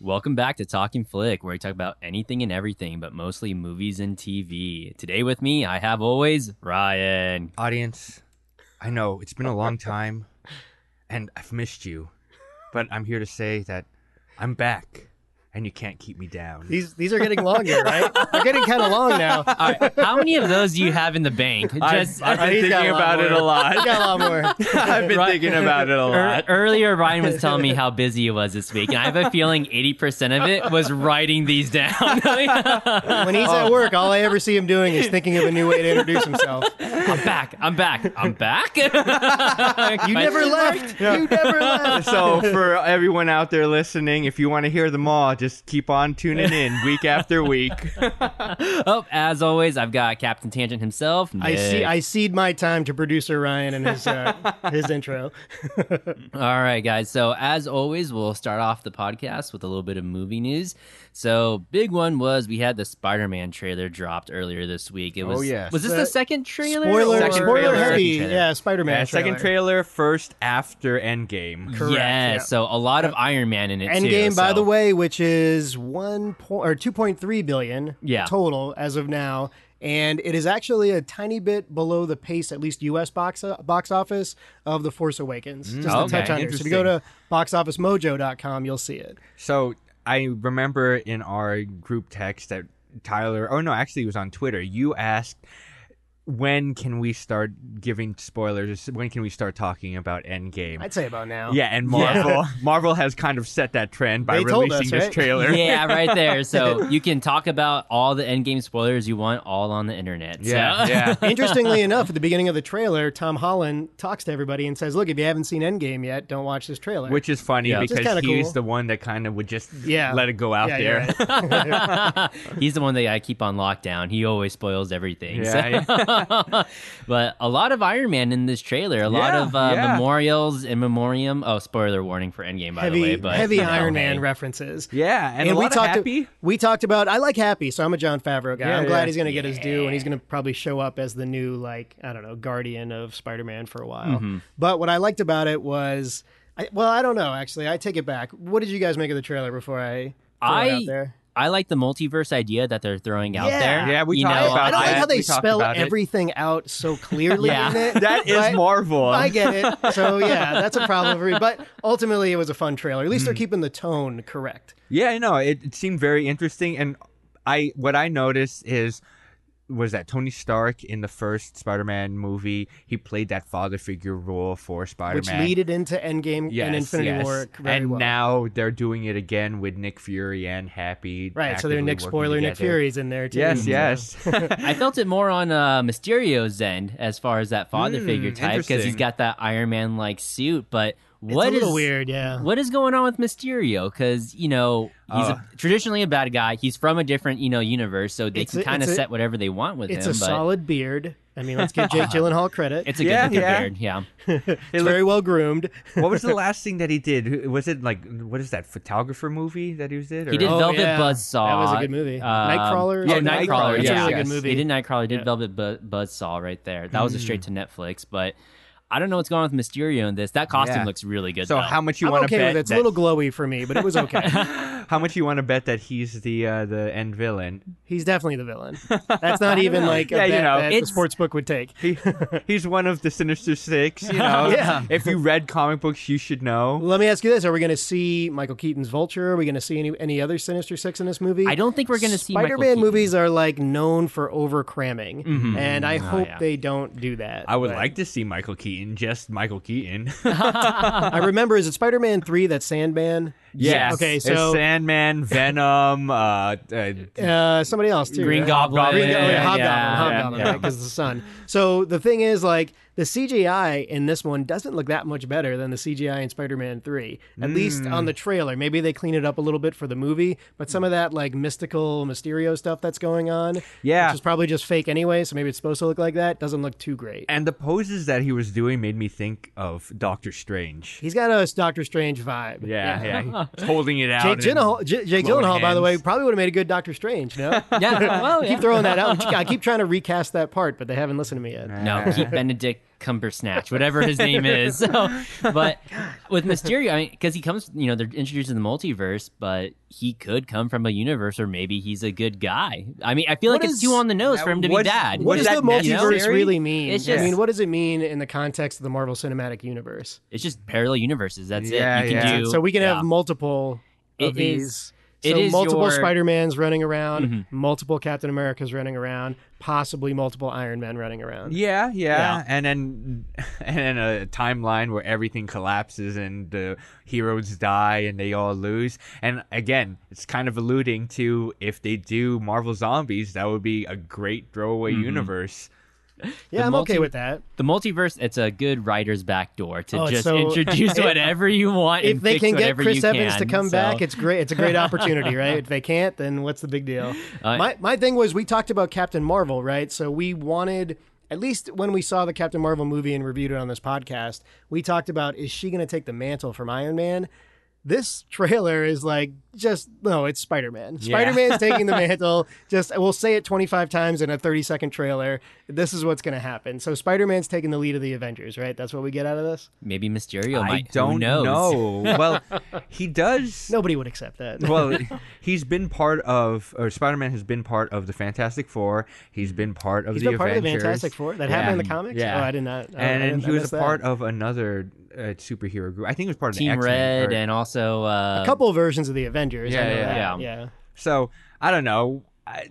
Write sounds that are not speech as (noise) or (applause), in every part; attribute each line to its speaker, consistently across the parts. Speaker 1: Welcome back to Talking Flick, where we talk about anything and everything, but mostly movies and TV. Today with me, I have always
Speaker 2: (laughs)
Speaker 1: Ryan.
Speaker 3: Audience, I know it's been a long time and I've missed you, but I'm here to say that I'm back and you can't keep me down.
Speaker 2: These these are getting longer, right? They're getting kind of long now.
Speaker 1: All right, how many of those do you have in the bank? Just
Speaker 2: I've been thinking about it a
Speaker 3: lot. Er,
Speaker 2: I got a lot (laughs)
Speaker 3: (laughs)
Speaker 2: more.
Speaker 3: I've been thinking about (laughs) it a
Speaker 1: ear- earlier, Ryan was telling
Speaker 2: (laughs)
Speaker 1: me how busy he was this week, and I have a feeling eighty percent of it was writing these down. (laughs) I'm
Speaker 2: When he's at work, all I ever see him doing is thinking of a new way to introduce (laughs) himself.
Speaker 1: back. I'm back. I'm back. you
Speaker 2: (laughs) You never (laughs) left. You never left.
Speaker 3: (laughs) So, for everyone out there listening, if you want to hear them all, just keep on tuning in week after week.
Speaker 1: Oh, as always, I've got Captain Tangent himself.
Speaker 2: I see.
Speaker 1: Nick.
Speaker 2: I cede my time to producer Ryan and his uh, his intro.
Speaker 1: All right, guys. So, as always, we'll start off the podcast with a little bit of movie news. So, big one was we had the Spider Man trailer dropped earlier this week. It was,
Speaker 3: yes.
Speaker 1: was this the,
Speaker 2: The-
Speaker 1: second trailer?
Speaker 2: Oh, Spoiler,
Speaker 1: or-
Speaker 3: Second
Speaker 2: spoiler
Speaker 3: trailer.
Speaker 2: heavy.
Speaker 1: Second trailer.
Speaker 2: Yeah, Spider Man.
Speaker 3: Yeah, Uh, second trailer, first after Endgame.
Speaker 2: Correct,
Speaker 1: yeah,
Speaker 2: yeah.
Speaker 1: so a lot of Iron Man in it. too,
Speaker 2: Endgame, by
Speaker 1: so-
Speaker 2: the way, which is one point or two point three billion
Speaker 1: Yeah.
Speaker 2: total as of now, and it is actually a tiny bit below the pace, at least U.S. box uh, box office of The Force Awakens.
Speaker 3: Mm,
Speaker 2: Just
Speaker 1: okay,
Speaker 2: a touch under. So if you go to boxofficemojo.com, you'll see it.
Speaker 3: So I remember in our group text that Tyler, oh no, actually it was on Twitter. You asked, when can we start giving spoilers? When can we start talking about Endgame?
Speaker 2: I'd say about now.
Speaker 3: yeah, (laughs) and Marvel, Marvel has kind of set that trend by
Speaker 2: Oh. They told
Speaker 3: releasing
Speaker 2: us,
Speaker 3: this
Speaker 2: right?
Speaker 1: (laughs)
Speaker 3: trailer.
Speaker 1: yeah, right there.
Speaker 2: (laughs)
Speaker 1: So you can talk about all the Endgame spoilers you want, all on the internet. So-
Speaker 3: (laughs) yeah, yeah.
Speaker 2: Interestingly enough, at the beginning of the trailer, Tom Holland talks to everybody and says, "Look, if you haven't seen Endgame yet, don't watch this trailer."
Speaker 3: Which is funny
Speaker 1: Yeah. Which
Speaker 2: is
Speaker 3: because
Speaker 2: kinda
Speaker 3: he's
Speaker 2: cool.
Speaker 3: the one that kind of would just
Speaker 2: Yeah.
Speaker 3: let it go out
Speaker 2: Yeah,
Speaker 3: there.
Speaker 2: you're right.
Speaker 1: (laughs) He's the one that I keep on lockdown. He always spoils everything.
Speaker 3: (laughs) Yeah,
Speaker 2: (laughs)
Speaker 1: so- but a lot of Iron Man in this trailer. A lot
Speaker 3: Yeah,
Speaker 1: of uh,
Speaker 3: yeah.
Speaker 1: memorials in memoriam. Oh, spoiler warning for Endgame, by
Speaker 2: heavy,
Speaker 1: the way. But
Speaker 2: heavy
Speaker 1: you know,
Speaker 2: Iron Man
Speaker 1: hey.
Speaker 2: references.
Speaker 3: Yeah, and, a
Speaker 2: we
Speaker 3: lot of
Speaker 2: talked. (laughs)
Speaker 3: happy.
Speaker 2: we talked about. I like Happy, so I'm a John Favreau guy.
Speaker 3: Yeah,
Speaker 2: I'm glad
Speaker 3: yeah.
Speaker 2: he's going to get his due, and he's going to probably show up as the new, like, I don't know, guardian of Spider-Man for a while. But what I liked about it was, I, well, I don't know. Actually, I take it back. What did you guys make of the trailer before I? throw it
Speaker 1: I-
Speaker 2: out there?
Speaker 1: I like the multiverse idea that they're throwing out
Speaker 2: Yeah.
Speaker 1: there.
Speaker 3: Yeah, we
Speaker 1: you
Speaker 3: talked
Speaker 1: know,
Speaker 3: about
Speaker 2: I don't like
Speaker 3: that.
Speaker 2: how they
Speaker 3: We talked
Speaker 2: spell
Speaker 3: about it.
Speaker 2: everything out so clearly
Speaker 1: Yeah.
Speaker 2: in it.
Speaker 3: (laughs) That is
Speaker 2: but-
Speaker 3: Marvel.
Speaker 2: I get it. So yeah, that's a problem for me. But ultimately, it was a fun trailer. At least they're keeping the tone correct.
Speaker 3: Yeah, I know. It, it seemed very interesting, and I what I noticed is was that Tony Stark in the first Spider-Man movie he played that father figure role for
Speaker 2: which
Speaker 3: Spider-Man.
Speaker 2: leaded into Endgame
Speaker 3: Yes,
Speaker 2: and Infinity
Speaker 3: yes.
Speaker 2: War very
Speaker 3: and
Speaker 2: well.
Speaker 3: now they're doing it again with Nick Fury and Happy.
Speaker 2: right, so their
Speaker 3: actively
Speaker 2: Nick
Speaker 3: working
Speaker 2: spoiler, Nick
Speaker 3: together.
Speaker 2: Fury's in there too. Mm-hmm.
Speaker 3: Yes,
Speaker 2: So-
Speaker 3: yes. (laughs)
Speaker 1: I felt it more on uh, Mysterio's end as far as that father
Speaker 3: Mm,
Speaker 1: figure type because he's
Speaker 3: interesting.
Speaker 1: got that Iron Man like suit. But
Speaker 2: It's
Speaker 1: what
Speaker 2: a little
Speaker 1: is-
Speaker 2: weird, yeah.
Speaker 1: what is going on with Mysterio? Because you know he's
Speaker 3: Uh.
Speaker 1: a, traditionally a bad guy. He's from a different you know universe, so they
Speaker 2: It's
Speaker 1: can
Speaker 2: a-
Speaker 1: kind of
Speaker 2: it's a-
Speaker 1: set whatever they want with
Speaker 2: It's
Speaker 1: him.
Speaker 2: a
Speaker 1: but
Speaker 2: solid beard. I mean, let's give Jake Gyllenhaal credit.
Speaker 1: It's a
Speaker 3: Yeah,
Speaker 1: good looking
Speaker 3: yeah.
Speaker 1: beard. Yeah.
Speaker 2: It's very well groomed.
Speaker 3: what was the last thing that he did? Was it like what is that photographer movie that he was in?
Speaker 1: He
Speaker 3: or-
Speaker 1: did
Speaker 2: Oh,
Speaker 1: Velvet
Speaker 2: yeah.
Speaker 1: Buzzsaw.
Speaker 2: That was a good movie.
Speaker 1: Um,
Speaker 2: Nightcrawler?
Speaker 1: Yeah,
Speaker 3: Oh,
Speaker 1: Nightcrawler. yeah.
Speaker 3: Nightcrawler, That's a really
Speaker 2: good movie.
Speaker 1: He did Nightcrawler. He did Velvet Bu- Buzzsaw right there. That was a straight to
Speaker 2: Hmm.
Speaker 1: Netflix, but I don't know what's going on with Mysterio in this. That costume
Speaker 3: Yeah.
Speaker 1: looks really good.
Speaker 3: So
Speaker 1: though.
Speaker 3: how much you
Speaker 2: I'm
Speaker 3: want to
Speaker 2: okay
Speaker 3: bet?
Speaker 2: with it. It's
Speaker 3: that-
Speaker 2: a little glowy for me, but it was okay.
Speaker 3: (laughs)
Speaker 2: (laughs)
Speaker 3: How much you want to bet that he's the uh, the end villain?
Speaker 2: He's definitely the villain. That's not even like a
Speaker 3: Yeah,
Speaker 2: bet
Speaker 3: you know,
Speaker 2: that the
Speaker 1: it's-
Speaker 2: sports book would take.
Speaker 3: He, (laughs) he's one of the Sinister Six. You know,
Speaker 2: (laughs) Yeah.
Speaker 3: if you read comic books, you should know.
Speaker 2: Let me ask you this: Are we going to see Michael Keaton's Vulture? Are we going to see any any other Sinister Six in this movie?
Speaker 1: I don't think we're gonna see Michael
Speaker 2: Spider-Man
Speaker 1: Keaton.
Speaker 2: movies are like known for over cramming, and I hope
Speaker 1: yeah.
Speaker 2: they don't do that.
Speaker 3: I would
Speaker 2: But
Speaker 3: like to see Michael Keaton, just Michael Keaton. (laughs)
Speaker 2: I remember is it Spider-Man three that Sandman?
Speaker 1: Yes.
Speaker 2: Okay,
Speaker 3: It's (laughs)
Speaker 2: so-
Speaker 3: Sandman, Venom, uh, uh,
Speaker 2: Uh, somebody else too.
Speaker 1: Green
Speaker 2: right?
Speaker 1: Goblin.
Speaker 2: Green Goblin,
Speaker 1: Yeah,
Speaker 2: Hobgoblin,
Speaker 1: yeah,
Speaker 2: Hobgoblin,
Speaker 1: yeah.
Speaker 2: right? Because the sun. So the thing is, like, the CGI in this one doesn't look that much better than the CGI in Spider-Man Three. At least
Speaker 1: Hmm.
Speaker 2: on the trailer. Maybe they clean it up a little bit for the movie, but some of that like mystical, Mysterio stuff that's going on,
Speaker 3: Yeah.
Speaker 2: which is probably just fake anyway. So maybe it's supposed to look like that. Doesn't look too great.
Speaker 3: and the poses that he was doing made me think of Doctor Strange.
Speaker 2: He's got a Doctor Strange vibe.
Speaker 3: Yeah,
Speaker 2: (laughs)
Speaker 3: yeah, he's holding it out.
Speaker 2: Jake
Speaker 3: and-
Speaker 2: Gyllenhaal, J- Jake
Speaker 3: glowing
Speaker 2: Gyllenhaal, by the way,
Speaker 3: hands.
Speaker 2: probably would have made a good Doctor Strange. No,
Speaker 1: (laughs) Yeah. Well,
Speaker 2: I (laughs)
Speaker 1: yeah.
Speaker 2: keep throwing that out. I keep trying to recast that part, but they haven't listened to me yet.
Speaker 1: No, keep Benedict Cumbersnatch, whatever his name is. (laughs) So, but with Mysterio, I mean, because he comes, you know, they're introducing the multiverse, but he could come from a universe, or maybe he's a good guy. I mean, I feel
Speaker 3: What
Speaker 1: like
Speaker 3: is-
Speaker 1: it's too on the nose for him to be
Speaker 3: what's-
Speaker 1: bad.
Speaker 2: What
Speaker 3: Is
Speaker 2: does
Speaker 3: that
Speaker 2: the multiverse
Speaker 1: necessary?
Speaker 2: really mean?
Speaker 1: It's
Speaker 2: I
Speaker 1: just-
Speaker 2: mean, what does it mean in the context of the Marvel Cinematic Universe?
Speaker 1: It's just parallel universes. That's
Speaker 3: Yeah,
Speaker 1: it. You can
Speaker 3: yeah.
Speaker 1: do
Speaker 2: So we can
Speaker 1: yeah.
Speaker 2: have multiple of
Speaker 1: It is-
Speaker 2: these.
Speaker 1: it
Speaker 2: so
Speaker 1: is
Speaker 2: multiple
Speaker 1: your- Mm-hmm.
Speaker 2: Spider-Mans running around, multiple Captain Americas running around, possibly multiple Iron Men running around.
Speaker 3: Yeah, yeah,
Speaker 1: Yeah.
Speaker 3: and then (laughs) and then a timeline where everything collapses and the heroes die and they all lose. And again, it's kind of alluding to if they do Marvel Zombies, that would be a great throwaway
Speaker 2: Mm-hmm.
Speaker 3: universe.
Speaker 2: Yeah, I'm
Speaker 1: multi-
Speaker 2: okay with that.
Speaker 1: the multiverse. It's a good writer's back door to
Speaker 2: Oh,
Speaker 1: just
Speaker 2: so- (laughs)
Speaker 1: introduce whatever you want.
Speaker 2: If
Speaker 1: and
Speaker 2: they
Speaker 1: fix
Speaker 2: can get
Speaker 1: whatever
Speaker 2: Chris
Speaker 1: you
Speaker 2: Evans
Speaker 1: can.
Speaker 2: to come
Speaker 1: So-
Speaker 2: back, it's great. It's
Speaker 1: (laughs)
Speaker 2: a great opportunity, right? If they can't, then what's the big deal?
Speaker 1: Uh,
Speaker 2: my my thing was we talked about Captain Marvel, right? So we wanted at least when we saw the Captain Marvel movie and reviewed it on this podcast, we talked about is she going to take the mantle from Iron Man? This trailer is like just no, it's Spider Man. Spider Man's
Speaker 1: (laughs)
Speaker 2: taking the mantle. Just we'll say it twenty five times in a thirty second trailer. This is what's going to happen. So Spider Man's taking the lead of the Avengers, right? That's what we get out of this.
Speaker 1: maybe Mysterio.
Speaker 2: Oh
Speaker 3: I
Speaker 1: might. Who
Speaker 3: don't
Speaker 1: knows?
Speaker 3: know.
Speaker 2: (laughs)
Speaker 3: well, he does.
Speaker 2: Nobody would accept that.
Speaker 3: well, he's been part of, or Spider Man has been part of the Fantastic Four. He's been part of
Speaker 2: He's
Speaker 3: the
Speaker 2: been part
Speaker 3: Avengers.
Speaker 2: of the Fantastic Four that
Speaker 3: Yeah.
Speaker 2: happened in the comics.
Speaker 3: Yeah.
Speaker 2: Oh, I did not. oh, I
Speaker 3: and,
Speaker 2: didn't-
Speaker 3: he
Speaker 2: I
Speaker 3: was a
Speaker 2: missed that.
Speaker 3: part of another uh, superhero group. I think it was part of the
Speaker 1: Team
Speaker 3: X-Men,
Speaker 1: Red
Speaker 3: or-
Speaker 1: and also uh,
Speaker 2: a couple versions of the Avengers. I
Speaker 3: Yeah,
Speaker 2: know
Speaker 3: yeah,
Speaker 2: that,
Speaker 1: yeah.
Speaker 2: yeah.
Speaker 3: So I don't know. I,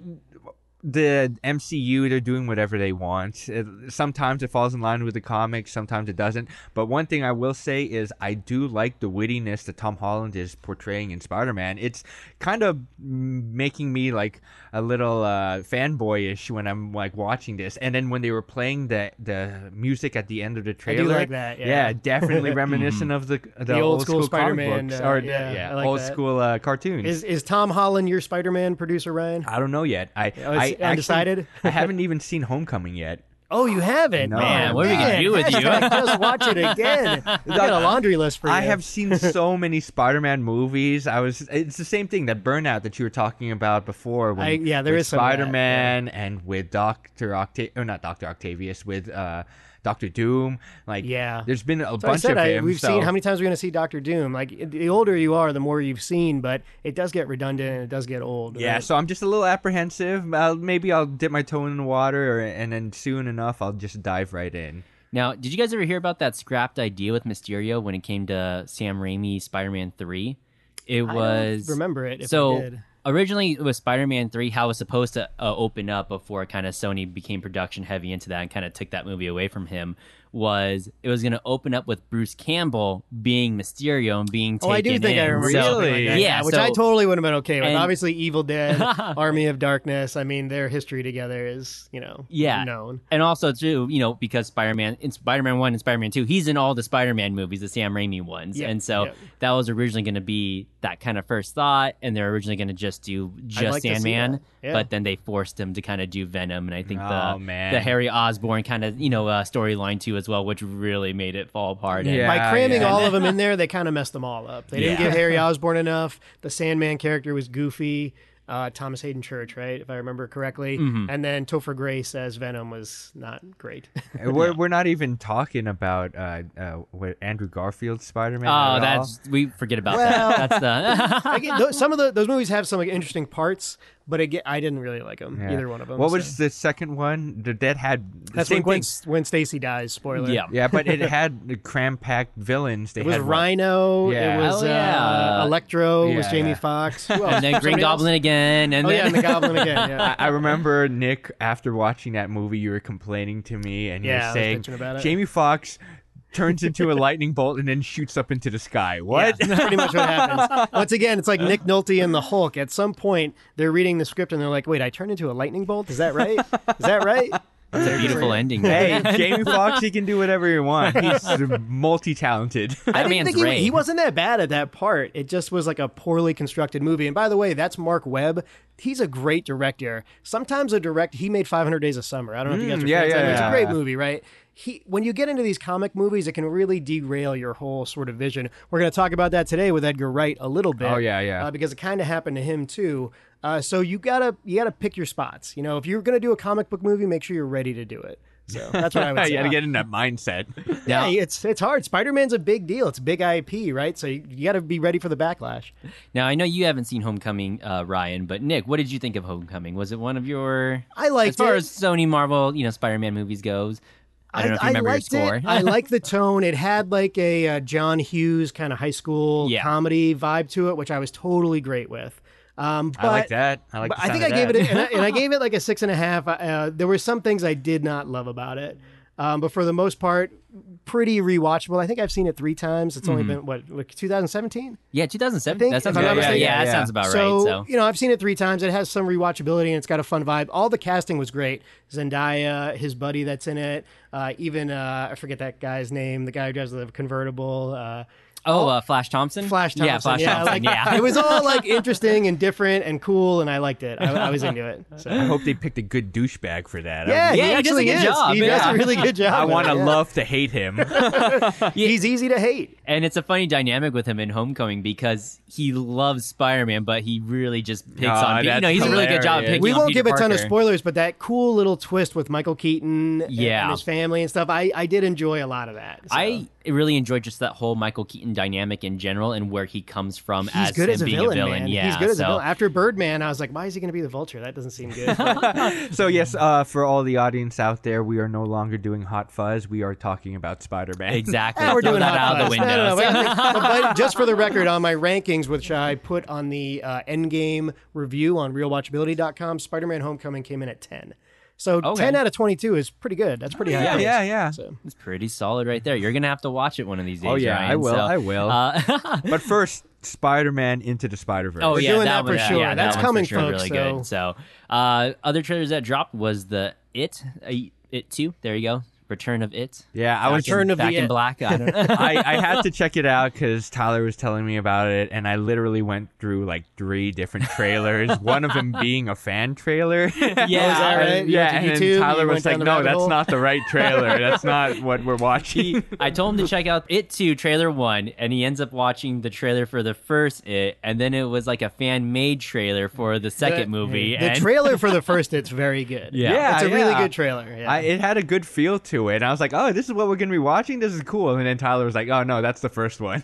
Speaker 3: the MCU, they're doing whatever they want. It, sometimes it falls in line with the comics, sometimes it doesn't. But one thing I will say is I do like the wittiness that Tom Holland is portraying in Spider Man. It's kind of m- making me like a little uh, fanboyish when I'm like watching this. And then when they were playing the the music at the end of the
Speaker 2: do
Speaker 3: trailer,
Speaker 2: like that, yeah. (laughs)
Speaker 3: definitely reminiscent of the the,
Speaker 2: old
Speaker 3: old,
Speaker 2: school
Speaker 3: school, comic
Speaker 2: Spider-Man,
Speaker 3: books
Speaker 2: uh,
Speaker 3: or
Speaker 2: yeah,
Speaker 3: yeah,
Speaker 2: I like
Speaker 3: old
Speaker 2: that.
Speaker 3: school uh, cartoons.
Speaker 2: Is is Tom Holland your Spider-Man producer, Ryan?
Speaker 3: I don't know yet. I
Speaker 2: Oh,
Speaker 3: I
Speaker 2: it's
Speaker 3: actually-
Speaker 2: undecided?
Speaker 3: I haven't even seen Homecoming yet.
Speaker 2: Oh, you haven't.
Speaker 3: No.
Speaker 1: Man, what are we gonna
Speaker 2: man.
Speaker 1: do with you?
Speaker 2: (laughs) Hashtag just watch
Speaker 3: (laughs)
Speaker 2: it again. We got a laundry list (laughs) for you.
Speaker 3: I have seen
Speaker 2: (laughs)
Speaker 3: so many Spider-Man movies. I was it's the same thing that burnout that you were talking about before. When,
Speaker 2: I- yeah, there
Speaker 3: with
Speaker 2: is some of that,
Speaker 3: Spider-Man and with Doctor Octavius, or not Doctor Octavius, with uh, Doctor Doom. Like
Speaker 2: Yeah.
Speaker 3: there's been a
Speaker 2: So
Speaker 3: bunch
Speaker 2: I said
Speaker 3: of
Speaker 2: I,
Speaker 3: him.
Speaker 2: we've
Speaker 3: so-
Speaker 2: seen how many times we're going to see Doctor Doom. Like the older you are, the more you've seen, but it does get redundant and it does get old.
Speaker 3: Yeah,
Speaker 2: right?
Speaker 3: so I'm just a little apprehensive. I'll, maybe I'll dip my toe in the water, or, and then soon enough I'll just dive right in.
Speaker 1: Now, did you guys ever hear about that scrapped idea with Mysterio when it came to Sam Raimi Spider-Man 3? It
Speaker 2: I don't
Speaker 1: was
Speaker 2: remember it. If
Speaker 1: so
Speaker 2: I did.
Speaker 1: originally it was Spider-Man 3 how it was supposed to uh, open up before kind of Sony became production heavy into that and kind of took that movie away from him was it was going to open up with Bruce Campbell being Mysterio and being taken
Speaker 2: Oh, I do think I
Speaker 1: in.
Speaker 2: remember.
Speaker 1: So-
Speaker 2: something like that,
Speaker 1: Yeah,
Speaker 2: which
Speaker 1: so-
Speaker 2: I totally would have been okay with.
Speaker 1: and-
Speaker 2: Obviously, Evil
Speaker 1: (laughs)
Speaker 2: Dead, Army of Darkness. I mean, their history together is you know
Speaker 1: Yeah.
Speaker 2: known.
Speaker 1: And also too, you know, because Spider Man in Spider Man One and Spider Man Two, he's in all the Spider Man movies, the Sam Raimi ones.
Speaker 2: Yeah,
Speaker 1: and so
Speaker 2: yeah.
Speaker 1: that was originally gonna be that kind of first thought, and they're originally gonna just do just
Speaker 2: like to see
Speaker 1: Sandman.
Speaker 2: that. Yeah.
Speaker 1: But then they forced him to kind of do Venom and I think
Speaker 3: Oh,
Speaker 1: the
Speaker 3: man.
Speaker 1: the Harry Osborn kind of, you know, uh, storyline too as well, which really made it fall apart. And-
Speaker 3: Yeah.
Speaker 2: By cramming
Speaker 3: yeah.
Speaker 2: all
Speaker 1: (laughs)
Speaker 2: of them in there, they kind of messed them all up. They didn't
Speaker 1: Yeah.
Speaker 2: give
Speaker 1: (laughs)
Speaker 2: Harry Osborn enough. The Sandman character was goofy. Uh, Thomas Hayden Church, right, if I remember correctly,
Speaker 1: Mm-hmm.
Speaker 2: and then Topher Grace as Venom was not
Speaker 1: (laughs)
Speaker 2: great. (laughs)
Speaker 3: Uh, We're, we're not even talking about uh, uh, what Andrew Garfield's Spider-Man. at all.
Speaker 1: Oh, that's we forget about
Speaker 2: Well-
Speaker 1: that. That's the (laughs)
Speaker 2: Like, tho- some of the, those movies have some like, interesting parts, but again, I didn't really like them
Speaker 3: Yeah.
Speaker 2: either one of them.
Speaker 3: What
Speaker 2: so.
Speaker 3: was the second one? The dead had the
Speaker 2: that's
Speaker 3: same
Speaker 2: when Gwen,
Speaker 3: thing.
Speaker 2: when Stacy dies? Spoiler.
Speaker 1: Yeah.
Speaker 3: Yeah, but
Speaker 2: (laughs)
Speaker 3: it had the cram-packed villains. They
Speaker 2: It was
Speaker 3: had
Speaker 2: Rhino.
Speaker 3: Yeah.
Speaker 2: It was
Speaker 1: Oh, yeah.
Speaker 2: uh, Electro. it was
Speaker 3: Yeah,
Speaker 2: Jamie
Speaker 3: yeah.
Speaker 2: Fox.
Speaker 1: and then Green Goblin again and
Speaker 2: Oh
Speaker 1: then
Speaker 2: yeah, and the Goblin (laughs) again. Yeah.
Speaker 3: I I remember Nick after watching that movie. You were complaining to me, and you
Speaker 2: Yeah, I
Speaker 3: were
Speaker 2: was
Speaker 3: saying
Speaker 2: bitching about it.
Speaker 3: Jamie Fox turns
Speaker 2: (laughs)
Speaker 3: into a lightning bolt and then shoots up into the sky. What?
Speaker 2: Yeah, that's pretty much what happens. Once again, it's like Nick Nolte and the Hulk. At some point, they're reading the script and they're like, "Wait, I turned into a lightning bolt? Is that right? Is that right?"
Speaker 1: (laughs) it's a beautiful ending.
Speaker 3: Hey, Jamie Fox, he can do whatever he
Speaker 2: (laughs)
Speaker 3: wants. He's multi-talented.
Speaker 1: That
Speaker 2: I didn't
Speaker 1: man's
Speaker 2: think he,
Speaker 1: Ray.
Speaker 2: he wasn't that bad at that part. It just was like a poorly constructed movie. And by the way, that's Mark Webb. He's a great director. Sometimes a direct he made 500 Days of Summer. I don't know if you guys
Speaker 3: Mm,
Speaker 2: are
Speaker 3: yeah,
Speaker 2: fans of
Speaker 3: yeah,
Speaker 2: that. It's a
Speaker 3: yeah.
Speaker 2: great movie, right? He when you get into these comic movies, it can really derail your whole sort of vision. We're going to talk about that today with Edgar Wright a little bit.
Speaker 3: Oh, yeah, yeah.
Speaker 2: uh, because it kind of happened to him too. Uh, so you gotta you gotta pick your spots. You know, if you're gonna do a comic book movie, make sure you're ready to do it. So that's what I would
Speaker 3: (laughs)
Speaker 2: say.
Speaker 3: you got to get in that mindset.
Speaker 2: Yeah, it's it's hard. Spider Man's a big deal. It's a big IP, right? So you, you got to be ready for the backlash.
Speaker 1: Now I know you haven't seen Homecoming, uh, Ryan, but Nick, what did you think of Homecoming? Was it one of your
Speaker 2: I liked
Speaker 1: as far
Speaker 2: it.
Speaker 1: as Sony Marvel, you know, Spider-Man movies goes? I don't know if you remember your
Speaker 2: liked
Speaker 1: score.
Speaker 2: It.
Speaker 1: (laughs)
Speaker 2: I like the tone. It had like a uh, John Hughes kind of high school
Speaker 1: Yeah.
Speaker 2: comedy vibe to it, which I was totally great with. Um, but
Speaker 3: I like that. I like.
Speaker 2: but
Speaker 3: the
Speaker 2: I think I
Speaker 3: sound of
Speaker 2: gave
Speaker 3: that.
Speaker 2: it, a, and, I, and I gave it like a six and a half. Uh, there were some things I did not love about it, um, but for the most part, pretty rewatchable. I think I've seen it three times. It's
Speaker 1: Hmm.
Speaker 2: only been what, like 2017.
Speaker 1: yeah, 2007.
Speaker 2: think,
Speaker 1: that sounds
Speaker 2: if I'm
Speaker 1: about
Speaker 2: not
Speaker 1: right.
Speaker 2: mistaken-
Speaker 1: Yeah, that
Speaker 3: yeah.
Speaker 1: sounds about
Speaker 2: so,
Speaker 1: right. So
Speaker 2: you know, I've seen it three times. It has some rewatchability and it's got a fun vibe. All the casting was great. Zendaya, his buddy that's in it, uh, even uh, I forget that guy's name, the guy who drives the convertible. Uh,
Speaker 1: oh, uh, Flash Thompson.
Speaker 2: Flash Thompson.
Speaker 1: Yeah, Flash
Speaker 2: I
Speaker 1: Thompson.
Speaker 2: (laughs) liked-
Speaker 1: yeah.
Speaker 2: it was
Speaker 1: (laughs)
Speaker 2: all like interesting and different and cool, and I liked it. I, I was into it. So.
Speaker 3: I hope they picked a good douchebag for that. I-
Speaker 2: Yeah,
Speaker 1: Yeah, he does
Speaker 2: he
Speaker 1: a
Speaker 2: actually
Speaker 1: good
Speaker 2: is.
Speaker 1: job,
Speaker 2: He does
Speaker 1: yeah.
Speaker 2: a
Speaker 1: (laughs)
Speaker 2: really good job.
Speaker 3: I
Speaker 2: of
Speaker 3: want to
Speaker 2: it, yeah.
Speaker 3: love to hate him.
Speaker 2: He's easy to hate.
Speaker 1: And it's a funny dynamic with him in Homecoming because he loves Spider-Man, but he really just picks
Speaker 3: Aw,
Speaker 1: on. You know,
Speaker 3: that's
Speaker 1: he's a really good job. at
Speaker 3: hilarious.
Speaker 1: Picking
Speaker 2: We
Speaker 1: on
Speaker 2: won't
Speaker 1: Peter
Speaker 2: give a ton of
Speaker 1: Parker.
Speaker 2: spoilers, but that cool little twist with Michael Keaton and-
Speaker 1: Yeah.
Speaker 2: and his family and stuff, I, I did enjoy a lot of that. So.
Speaker 1: I really enjoyed just that whole Michael Keaton dynamic in general and where he comes from
Speaker 2: He's
Speaker 1: as
Speaker 2: good
Speaker 1: him
Speaker 2: as a
Speaker 1: being
Speaker 2: villain,
Speaker 1: a villain.
Speaker 2: man.
Speaker 1: Yeah,
Speaker 2: He's good as
Speaker 1: so.
Speaker 2: a villain. After Birdman, I was like, why is he going to be the vulture? That doesn't
Speaker 1: (laughs)
Speaker 2: seem good. But
Speaker 3: (laughs) so yes, uh, for all the audience out there, we are no longer doing hot fuzz. We are talking about Spider Man.
Speaker 1: Exactly.
Speaker 2: (laughs) we're
Speaker 1: Throw
Speaker 2: doing
Speaker 1: that
Speaker 2: hot
Speaker 1: out of the
Speaker 2: fuzz.
Speaker 1: window.
Speaker 2: No, no, no, wait, wait.
Speaker 1: (laughs)
Speaker 2: But- but just for the record, on my rankings, which I put on the uh, Endgame review on RealWatchability.com, Spider-Man: Homecoming came in at ten. So
Speaker 1: Okay.
Speaker 2: ten out of twenty-two is pretty good. That's pretty high.
Speaker 3: Yeah,
Speaker 2: praise.
Speaker 3: yeah, yeah.
Speaker 2: So.
Speaker 1: It's pretty solid right there. You're gonna have to watch it one of these days.
Speaker 3: (laughs) Oh, yeah,
Speaker 1: Ryan,
Speaker 3: I will,
Speaker 1: so-
Speaker 3: I will. (laughs)
Speaker 1: Uh,
Speaker 3: But first, Spider Man into the Spider Verse.
Speaker 1: oh
Speaker 2: We're
Speaker 1: yeah,
Speaker 2: doing that
Speaker 1: that
Speaker 2: for
Speaker 1: one,
Speaker 2: sure.
Speaker 1: Yeah,
Speaker 2: That's
Speaker 1: that one's for
Speaker 2: coming,
Speaker 1: sure
Speaker 2: folks,
Speaker 1: Really good. So, uh, other trailers that dropped was the It, uh, It Two. There you go. Return of It.
Speaker 3: Yeah, I was.
Speaker 1: Back in-
Speaker 2: Return of the
Speaker 1: back in
Speaker 2: It.
Speaker 1: black. I don't know. (laughs)
Speaker 3: I, I had to check it out because Tyler was telling me about it, and I literally went through like three different trailers. one of them being a fan trailer. yeah,
Speaker 1: Yeah,
Speaker 2: Oh, that right? You
Speaker 3: yeah.
Speaker 2: went to
Speaker 3: And then
Speaker 2: YouTube,
Speaker 3: Tyler
Speaker 2: you
Speaker 3: was
Speaker 2: went down
Speaker 3: like,
Speaker 2: the
Speaker 3: "No,
Speaker 2: rabbit
Speaker 3: that's
Speaker 2: hole."
Speaker 3: not the right trailer. That's not
Speaker 2: (laughs)
Speaker 3: what we're watching."
Speaker 1: I told him to check out It 2 trailer 1 and he ends up watching the trailer for the first It and then it was like a fan-made trailer for the second movie
Speaker 2: The
Speaker 1: and
Speaker 2: trailer for the first it's very good.
Speaker 1: Yeah.
Speaker 3: Yeah,
Speaker 2: it's a really
Speaker 3: yeah.
Speaker 2: good trailer. Yeah.
Speaker 3: I, it had a good feel to it. And I was like, "Oh, this is what we're gonna be watching. This is cool." And then Tyler was like, "Oh no, that's the first one."
Speaker 1: (laughs)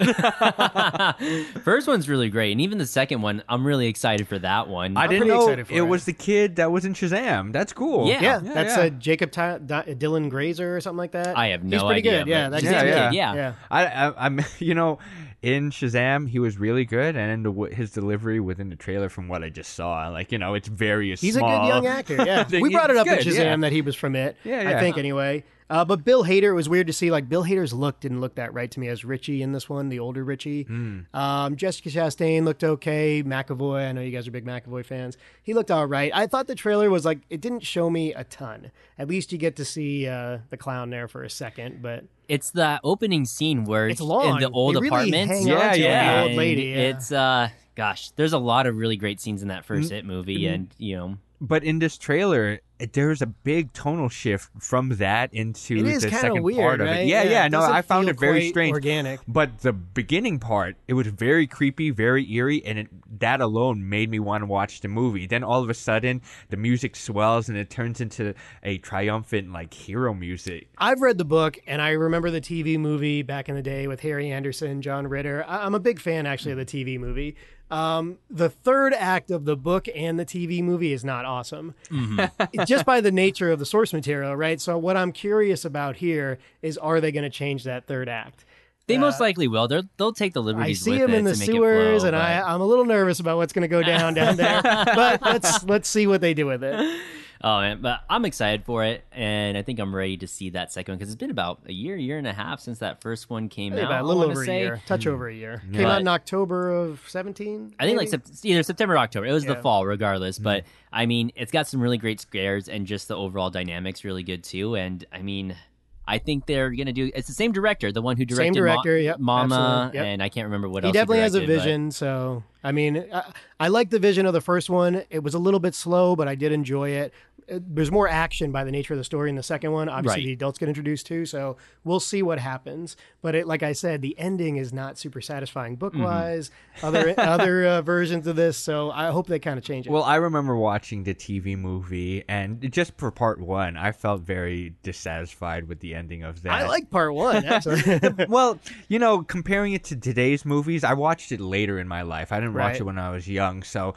Speaker 1: first one's really great and even the second one I'm really excited for that one.
Speaker 3: I didn't
Speaker 2: pretty
Speaker 3: know
Speaker 2: excited
Speaker 3: it,
Speaker 2: for it.
Speaker 3: was the kid that was in Shazam. That's cool.
Speaker 1: Yeah.
Speaker 2: yeah,
Speaker 3: Yeah,
Speaker 2: that's
Speaker 3: yeah.
Speaker 2: a Jacob Ty- Di- Dylan Grazer or something like that.
Speaker 1: I have no
Speaker 2: He's pretty
Speaker 1: idea,
Speaker 2: good. Yeah,
Speaker 1: but-
Speaker 2: that
Speaker 1: Yeah,
Speaker 2: guy's
Speaker 3: yeah.
Speaker 2: good.
Speaker 1: Yeah.
Speaker 2: yeah.
Speaker 3: I, I, I'm, (laughs) you know, in Shazam, he was really good, and in the, w- his delivery within the trailer, from what I just saw, like you know, it's very
Speaker 2: He's
Speaker 3: small.
Speaker 2: a good young actor.
Speaker 3: (laughs)
Speaker 2: Yeah,
Speaker 3: He's
Speaker 2: we brought it up in
Speaker 3: good,
Speaker 2: Shazam
Speaker 3: yeah.
Speaker 2: that he was from it.
Speaker 3: Yeah,
Speaker 2: I
Speaker 3: yeah.
Speaker 2: think anyway. Uh, but Bill Hader it was weird to see. Like Bill Hader's look didn't look that right to me as Richie in this one, the older Richie.
Speaker 3: Hmm.
Speaker 2: Um, Jessica Chastain looked okay. McAvoy, I know you guys are big McAvoy fans. He looked all right. I thought the trailer was like it didn't show me a ton. At least you get to see uh, the clown there for a second, but
Speaker 1: It's the opening scene where
Speaker 2: It's
Speaker 1: it's
Speaker 2: long.
Speaker 1: in the old
Speaker 2: They really
Speaker 1: apartment.
Speaker 2: hang
Speaker 3: on to Yeah,
Speaker 2: the old lady, yeah.
Speaker 1: It's uh gosh, there's a lot of really great scenes in that 1st
Speaker 2: Mm-hmm.
Speaker 1: hit movie and you know
Speaker 3: But in this trailer, there's a big tonal shift from that into
Speaker 2: it is
Speaker 3: the
Speaker 2: kind of
Speaker 3: second
Speaker 2: weird,
Speaker 3: part of
Speaker 2: right?
Speaker 3: it. Yeah, yeah. no,
Speaker 2: doesn't
Speaker 3: I found
Speaker 2: feel
Speaker 3: it very
Speaker 2: quite
Speaker 3: strange.
Speaker 2: organic.
Speaker 3: But the beginning part, it was very creepy, very eerie, and it, that alone made me want to watch the movie. Then all of a sudden, the music swells and it turns into a triumphant like hero music.
Speaker 2: I've read the book and I remember the TV movie back in the day with Harry Anderson, John Ritter. I- I'm a big fan actually of the TV movie. Um, the third act of the book and the TV movie is not awesome,
Speaker 1: Mm-hmm.
Speaker 2: (laughs) just by the nature of the source material, right? So what I'm curious about here is, are they going to change that third act?
Speaker 1: they most likely will. They're, they'll take the
Speaker 2: I
Speaker 1: liberties
Speaker 2: see
Speaker 1: with
Speaker 2: him
Speaker 1: it
Speaker 2: in the
Speaker 1: to make
Speaker 2: sewers,
Speaker 1: it flow,
Speaker 2: and I, I'm a little nervous about what's going to
Speaker 1: (laughs)
Speaker 2: go down down there. But let's let's see what they do with it.
Speaker 1: Oh, man, but I'm excited for it, and I think I'm ready to see that second one because it's been about a year, year and a half since that first one came out.
Speaker 2: About a
Speaker 1: I
Speaker 2: little
Speaker 1: wanna
Speaker 2: over
Speaker 1: say. Hmm.
Speaker 2: a year, touch over a year. Came
Speaker 1: But-
Speaker 2: out in October of 17.
Speaker 1: I think like
Speaker 2: maybe?
Speaker 1: sep- either September or October. It was
Speaker 2: Yeah. Mm-hmm.
Speaker 1: the fall, regardless. But I mean, it's got some really great scares, and just the overall dynamics really good too. And I mean, I think they're gonna do. It's the same director, the one who directed
Speaker 2: Same
Speaker 1: Ma-
Speaker 2: director, yep,
Speaker 1: Mama,
Speaker 2: absolutely, yep.
Speaker 1: and I can't remember what
Speaker 2: he
Speaker 1: else.
Speaker 2: definitely has a
Speaker 1: directed, but-
Speaker 2: vision. So I mean, I, I like the vision of the first one. It was a little bit slow, but I did enjoy it. Uh, There's more action by the nature of the story in the second one. Obviously,
Speaker 1: Right.
Speaker 2: the adults get introduced too, so we'll see what happens. But it, like I said, the ending is not super satisfying book wise. Other (laughs) other uh, versions of this, so I hope they kind of change it.
Speaker 3: Well, I remember watching the TV movie, and just for part one, I felt very dissatisfied with the ending of that.
Speaker 2: I like part one. Actually.
Speaker 3: (laughs) well, you know, comparing it to today's movies, I watched it later in my life. I didn't watch
Speaker 2: Right.
Speaker 3: it when I was young, so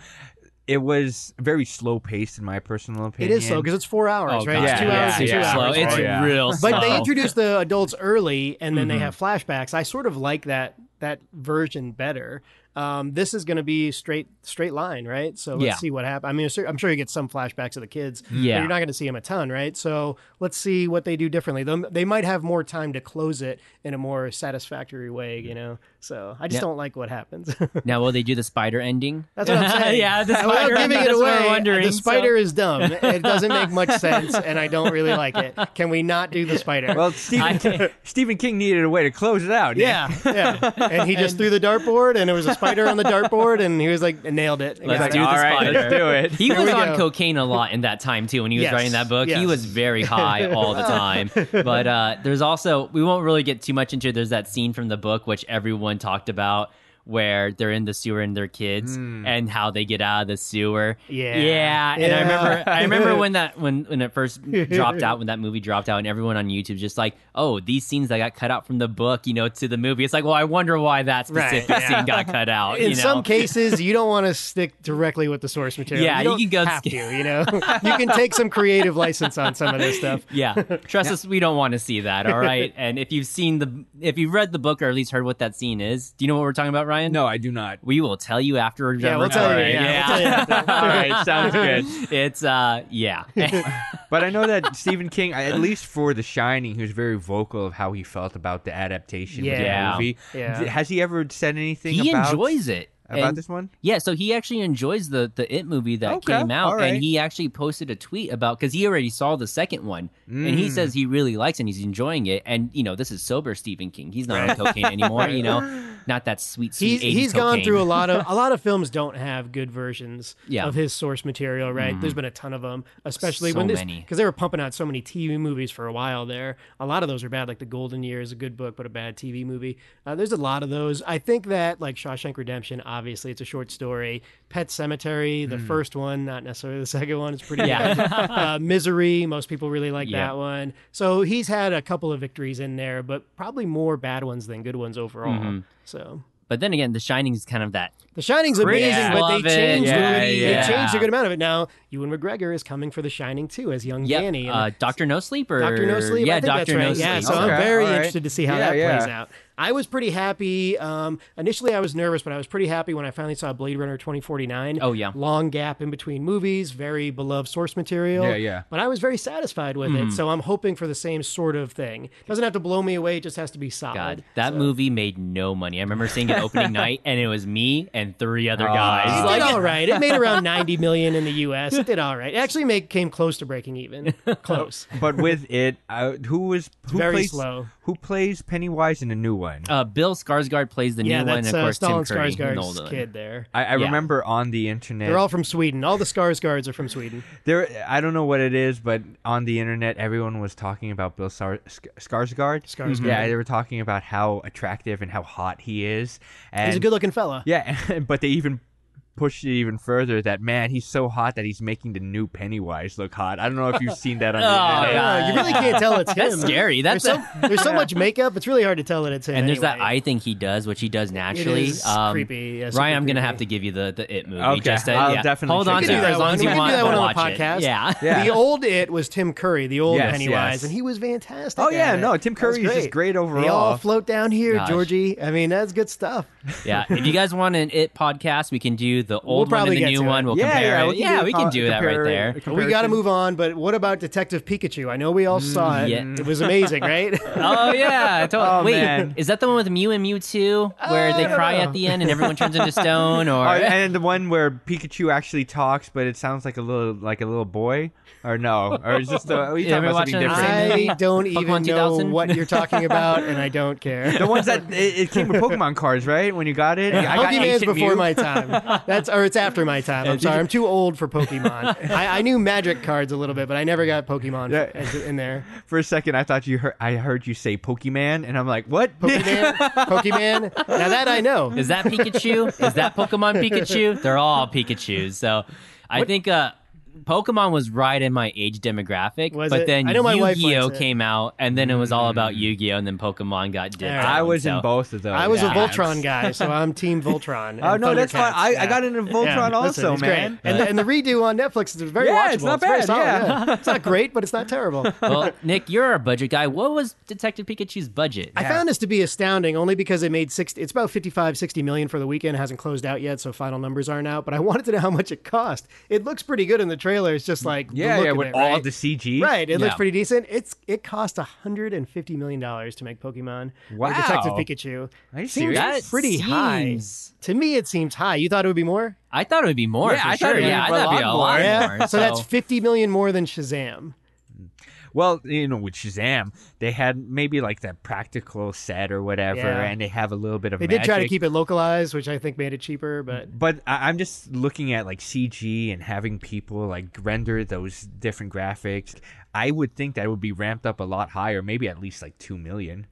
Speaker 3: it was very slow paced in my personal
Speaker 2: (laughs) it
Speaker 3: opinion.
Speaker 2: is slow because it's four hours,
Speaker 1: Oh,
Speaker 2: right?
Speaker 1: God.
Speaker 2: it's two
Speaker 3: Yeah,
Speaker 2: hours,
Speaker 3: yeah,
Speaker 2: and two
Speaker 3: yeah.
Speaker 1: slow.
Speaker 2: hours.
Speaker 1: It's
Speaker 3: Oh, yeah.
Speaker 1: real slow.
Speaker 2: But they introduce the adults early, and then they
Speaker 1: Mm-hmm.
Speaker 2: have flashbacks. I sort of like that that version better. Um, this is going to be straight straight line, right? So let's
Speaker 1: Yeah.
Speaker 2: see what happens. I mean, I'm sure you get some flashbacks of the kids.
Speaker 1: Yeah.
Speaker 2: but you're not going to see them a ton, right? So let's see what they do differently. They, they might have more time to close it in a more satisfactory way, you know. So I just
Speaker 1: Yeah.
Speaker 2: don't like what happens. (laughs)
Speaker 1: Now, will they do the spider ending?
Speaker 2: That's what I'm
Speaker 1: (laughs)
Speaker 2: saying.
Speaker 1: yeah, the
Speaker 2: Without
Speaker 1: spider.
Speaker 2: giving it
Speaker 1: that's what we're
Speaker 2: away,
Speaker 1: wondering,
Speaker 2: the
Speaker 1: so-
Speaker 2: spider is dumb. It doesn't make
Speaker 1: (laughs)
Speaker 2: much sense, and I don't really like it. Can we not do the spider?
Speaker 3: Well,
Speaker 2: (laughs)
Speaker 3: Stephen, King, Stephen King needed a way to close it out. (laughs)
Speaker 2: yeah, yeah. And he just threw the dartboard, and there was a spider on the dartboard, and he was like, nailed it.
Speaker 1: Let's
Speaker 2: Got
Speaker 1: do
Speaker 2: it.
Speaker 1: the
Speaker 3: All right,
Speaker 1: spider.
Speaker 3: let's do it.
Speaker 1: He
Speaker 2: Here
Speaker 1: was
Speaker 2: we
Speaker 1: on
Speaker 2: go.
Speaker 1: cocaine a lot in that time too. When he was
Speaker 2: Yes,
Speaker 1: writing that book, he
Speaker 2: yes.
Speaker 1: was very high
Speaker 2: (laughs)
Speaker 1: all the time. But uh, there's also we won't really get too much into. it. There's that scene from the book which everyone talked about where they're in the sewer and their kids and how they get out of the sewer.
Speaker 2: Hmm. Yeah.
Speaker 1: yeah. And I
Speaker 2: Yeah.
Speaker 1: remember I remember when that when when it
Speaker 2: (laughs)
Speaker 1: first dropped out when that movie dropped out and everyone on YouTube just like oh these scenes that got cut out from the book you know to the movie. It's like well I wonder why that
Speaker 2: Right,
Speaker 1: specific
Speaker 2: yeah.
Speaker 1: scene got cut out.
Speaker 2: In
Speaker 1: you know?
Speaker 2: some cases, you don't want to stick directly with the source material.
Speaker 1: Yeah,
Speaker 2: you,
Speaker 1: you
Speaker 2: don't
Speaker 1: can go
Speaker 2: have
Speaker 1: sk-
Speaker 2: to. You know, (laughs) you can take some creative license on some of this stuff.
Speaker 1: Yeah, trust us, we don't want to see that. All right, and if you've seen the, if you've read the book or at least heard what that scene is, do you know what we're talking about, Ryan?
Speaker 3: No, I do not.
Speaker 2: (laughs)
Speaker 3: (laughs)
Speaker 1: we will tell you after. we're
Speaker 2: Yeah,
Speaker 1: done
Speaker 2: we'll tell you.
Speaker 1: recording.
Speaker 2: Yeah, we'll tell
Speaker 1: (laughs)
Speaker 2: you after.
Speaker 3: All right, sounds good.
Speaker 1: It's uh,
Speaker 2: (laughs)
Speaker 1: yeah,
Speaker 3: But I know that Stephen King, at least for The Shining, he was very vocal of how he felt about the adaptation
Speaker 1: Yeah.
Speaker 3: of the movie.
Speaker 2: Yeah.
Speaker 3: Has he ever said anything
Speaker 1: he
Speaker 3: about,
Speaker 1: enjoys it.
Speaker 3: about
Speaker 1: And-
Speaker 3: this one?
Speaker 1: Yeah, so he actually enjoys the the It movie that
Speaker 3: Okay,
Speaker 1: came out,
Speaker 3: all right.
Speaker 1: and he actually posted a tweet about because he already saw the second one, and
Speaker 2: Mm.
Speaker 1: he says he really likes it and he's enjoying it. And you know, this is sober Stephen King; he's not on cocaine anymore. You
Speaker 2: (laughs)
Speaker 1: know, not that sweet. sweet
Speaker 2: he's
Speaker 1: 80s
Speaker 2: he's gone
Speaker 1: cocaine.
Speaker 2: through a lot of
Speaker 1: (laughs)
Speaker 2: a lot of films don't have good versions
Speaker 1: Yeah. Mm-hmm.
Speaker 2: of his source material right there's been a ton of them especially
Speaker 1: So
Speaker 2: when this
Speaker 1: many.
Speaker 2: because they were pumping out so many tv movies for a while there a lot of those are bad like the golden year is a good book but a bad tv movie uh, there's a lot of those i think that like shawshank redemption obviously it's a short story pet cemetery the first one not necessarily the second one it's pretty
Speaker 1: Mm. Yeah. (laughs)
Speaker 2: bad uh, misery most people really like
Speaker 1: Yeah.
Speaker 2: that one so he's had a couple of victories in there but probably more bad ones than good ones overall
Speaker 1: Mm-hmm.
Speaker 2: so
Speaker 1: But then again, The Shining is kind of that.
Speaker 2: the Shining's amazing,
Speaker 1: Yeah.
Speaker 2: but
Speaker 1: Love
Speaker 2: they
Speaker 1: it.
Speaker 2: changed,
Speaker 3: Yeah,
Speaker 2: the,
Speaker 1: yeah.
Speaker 2: they changed a good amount of it. Now, Ewan McGregor is coming for The Shining too as young
Speaker 1: Yep.
Speaker 2: Danny. and
Speaker 1: Uh, Doctor No Sleep or
Speaker 2: Doctor No Sleep.
Speaker 1: Yeah,
Speaker 2: I think
Speaker 1: Doctor
Speaker 2: that's right.
Speaker 1: No Sleep. Oh,
Speaker 2: Yeah, so
Speaker 3: Okay,
Speaker 2: I'm very
Speaker 3: all right.
Speaker 2: interested to see how
Speaker 3: Yeah,
Speaker 2: that plays
Speaker 3: yeah.
Speaker 2: out. I was pretty happy. Um, initially, I was nervous, but I was pretty happy when I finally saw Blade Runner 2049.
Speaker 1: Oh, yeah.
Speaker 2: long gap in between movies, very beloved source material.
Speaker 3: Yeah, yeah.
Speaker 2: But I was very satisfied with
Speaker 1: Hmm.
Speaker 2: it, so I'm hoping for the same sort of thing. Doesn't have to blow me away; it just has to be solid.
Speaker 1: God, that movie made no money. I remember seeing it
Speaker 2: (laughs)
Speaker 1: opening night, and it was me and three other
Speaker 2: Ah.
Speaker 1: guys.
Speaker 2: It
Speaker 1: Like,
Speaker 2: did all right. It made
Speaker 1: (laughs)
Speaker 2: around 90 million in the U.S. It did all right. It actually made, came close to breaking
Speaker 1: (laughs)
Speaker 2: even.
Speaker 1: Oh.
Speaker 2: Close.
Speaker 3: But with it, I, who was who
Speaker 2: very
Speaker 3: plays
Speaker 2: slow.
Speaker 3: who plays Pennywise in the new one?
Speaker 1: uh, Bill Skarsgård plays the
Speaker 2: yeah,
Speaker 1: new one, and
Speaker 2: that's
Speaker 1: of
Speaker 2: uh,
Speaker 1: course
Speaker 2: Stalin
Speaker 1: Tim Curry. the old
Speaker 2: Skarsgård's
Speaker 1: one.
Speaker 2: kid there.
Speaker 3: I,
Speaker 1: (laughs)
Speaker 3: I
Speaker 1: yeah.
Speaker 3: remember on the internet
Speaker 2: They're all from Sweden. All the Skarsgårds are from Sweden.
Speaker 3: there. I don't know what it is, but on the internet, everyone was talking about Bill Sar- Sk- Skarsgård.
Speaker 2: Skarsgård.
Speaker 3: Yeah, they were talking about how attractive and how hot he is. And
Speaker 2: He's a good-looking fella.
Speaker 3: Yeah, (laughs) but they even pushed it even further that man, he's so hot that he's making the new Pennywise look hot. I don't know if you've seen that on the
Speaker 1: (laughs) Oh, God.
Speaker 3: internet.
Speaker 2: Yeah, Uh, you really can't tell it's
Speaker 1: (laughs)
Speaker 2: him.
Speaker 1: That's scary. That's
Speaker 2: there's so,
Speaker 1: a- (laughs)
Speaker 2: there's so much makeup. It's really hard to tell that it's him.
Speaker 1: And there's that
Speaker 2: anyway.
Speaker 1: eye thing he does, which he does naturally. Um,
Speaker 2: is creepy. Yeah, super
Speaker 1: Ryan, I'm gonna
Speaker 2: creepy.
Speaker 1: have to give you the the it movie.
Speaker 3: Okay,
Speaker 1: just to,
Speaker 3: I'll
Speaker 1: yeah.
Speaker 3: definitely
Speaker 1: hold
Speaker 3: check
Speaker 1: on
Speaker 3: it
Speaker 1: to
Speaker 3: out.
Speaker 1: it as long as
Speaker 2: We
Speaker 1: you
Speaker 2: can do
Speaker 1: want.
Speaker 2: that
Speaker 1: but
Speaker 2: one on the
Speaker 1: watch it.
Speaker 3: (laughs)
Speaker 2: podcast.
Speaker 1: Yeah,
Speaker 3: Yeah.
Speaker 2: The old it was Tim Curry, the old
Speaker 3: Yes,
Speaker 2: Pennywise,
Speaker 3: yes.
Speaker 2: and he was fantastic.
Speaker 3: Oh,
Speaker 2: at
Speaker 3: yeah,
Speaker 2: it.
Speaker 3: no, Tim
Speaker 2: That was
Speaker 3: Curry is just great
Speaker 2: They all
Speaker 3: overall.
Speaker 2: float down here,
Speaker 1: Gosh.
Speaker 3: (laughs)
Speaker 2: Georgie. I mean, that's good stuff.
Speaker 1: yeah. If you guys want an it podcast, we can do do the old one
Speaker 2: probably
Speaker 1: and the
Speaker 2: get
Speaker 1: new
Speaker 2: to it.
Speaker 1: one. We'll
Speaker 3: yeah,
Speaker 1: compare
Speaker 3: yeah,
Speaker 1: it.
Speaker 3: we can
Speaker 1: yeah,
Speaker 3: do,
Speaker 1: we can do that right there.
Speaker 2: we got to move on, but what about Detective Pikachu? I know we all saw it.
Speaker 1: yeah.
Speaker 2: It was amazing, right?
Speaker 1: Oh yeah, I told-
Speaker 3: Oh,
Speaker 1: wait,
Speaker 3: man.
Speaker 1: is that the one with Mew and Mewtwo where they
Speaker 2: I don't
Speaker 1: cry
Speaker 2: know.
Speaker 1: at the end and everyone turns into stone? Or
Speaker 3: Oh, and the one where Pikachu actually talks, but it sounds like a little like a little boy, or no, or is this the are you
Speaker 1: Yeah,
Speaker 3: talking
Speaker 1: we're
Speaker 3: about something
Speaker 1: watching the
Speaker 3: different?
Speaker 1: same-
Speaker 2: I don't even
Speaker 1: Pokemon
Speaker 2: know
Speaker 1: 2000?
Speaker 2: what you're talking about, and I don't
Speaker 3: (laughs)
Speaker 2: care.
Speaker 3: the
Speaker 1: (laughs)
Speaker 3: ones that it, it came with Pokemon cards, right? When you got it, I got
Speaker 2: Pokemon's
Speaker 3: Ancient
Speaker 2: before
Speaker 3: Mew.
Speaker 2: my time. That's or it's after my time.
Speaker 3: (laughs)
Speaker 2: I'm sorry. I'm too old for Pokemon. I, I knew Magic cards a little bit, but I never got Pokemon
Speaker 3: Yeah.
Speaker 2: as- in there.
Speaker 3: For a second, I thought you heard I heard you say Pokemon, and I'm like, what?
Speaker 2: Pokemon, (laughs) Pokemon. Now that I know.
Speaker 1: Is that Pikachu? Is that Pokemon Pikachu? They're all Pikachu's. So I think uh, Pokemon was right in my age demographic.
Speaker 2: Was
Speaker 1: but
Speaker 2: it?
Speaker 1: then
Speaker 2: I know my wife
Speaker 1: Yu-Gi-Oh
Speaker 2: likes it. Mm.
Speaker 1: came out, and then it was all about Yu-Gi-Oh, and then Pokemon got dipped.
Speaker 3: (laughs)
Speaker 2: Alright.
Speaker 3: I
Speaker 1: out,
Speaker 3: was
Speaker 1: so-
Speaker 3: in both of those.
Speaker 2: I was
Speaker 3: Yeah.
Speaker 2: a Voltron guy, so I'm Team Voltron. and
Speaker 3: Oh no, that's fine.
Speaker 2: Thundercats.
Speaker 3: I,
Speaker 2: Yeah.
Speaker 3: I got into Voltron
Speaker 2: Yeah, listen,
Speaker 3: also,
Speaker 2: it's great.
Speaker 3: man.
Speaker 2: And, the, and the redo on Netflix is very
Speaker 3: Yeah,
Speaker 2: watchable.
Speaker 3: it's not
Speaker 2: very
Speaker 3: bad,
Speaker 2: solid,
Speaker 3: yeah.
Speaker 2: It's not great, but it's
Speaker 3: (laughs)
Speaker 2: not terrible.
Speaker 1: (laughs) well, Nick, you're our budget guy. What was Detective Pikachu's budget?
Speaker 2: I found this to be astounding only because it made 60 it's about 55 60 million for the weekend it hasn't closed out yet so final numbers aren't out but I (laughs) wanted to know how much it cost. It looks pretty good in the trailer it's just like the
Speaker 3: Yeah,
Speaker 2: look
Speaker 3: yeah,
Speaker 2: of
Speaker 3: with
Speaker 2: it,
Speaker 3: all
Speaker 2: right?
Speaker 3: the CG.
Speaker 2: Right, it looks
Speaker 1: Yeah.
Speaker 2: pretty decent. It's it cost 150 million dollars to make Pokemon or
Speaker 3: Wow.
Speaker 2: Detective Pikachu.
Speaker 3: Are you
Speaker 2: Seems
Speaker 1: serious?
Speaker 2: pretty
Speaker 1: That
Speaker 2: high.
Speaker 1: seems-
Speaker 2: To me it seems high. You thought it would be more?
Speaker 1: I thought it would be more.
Speaker 3: Yeah,
Speaker 1: for
Speaker 3: I thought
Speaker 1: sure.
Speaker 3: it'd be
Speaker 1: yeah,
Speaker 3: a
Speaker 1: I thought it'd be a
Speaker 3: lot
Speaker 1: lot
Speaker 3: more.
Speaker 1: more.
Speaker 2: so that's 50 million more than Shazam.
Speaker 3: Well, you know, with Shazam, they had maybe like that practical set or whatever,
Speaker 2: Yeah.
Speaker 3: and they have a little bit of.
Speaker 2: They did try to keep it localized, which I think made it cheaper, but
Speaker 3: But I- I'm just looking at like CG and having people like render those different graphics. I would think that would be ramped up a lot higher, maybe at least like two million.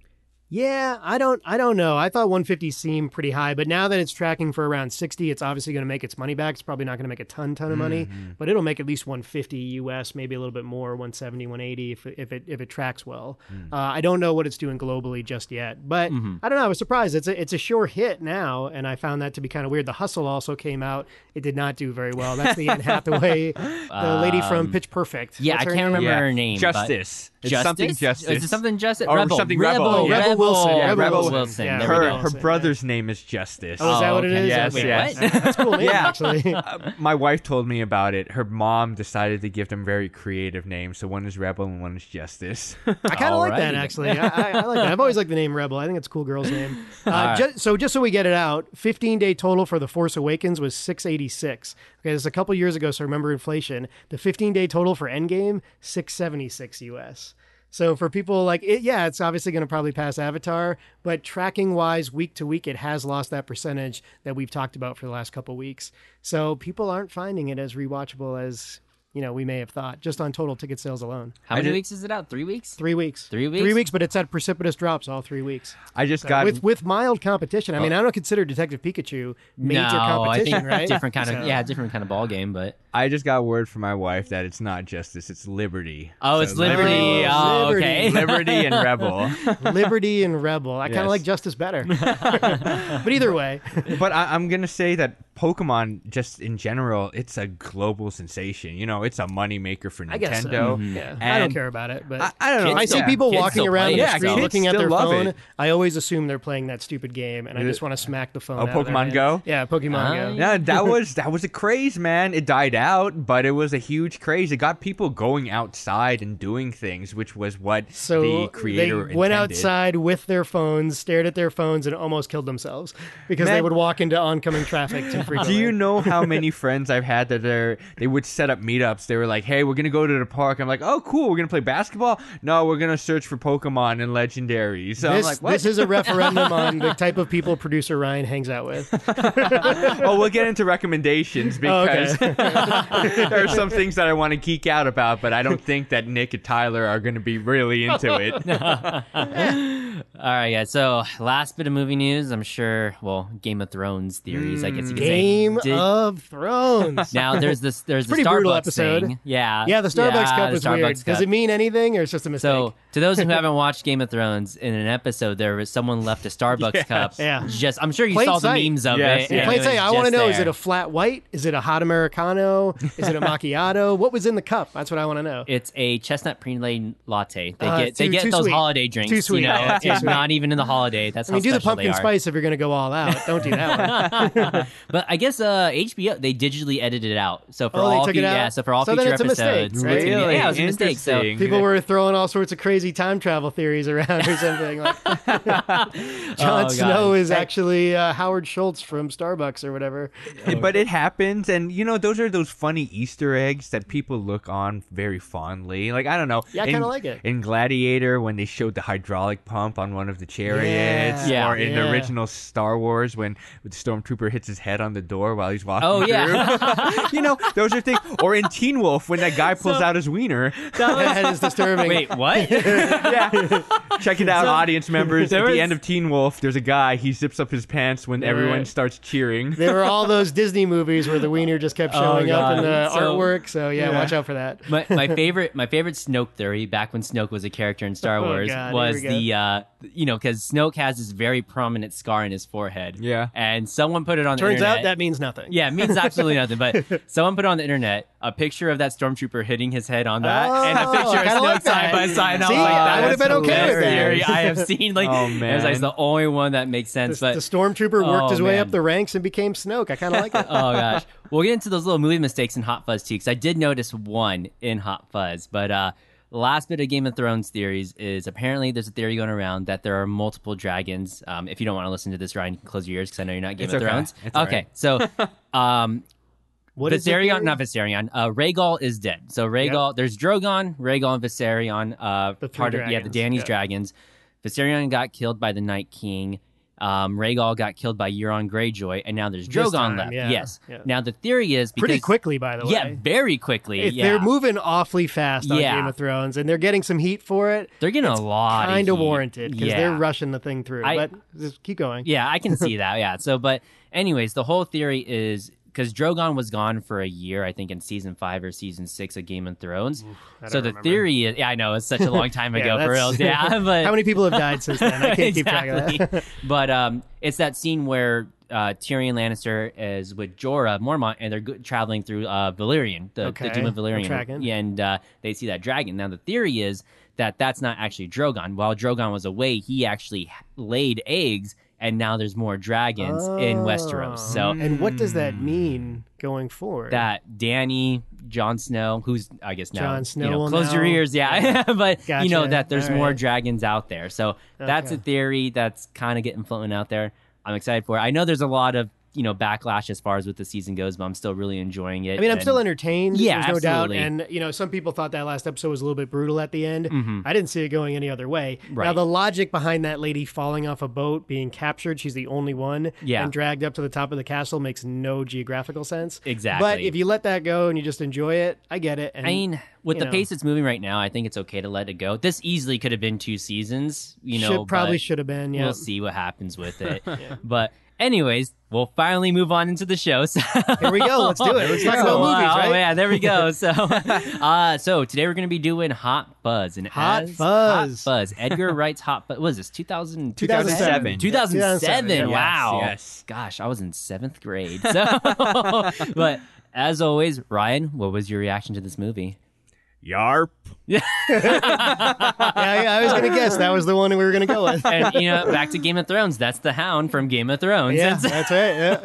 Speaker 2: Yeah, I don't I don't know. I thought 150 seemed pretty high, but now that it's tracking for around 60, it's obviously going to make its money back. It's probably not going to make a ton ton of money,
Speaker 1: Mm-hmm.
Speaker 2: but it'll make at least 150 US, maybe a little bit more, 170, 180 if if it if it tracks well.
Speaker 1: Mm.
Speaker 2: Uh, I don't know what it's doing globally just yet, but
Speaker 1: Mm-hmm.
Speaker 2: I don't know, I was surprised. It's a, it's a sure hit now and I found that to be kind of weird. The Hustle also came out. It did not do very well. That's the
Speaker 1: (laughs)
Speaker 2: Anne Hathaway, the lady from Pitch Perfect.
Speaker 1: Um, yeah,
Speaker 2: What's
Speaker 1: I
Speaker 2: her
Speaker 1: can't
Speaker 2: name?
Speaker 1: remember her name. but-
Speaker 3: Justice. It's
Speaker 1: Justice?
Speaker 3: something justice.
Speaker 1: Is it something Justice?
Speaker 3: Or
Speaker 1: Rebel.
Speaker 3: something
Speaker 1: Rebel.
Speaker 3: Rebel, yeah.
Speaker 2: Rebel Wilson, yeah,
Speaker 1: Rebel,
Speaker 2: Rebel
Speaker 1: Wilson.
Speaker 2: Wilson, yeah.
Speaker 1: There we
Speaker 3: her
Speaker 1: go.
Speaker 3: her
Speaker 2: Wilson, yeah.
Speaker 3: brother's name is Justice.
Speaker 2: Oh, is that
Speaker 1: Oh,
Speaker 2: what it
Speaker 1: okay.
Speaker 2: is?
Speaker 3: Yes,
Speaker 1: Wait,
Speaker 3: yes.
Speaker 1: what?
Speaker 2: That's a cool name,
Speaker 3: Yeah.
Speaker 2: actually.
Speaker 3: Uh, my wife told me about it. Her mom decided to give them very creative names. So one is Rebel and one is Justice.
Speaker 2: I kind of like that
Speaker 1: Alrighty.
Speaker 2: actually. I, I, I like that. I've always liked the name Rebel. I think it's a cool girl's name. Uh, ju- so just so we get it out, 15 day total for the Force Awakens was 686. Okay, this is a couple years ago, so remember inflation. The 15 day total for Endgame 676 US. So for people like it, yeah, it's obviously going to probably pass Avatar, but tracking wise, week to week, it has lost that percentage that we've talked about for the last couple weeks. So people aren't finding it as rewatchable as you know we may have thought, just on total ticket sales alone.
Speaker 1: How many
Speaker 3: did-
Speaker 1: weeks is it out? Three weeks?
Speaker 2: Three weeks.
Speaker 1: Three weeks?
Speaker 2: Three weeks, but it's had precipitous drops all three weeks.
Speaker 3: I just got
Speaker 2: with with mild competition. I mean, I don't consider Detective Pikachu major
Speaker 1: Oh. no,
Speaker 2: competition,
Speaker 1: I think
Speaker 2: right?
Speaker 1: different kind of
Speaker 2: So-
Speaker 1: yeah, (laughs) different kind of ball game. But
Speaker 3: I just got word from my wife that it's not Justice, it's Liberty.
Speaker 1: oh,
Speaker 3: So
Speaker 1: it's Liberty.
Speaker 2: Oh,
Speaker 1: Oh,
Speaker 2: Liberty.
Speaker 1: okay.
Speaker 3: Liberty
Speaker 2: (laughs)
Speaker 3: and Rebel.
Speaker 2: Liberty and Rebel. I kind of
Speaker 3: Yes.
Speaker 2: like Justice better. (laughs) but either way,
Speaker 3: But I, I'm gonna say that Pokemon, just in general, it's a global sensation. You know, it's a moneymaker for Nintendo.
Speaker 2: I guess so. Mm-hmm.
Speaker 3: Mm-hmm.
Speaker 2: Yeah. I don't
Speaker 3: And
Speaker 2: care about it, but
Speaker 3: I, I don't know.
Speaker 1: Kids
Speaker 2: I
Speaker 3: yeah.
Speaker 2: see people
Speaker 1: Kids
Speaker 2: walking
Speaker 1: still
Speaker 2: around
Speaker 1: play
Speaker 2: the
Speaker 1: it,
Speaker 2: street
Speaker 1: so-
Speaker 2: looking
Speaker 3: Kids
Speaker 2: at their
Speaker 3: still love
Speaker 2: phone.
Speaker 3: it.
Speaker 2: I always assume they're playing that stupid game, and I just want to smack the phone.
Speaker 3: Oh,
Speaker 2: out of their
Speaker 3: Pokemon
Speaker 2: hand.
Speaker 3: Go?
Speaker 2: Yeah,
Speaker 1: Ah,
Speaker 2: Pokemon Go.
Speaker 3: Yeah,
Speaker 2: (laughs)
Speaker 3: that was that was a craze, man. It died out, but it was a huge craze. It got people going outside and doing things, which was what
Speaker 2: So
Speaker 3: the creator
Speaker 2: they went
Speaker 3: intended.
Speaker 2: outside with their phones, stared at their phones, and almost killed themselves because they
Speaker 3: Man-
Speaker 2: would walk into oncoming
Speaker 1: (laughs)
Speaker 2: traffic too
Speaker 3: Do
Speaker 2: frequently.
Speaker 3: you know
Speaker 2: (laughs)
Speaker 3: how many friends I've had that they're they would set up meetups? They were like, "Hey, we're gonna go to the park." I'm like, "Oh, cool. We're gonna play basketball." No, we're gonna search for Pokemon and Legendary. So
Speaker 2: (laughs) this,
Speaker 3: I'm like, "What?"
Speaker 2: this is
Speaker 1: (laughs)
Speaker 2: a referendum on the type of people producer Ryan hangs out with.
Speaker 3: oh, we'll get into recommendations
Speaker 2: Oh, (laughs) okay.
Speaker 3: because (laughs) there are some things that I want to geek out about, but I don't think that Nick and Tyler are going to be really into
Speaker 2: (laughs)
Speaker 3: it.
Speaker 1: (laughs) All right, guys. So last bit of movie news. I'm sure. Well, Game of Thrones theories. I guess you could
Speaker 2: Hmm. Game
Speaker 1: say. Did-
Speaker 2: of Thrones.
Speaker 1: now there's this. There's the
Speaker 2: Pretty
Speaker 1: Starbucks
Speaker 2: brutal episode.
Speaker 1: thing. (laughs) Yeah.
Speaker 2: yeah, the Starbucks
Speaker 1: yeah,
Speaker 2: cup
Speaker 1: the
Speaker 2: is
Speaker 1: Starbucks
Speaker 2: weird. Does
Speaker 1: cup.
Speaker 2: it mean anything or it's just a mistake?
Speaker 1: So to To those
Speaker 2: (laughs)
Speaker 1: who haven't watched Game of Thrones, in an episode there was someone left a Starbucks cup.
Speaker 2: yeah.
Speaker 1: Just I'm sure you
Speaker 2: Plain
Speaker 1: saw
Speaker 2: sight.
Speaker 1: the memes of
Speaker 3: Yes,
Speaker 1: it.
Speaker 3: yeah.
Speaker 1: and
Speaker 2: Plain
Speaker 1: it
Speaker 2: say,
Speaker 1: was
Speaker 2: I want to
Speaker 1: just
Speaker 2: know: is
Speaker 1: there.
Speaker 2: it a flat white? Is it a hot americano? Is
Speaker 1: (laughs)
Speaker 2: it a macchiato? What was in the cup? That's what I want to know.
Speaker 1: It's a chestnut pralin latte. They
Speaker 2: Uh,
Speaker 1: get they
Speaker 2: too-
Speaker 1: get
Speaker 2: too
Speaker 1: those
Speaker 2: sweet.
Speaker 1: holiday drinks.
Speaker 2: Too
Speaker 1: You
Speaker 2: sweet. (laughs)
Speaker 1: know,
Speaker 2: Too
Speaker 1: it's
Speaker 2: sweet.
Speaker 1: not even in the holiday. That's
Speaker 2: I
Speaker 1: how
Speaker 2: mean, do the
Speaker 1: special they
Speaker 2: pumpkin
Speaker 1: are.
Speaker 2: spice if you're going to go all out. Don't
Speaker 1: (laughs)
Speaker 2: do that one.
Speaker 1: But I guess uh, HBO they digitally edited it out. So for
Speaker 2: Oh, they
Speaker 1: all
Speaker 2: took
Speaker 1: fe-
Speaker 2: it out?
Speaker 1: yeah, so for all
Speaker 2: So then
Speaker 1: future
Speaker 2: it's a mistake,
Speaker 1: episodes,
Speaker 2: right?
Speaker 1: it's gonna be- yeah, it was a mistake. So
Speaker 3: Interesting.
Speaker 2: People were throwing all sorts of crazy time travel theories around or something. Like
Speaker 1: (laughs)
Speaker 2: (laughs) Jon
Speaker 1: Oh, God.
Speaker 2: Snow is actually uh, Howard Schultz from Starbucks
Speaker 1: (laughs)
Speaker 2: or whatever.
Speaker 3: (laughs) but it happens and you know those are those funny easter eggs that people look on very fondly like i don't know
Speaker 2: Yeah, I
Speaker 3: in-
Speaker 2: kinda like it.
Speaker 3: in gladiator when they showed the hydraulic pump on one of the chariots
Speaker 1: Yeah.
Speaker 3: or in the
Speaker 2: Yeah.
Speaker 3: original star wars when the stormtrooper hits his head on the door while he's walking
Speaker 1: Oh, yeah. (laughs)
Speaker 3: through. you know those are things or in teen wolf when that guy pulls out his wiener
Speaker 2: (laughs) that is disturbing.
Speaker 1: wait,
Speaker 2: (laughs)
Speaker 1: what? (laughs)
Speaker 3: yeah check it out audience members at
Speaker 1: there
Speaker 3: the
Speaker 1: was-
Speaker 3: end of teen wolf there's a guy he zips up his pants when everyone starts cheering
Speaker 2: There were all those Disney movies where the wiener
Speaker 1: (laughs)
Speaker 2: just kept showing up in
Speaker 1: Oh, God.
Speaker 2: the
Speaker 1: So-
Speaker 2: artwork. So yeah,
Speaker 3: Yeah.
Speaker 2: watch out for that.
Speaker 1: my,
Speaker 2: (laughs)
Speaker 1: my favorite my favorite Snoke theory back when Snoke was a character in Star
Speaker 2: Oh,
Speaker 1: Wars
Speaker 2: God, here
Speaker 1: was
Speaker 2: we go.
Speaker 1: the uh, you know because Snoke has this very prominent scar in his forehead.
Speaker 3: Yeah.
Speaker 1: and someone put it on. the
Speaker 2: Turns
Speaker 1: internet.
Speaker 2: out that means nothing.
Speaker 1: Yeah, it means absolutely nothing.
Speaker 2: (laughs)
Speaker 1: But someone put on the internet a picture of that stormtrooper hitting his head on that, and a
Speaker 2: Oh,
Speaker 1: picture
Speaker 2: I
Speaker 1: of
Speaker 2: kinda
Speaker 1: Snoke
Speaker 2: like
Speaker 1: side
Speaker 2: that.
Speaker 1: by side. And I
Speaker 2: See,
Speaker 1: was like,
Speaker 2: I
Speaker 1: that
Speaker 2: would've
Speaker 1: is
Speaker 2: been
Speaker 1: the
Speaker 2: okay with
Speaker 1: best
Speaker 2: that.
Speaker 1: theory I have seen. Like,
Speaker 3: Oh,
Speaker 1: it was like
Speaker 3: man.
Speaker 1: the only one that makes sense.
Speaker 2: The,
Speaker 1: but
Speaker 2: the stormtrooper worked
Speaker 1: Oh,
Speaker 2: his way
Speaker 1: man.
Speaker 2: up the ranks and became Snoke. I kind of like it.
Speaker 1: (laughs) oh gosh, we'll get into those little movie mistakes in Hot Fuzz too, because I did notice one in Hot Fuzz. But uh, last bit of Game of Thrones theories is apparently there's a theory going around that there are multiple dragons. Um, if you don't want to listen to this, Ryan, you can close your ears because I know you're not Game
Speaker 3: It's
Speaker 1: of
Speaker 3: okay.
Speaker 1: Thrones.
Speaker 3: It's all
Speaker 1: okay,
Speaker 3: (laughs)
Speaker 1: so um,
Speaker 2: What is the
Speaker 1: Viserion,
Speaker 2: theory?
Speaker 1: not Viserion. Uh, Rhaegal is dead. So Rhaegal, there's Drogon, Rhaegal, and Viserion. Uh,
Speaker 2: The three
Speaker 1: part of yeah, the
Speaker 2: dragons,
Speaker 1: Danny's
Speaker 2: yeah.
Speaker 1: dragons. Viserion got killed by the Night King. Um, Rhaegal got killed by Euron Greyjoy, and now there's Drogon
Speaker 2: time,
Speaker 1: left.
Speaker 2: yeah,
Speaker 1: Yes.
Speaker 2: yeah.
Speaker 1: Now the theory is because,
Speaker 2: Pretty quickly, by the way.
Speaker 1: Yeah, very quickly.
Speaker 2: If
Speaker 1: yeah,
Speaker 2: They're moving awfully fast on
Speaker 1: Yeah.
Speaker 2: Game of Thrones, and they're getting some heat for it.
Speaker 1: They're getting a lot
Speaker 2: Kind
Speaker 1: of
Speaker 2: of
Speaker 1: heat.
Speaker 2: warranted because
Speaker 1: yeah.
Speaker 2: they're rushing the thing through.
Speaker 1: I-
Speaker 2: but just keep going.
Speaker 1: Yeah, I can see
Speaker 2: (laughs)
Speaker 1: that. Yeah. So, but anyways, the whole theory is because Drogon was gone for a year, I think, in season five or season six of Game of
Speaker 2: Mm.
Speaker 1: Thrones.
Speaker 2: don't
Speaker 1: so the
Speaker 2: remember.
Speaker 1: theory is, yeah, I know it's such a long time
Speaker 2: (laughs) Yeah,
Speaker 1: ago for
Speaker 2: that's-
Speaker 1: real.
Speaker 2: (laughs)
Speaker 1: Yeah, (laughs) but
Speaker 2: How many people have died since then? I can't keep track of that. (laughs)
Speaker 1: Exactly. (laughs) but um, it's that scene where uh, Tyrion Lannister is with Jorah Mormont, and they're go- traveling through uh, Valyrian, the,
Speaker 2: Okay.
Speaker 1: the Doom of
Speaker 2: I'm tracking.
Speaker 1: Valyrian, Yeah, and uh, they see that dragon. Now the theory is that that's not actually Drogon. While Drogon was away, he actually h- laid eggs, and now there's more dragons in Westeros. So
Speaker 2: Oh. and what does that mean going forward?
Speaker 1: that Danny Jon Snow, who's I guess now
Speaker 2: Jon
Speaker 1: you
Speaker 2: Snow
Speaker 1: know,
Speaker 2: will
Speaker 1: close your
Speaker 2: know.
Speaker 1: ears, yeah. (laughs) but you know
Speaker 2: Gotcha.
Speaker 1: that there's
Speaker 2: All
Speaker 1: more
Speaker 2: right.
Speaker 1: dragons out there, so that's a
Speaker 2: Okay.
Speaker 1: theory that's kind of getting floating out there. I'm excited for. it. I know there's a lot of you know backlash as far as with the season goes, but I'm still really enjoying it.
Speaker 2: I mean, I'm
Speaker 1: and-
Speaker 2: still entertained.
Speaker 1: Yeah,
Speaker 2: there's no
Speaker 1: absolutely.
Speaker 2: doubt. And you know, some people thought that last episode was a little bit brutal at the end. I didn't see it going any other way. Now,
Speaker 1: Mm-hmm. Right.
Speaker 2: the logic behind that lady falling off a boat, being captured, she's the only one,
Speaker 1: Yeah.
Speaker 2: and dragged up to the top of the castle makes no geographical sense. But
Speaker 1: Exactly.
Speaker 2: if you let that go and you just enjoy it, I get it. And
Speaker 1: I mean, with
Speaker 2: you
Speaker 1: the
Speaker 2: know.
Speaker 1: pace it's moving right now, I think it's okay to let it go. This easily could have been two seasons, you know.
Speaker 2: should, probably
Speaker 1: but-
Speaker 2: should have been. Yeah.
Speaker 1: We'll see what happens with (laughs) it. But anyways, we'll finally move on into the show. (laughs) So.
Speaker 2: Here we go. Let's do it. Let's talk
Speaker 1: Oh,
Speaker 2: about movies,
Speaker 1: wow.
Speaker 2: right?
Speaker 1: Oh, yeah, there we go.
Speaker 2: (laughs)
Speaker 1: So, uh, so today we're going to be doing Hot Fuzz and
Speaker 2: Hot
Speaker 1: as- Hot
Speaker 2: Fuzz.
Speaker 1: Fuzz. Edgar Wright's Hot Fuzz. What is this? 2000,
Speaker 3: 2007.
Speaker 2: 2007.
Speaker 1: 2007.
Speaker 2: 2007,
Speaker 1: Wow.
Speaker 3: yes.
Speaker 1: Gosh, I was in seventh grade. So, (laughs) but as always, Ryan, what was your reaction to this movie?
Speaker 3: yarp
Speaker 2: (laughs) yeah, yeah, I was gonna guess that was the one we were gonna
Speaker 1: (laughs)
Speaker 2: go with.
Speaker 1: And you know, back to Game of Thrones. That's the Hound from Game of Thrones.
Speaker 2: Yeah,
Speaker 1: (laughs) It's-
Speaker 2: that's right.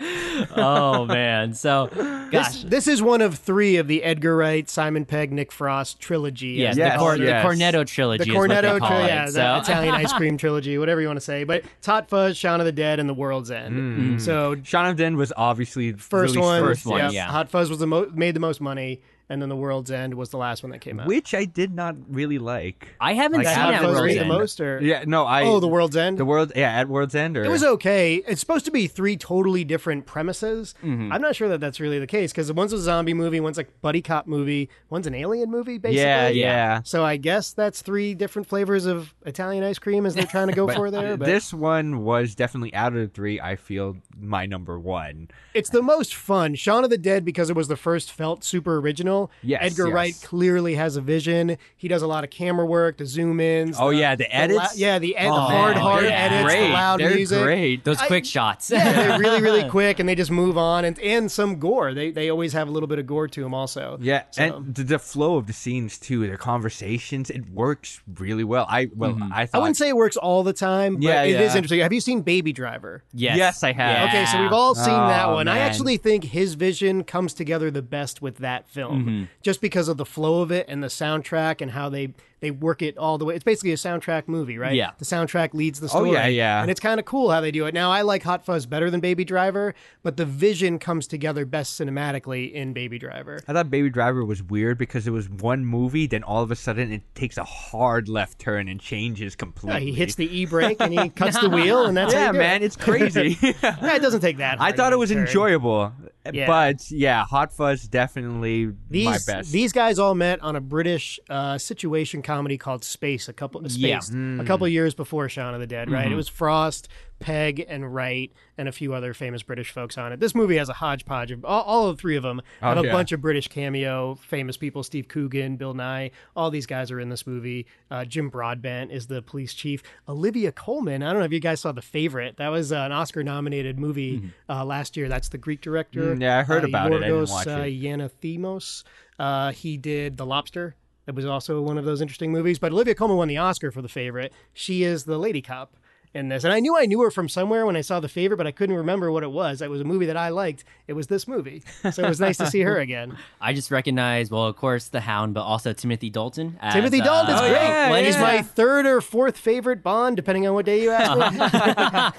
Speaker 2: yeah.
Speaker 1: oh man. So, (laughs) gosh.
Speaker 2: This, this is one of three of the Edgar Wright, Simon Pegg, Nick Frost trilogy.
Speaker 1: Yes,
Speaker 2: as
Speaker 1: the,
Speaker 2: they
Speaker 3: Yes,
Speaker 2: call
Speaker 1: cor-
Speaker 2: it.
Speaker 1: the
Speaker 3: yes.
Speaker 1: Cornetto trilogy.
Speaker 2: The
Speaker 1: is what they
Speaker 2: Cornetto
Speaker 1: call
Speaker 2: trilogy,
Speaker 1: it.
Speaker 2: yeah, the
Speaker 1: So-
Speaker 2: Italian
Speaker 1: (laughs)
Speaker 2: ice cream trilogy, whatever you want to say. But it's Hot Fuzz, Shaun of the Dead, and The World's End.
Speaker 3: Mm.
Speaker 2: So
Speaker 3: Shaun of the Dead was obviously
Speaker 2: first
Speaker 3: released
Speaker 2: one,
Speaker 3: first one,
Speaker 1: Mm. one,
Speaker 2: yeah,
Speaker 1: yeah.
Speaker 2: Hot Fuzz was the mo- made the most money, and then The World's End was the last one that came out.
Speaker 3: which I did not really like.
Speaker 1: I haven't
Speaker 2: Like,
Speaker 1: seen
Speaker 2: Hot
Speaker 1: that
Speaker 2: Fuzz
Speaker 1: World's
Speaker 2: made the
Speaker 1: End.
Speaker 2: most, or
Speaker 3: Yeah, no, I.
Speaker 2: oh, The World's End.
Speaker 3: the world, yeah, at World's End, or
Speaker 2: It was okay. It's supposed to be three totally different premises.
Speaker 1: Mm-hmm.
Speaker 2: I'm not sure that that's really the case because one's a zombie movie, one's a buddy cop movie, one's an alien movie, basically.
Speaker 3: yeah, yeah.
Speaker 2: So I guess that's three different flavors of Italian ice cream as they're
Speaker 1: (laughs)
Speaker 2: trying to go for there. But
Speaker 3: This one was definitely out of the three. I feel my number one.
Speaker 2: it's the most fun. Shaun of the Dead because it was the first felt super original, intentional.
Speaker 3: Yes,
Speaker 2: Edgar
Speaker 3: yes.
Speaker 2: Wright clearly has a vision. He does a lot of camera work, the zoom ins.
Speaker 3: Oh
Speaker 2: the,
Speaker 3: yeah, the
Speaker 2: the
Speaker 3: edits.
Speaker 2: la- yeah, the, ed-
Speaker 3: Oh,
Speaker 2: the hard,
Speaker 1: man,
Speaker 2: hard
Speaker 1: they're
Speaker 2: edits,
Speaker 3: great.
Speaker 2: the loud
Speaker 3: They're
Speaker 2: music.
Speaker 3: Great.
Speaker 1: Those
Speaker 2: I-
Speaker 1: quick shots.
Speaker 2: Yeah, they're really,
Speaker 3: (laughs)
Speaker 2: really quick, and they just move on. And and some gore. They they always have a little bit of gore to them, also.
Speaker 3: Yeah,
Speaker 2: So-
Speaker 3: and the, the flow of the scenes too, their conversations, it works really well. I well, I
Speaker 2: I
Speaker 3: thought
Speaker 2: wouldn't say it works all the time, but
Speaker 3: Yeah,
Speaker 2: it is
Speaker 3: yeah.
Speaker 2: interesting. Have you seen Baby Driver?
Speaker 1: (laughs) Yes.
Speaker 3: Yes, I have.
Speaker 2: Okay, so we've all seen that
Speaker 3: Oh,
Speaker 2: one. I
Speaker 3: man.
Speaker 2: actually think his vision comes together the best with that film,
Speaker 3: Mm-hmm.
Speaker 2: just because of the flow of it and the soundtrack and how they they work it all the way. It's basically a soundtrack movie, right?
Speaker 1: Yeah.
Speaker 2: The soundtrack leads the
Speaker 3: Oh,
Speaker 2: story.
Speaker 3: yeah, yeah.
Speaker 2: And it's kind of cool how they do it. Now, I like Hot Fuzz better than Baby Driver, but the vision comes together best cinematically in Baby Driver.
Speaker 3: I thought Baby Driver was weird because it was one movie, then all of a sudden it takes a hard left turn and changes
Speaker 2: Yeah,
Speaker 3: completely.
Speaker 2: he hits the e brake and
Speaker 3: (laughs)
Speaker 2: he cuts the wheel, and that's how
Speaker 3: yeah,
Speaker 2: you do
Speaker 3: man,
Speaker 2: It.
Speaker 3: it's
Speaker 2: (laughs)
Speaker 3: crazy.
Speaker 2: Yeah, it doesn't take that.
Speaker 3: I
Speaker 2: hard
Speaker 3: thought
Speaker 2: of
Speaker 3: it
Speaker 2: a
Speaker 3: was
Speaker 2: turn.
Speaker 3: enjoyable,
Speaker 2: Yeah.
Speaker 3: but yeah, Hot Fuzz definitely
Speaker 2: These
Speaker 3: my best.
Speaker 2: these guys all met on a British uh, situation comedy called Space a couple Space
Speaker 1: Yeah.
Speaker 3: Hmm.
Speaker 2: a couple years before Shaun of the Dead,
Speaker 3: Mm-hmm.
Speaker 2: right? It was Frost, Peg, and Wright, and a few other famous British folks on it. This movie has a hodgepodge of all, all of three of them have a
Speaker 3: Oh, yeah.
Speaker 2: bunch of British cameo famous people: Steve Coogan, Bill Nye. All these guys are in this movie. Uh, Jim Broadbent is the police chief. Olivia Coleman. I don't know if you guys saw The Favorite. That was uh, an Oscar-nominated movie
Speaker 3: Mm-hmm.
Speaker 2: uh, last year. That's the Greek director.
Speaker 3: Mm, yeah, I heard
Speaker 2: uh,
Speaker 3: about it. I didn't
Speaker 2: Yorgos,
Speaker 3: watch
Speaker 2: uh,
Speaker 3: it.
Speaker 2: Yanathemos. Uh, he did The Lobster. That was also one of those interesting movies. But Olivia Colman won the Oscar for The Favorite. She is the lady cop in this. And I knew I knew her from somewhere when I saw The Favorite, but I couldn't remember what it was. It was a movie that I liked. It was this movie. So it was nice to see her
Speaker 3: (laughs)
Speaker 2: again.
Speaker 1: I just recognize, well, of course, the Hound, but also Timothy Dalton. As,
Speaker 2: Timothy Dalton's
Speaker 1: uh,
Speaker 2: great.
Speaker 3: Oh, yeah,
Speaker 1: Lenny-
Speaker 2: He's
Speaker 3: yeah.
Speaker 2: my third or fourth favorite Bond, depending on what day you ask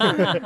Speaker 3: (laughs)
Speaker 2: me.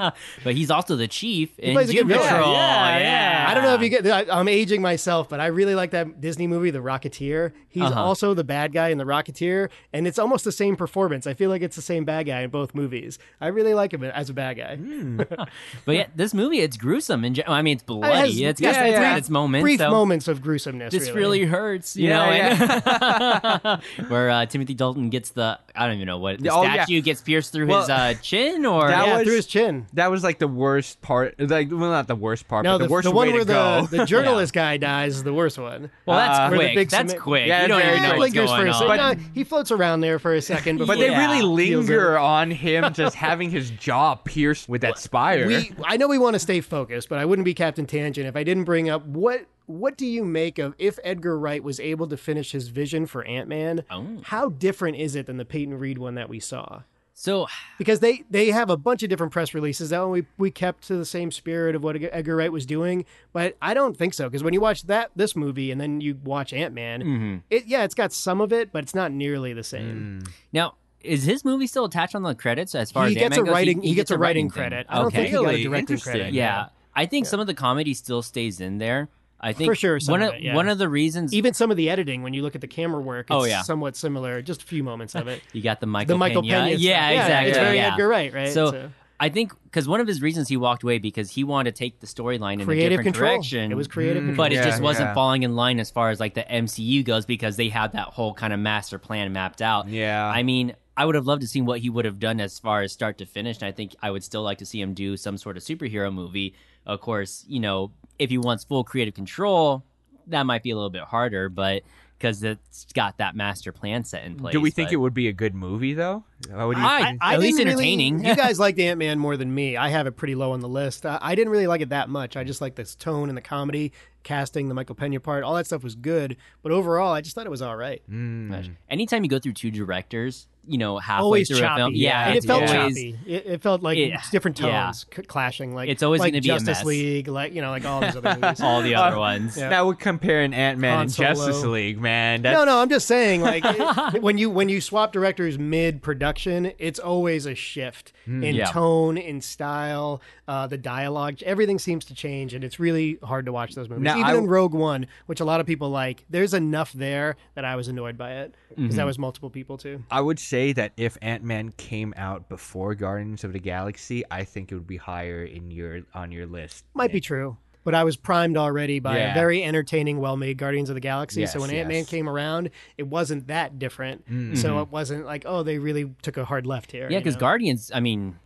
Speaker 1: but he's also the chief in
Speaker 2: plays a good
Speaker 1: Doom
Speaker 2: villain.
Speaker 1: Patrol.
Speaker 3: Yeah, yeah.
Speaker 2: I don't know if you get. I, I'm aging myself, but I really like that Disney movie, The Rocketeer. He's also the bad guy in The Rocketeer, and it's almost the same performance. I feel like it's the same bad guy in both movies. I really like him as a bad guy. (laughs)
Speaker 1: But yeah, this movie, it's gruesome. In gen- I mean, it's bloody.
Speaker 2: has-
Speaker 1: it's got
Speaker 2: yeah,
Speaker 1: it's
Speaker 2: yeah.
Speaker 1: got its moments.
Speaker 2: Brief
Speaker 1: so
Speaker 2: moments of gruesomeness.
Speaker 1: This
Speaker 2: really.
Speaker 1: really hurts, you
Speaker 3: Yeah,
Speaker 1: know. and- (laughs) where uh, Timothy Dalton gets the I don't even know what the
Speaker 3: Oh, yeah.
Speaker 1: statue gets pierced through
Speaker 3: Well,
Speaker 1: his uh, chin, or
Speaker 3: that
Speaker 2: yeah,
Speaker 3: was-
Speaker 2: through his chin.
Speaker 3: that was like the worst part. Like, well, not the worst part,
Speaker 2: No,
Speaker 3: but the,
Speaker 2: the,
Speaker 3: worst
Speaker 2: the one
Speaker 3: way
Speaker 2: where
Speaker 3: to go.
Speaker 2: the, (laughs) the journalist guy dies is the worst one.
Speaker 1: well, that's
Speaker 3: uh,
Speaker 2: where the
Speaker 1: quick.
Speaker 2: big
Speaker 1: that's
Speaker 2: cement-
Speaker 1: quick.
Speaker 3: Yeah,
Speaker 1: you don't
Speaker 3: very
Speaker 1: even know
Speaker 3: quick.
Speaker 1: what's
Speaker 2: lingers
Speaker 1: going
Speaker 2: for a
Speaker 1: on.
Speaker 2: second. No, he floats around there for a
Speaker 3: (laughs)
Speaker 2: second,
Speaker 3: but (laughs)
Speaker 2: before
Speaker 3: they really
Speaker 2: Feels it. (laughs)
Speaker 3: linger on him just having his jaw pierced with that spire.
Speaker 2: we I know we want to stay focused, but I wouldn't be Captain Tangent if I didn't bring up what what do you make of if Edgar Wright was able to finish his vision for Ant Man?
Speaker 1: Oh.
Speaker 2: How different is it than the Peyton Reed one that we saw?
Speaker 1: So
Speaker 2: Because they they have a bunch of different press releases that we we kept to the same spirit of what Edgar Wright was doing, but I don't think so. Because when you watch that this movie and then you watch Ant Man,
Speaker 1: Mm-hmm.
Speaker 2: it yeah, it's got some of it, but it's not nearly the
Speaker 3: Hmm,
Speaker 2: same.
Speaker 1: now. Is his movie still attached on the credits as far
Speaker 2: He
Speaker 1: as
Speaker 2: gets
Speaker 1: Ant-Man
Speaker 2: a
Speaker 1: goes?
Speaker 2: writing- he gets a writing
Speaker 1: thing.
Speaker 2: credit. I don't
Speaker 1: okay.
Speaker 2: think he got a
Speaker 3: Really?
Speaker 2: directing
Speaker 3: Interesting.
Speaker 2: credit.
Speaker 1: yeah. I think some of the comedy still stays in there. I think
Speaker 2: For sure, some
Speaker 1: One
Speaker 2: of
Speaker 1: of,
Speaker 2: it, yeah.
Speaker 1: one of the reasons
Speaker 2: Even some of the editing, when you look at the camera work, it's
Speaker 1: Oh, yeah.
Speaker 2: somewhat similar. Just a few moments
Speaker 1: (laughs)
Speaker 2: of it.
Speaker 1: you got the Michael
Speaker 2: the Michael Pena. stuff.
Speaker 1: yeah, exactly.
Speaker 2: It's very
Speaker 1: yeah.
Speaker 2: Edgar Wright, right?
Speaker 1: So, I think because one of his reasons he walked away because he wanted to take the storyline in a
Speaker 2: creative
Speaker 1: different
Speaker 2: control.
Speaker 1: direction. Hmm.
Speaker 2: It was Mm-hmm. creative control.
Speaker 1: but it
Speaker 3: Yeah,
Speaker 1: just wasn't
Speaker 3: yeah.
Speaker 1: falling in line as far as like the MCU goes because they had that whole kind of master plan mapped out.
Speaker 3: Yeah.
Speaker 1: I mean, I would have loved to see what he would have done as far as start to finish, and I think I would still like to see him do some sort of superhero movie. Of course, you know, if he wants full creative control, that might be a little bit harder, but because it's got that master plan set in place.
Speaker 3: do we think
Speaker 1: but-
Speaker 3: it would be a good movie though? Uh, What do you
Speaker 1: I-
Speaker 3: think?
Speaker 1: I- At least
Speaker 2: didn't
Speaker 1: entertaining.
Speaker 2: Really, you guys liked Ant Man more than me. I have it pretty low on the list. I, I didn't really like it that much. I just liked this tone and the comedy, casting, the Michael Pena part. All that stuff was good. But overall, I just thought it was all right.
Speaker 1: Hmm.
Speaker 3: Hmm.
Speaker 1: much. Anytime you go through two directors, you know, halfway
Speaker 2: Always
Speaker 1: through
Speaker 2: choppy.
Speaker 1: a film, yeah,
Speaker 2: and it
Speaker 1: it's
Speaker 2: felt
Speaker 1: always,
Speaker 2: choppy. It, it felt like
Speaker 1: Yeah.
Speaker 2: different
Speaker 1: Yeah.
Speaker 2: tones c- clashing. Like
Speaker 1: It's always
Speaker 2: like
Speaker 1: gonna be a
Speaker 2: Justice
Speaker 1: mess.
Speaker 2: League, like you know, like all these
Speaker 1: (laughs)
Speaker 2: other movies.
Speaker 1: all the
Speaker 2: (laughs)
Speaker 1: other ones.
Speaker 2: Yeah.
Speaker 3: Now we're comparing Ant Man
Speaker 2: Han
Speaker 3: and
Speaker 2: Solo.
Speaker 3: Justice League, man. That's,
Speaker 2: No, no, I'm just
Speaker 3: (laughs)
Speaker 2: saying, like it- when you when you swap directors mid production, it's always a shift
Speaker 3: Hmm,
Speaker 2: in
Speaker 1: yeah.
Speaker 2: tone, in style, uh, the dialogue. Everything seems to change, and it's really hard to watch those movies.
Speaker 3: Now,
Speaker 2: Even
Speaker 3: I-
Speaker 2: in Rogue One, which a lot of people like, there's enough there that I was annoyed by it because
Speaker 3: Mm-hmm.
Speaker 2: that was multiple people too.
Speaker 3: I would say that if Ant Man came out before Guardians of the Galaxy, I think it would be higher in your on your list.
Speaker 2: Might be true. But I was primed already by a
Speaker 3: Yeah.
Speaker 2: very entertaining, well made Guardians of the Galaxy. so
Speaker 3: Yes,
Speaker 2: when Ant Man
Speaker 3: yes. Mm-hmm.
Speaker 2: came around, it wasn't that different. So it wasn't like, oh, they really took a hard left here.
Speaker 1: Yeah,
Speaker 2: you
Speaker 1: because
Speaker 2: know?
Speaker 1: Guardians, I mean,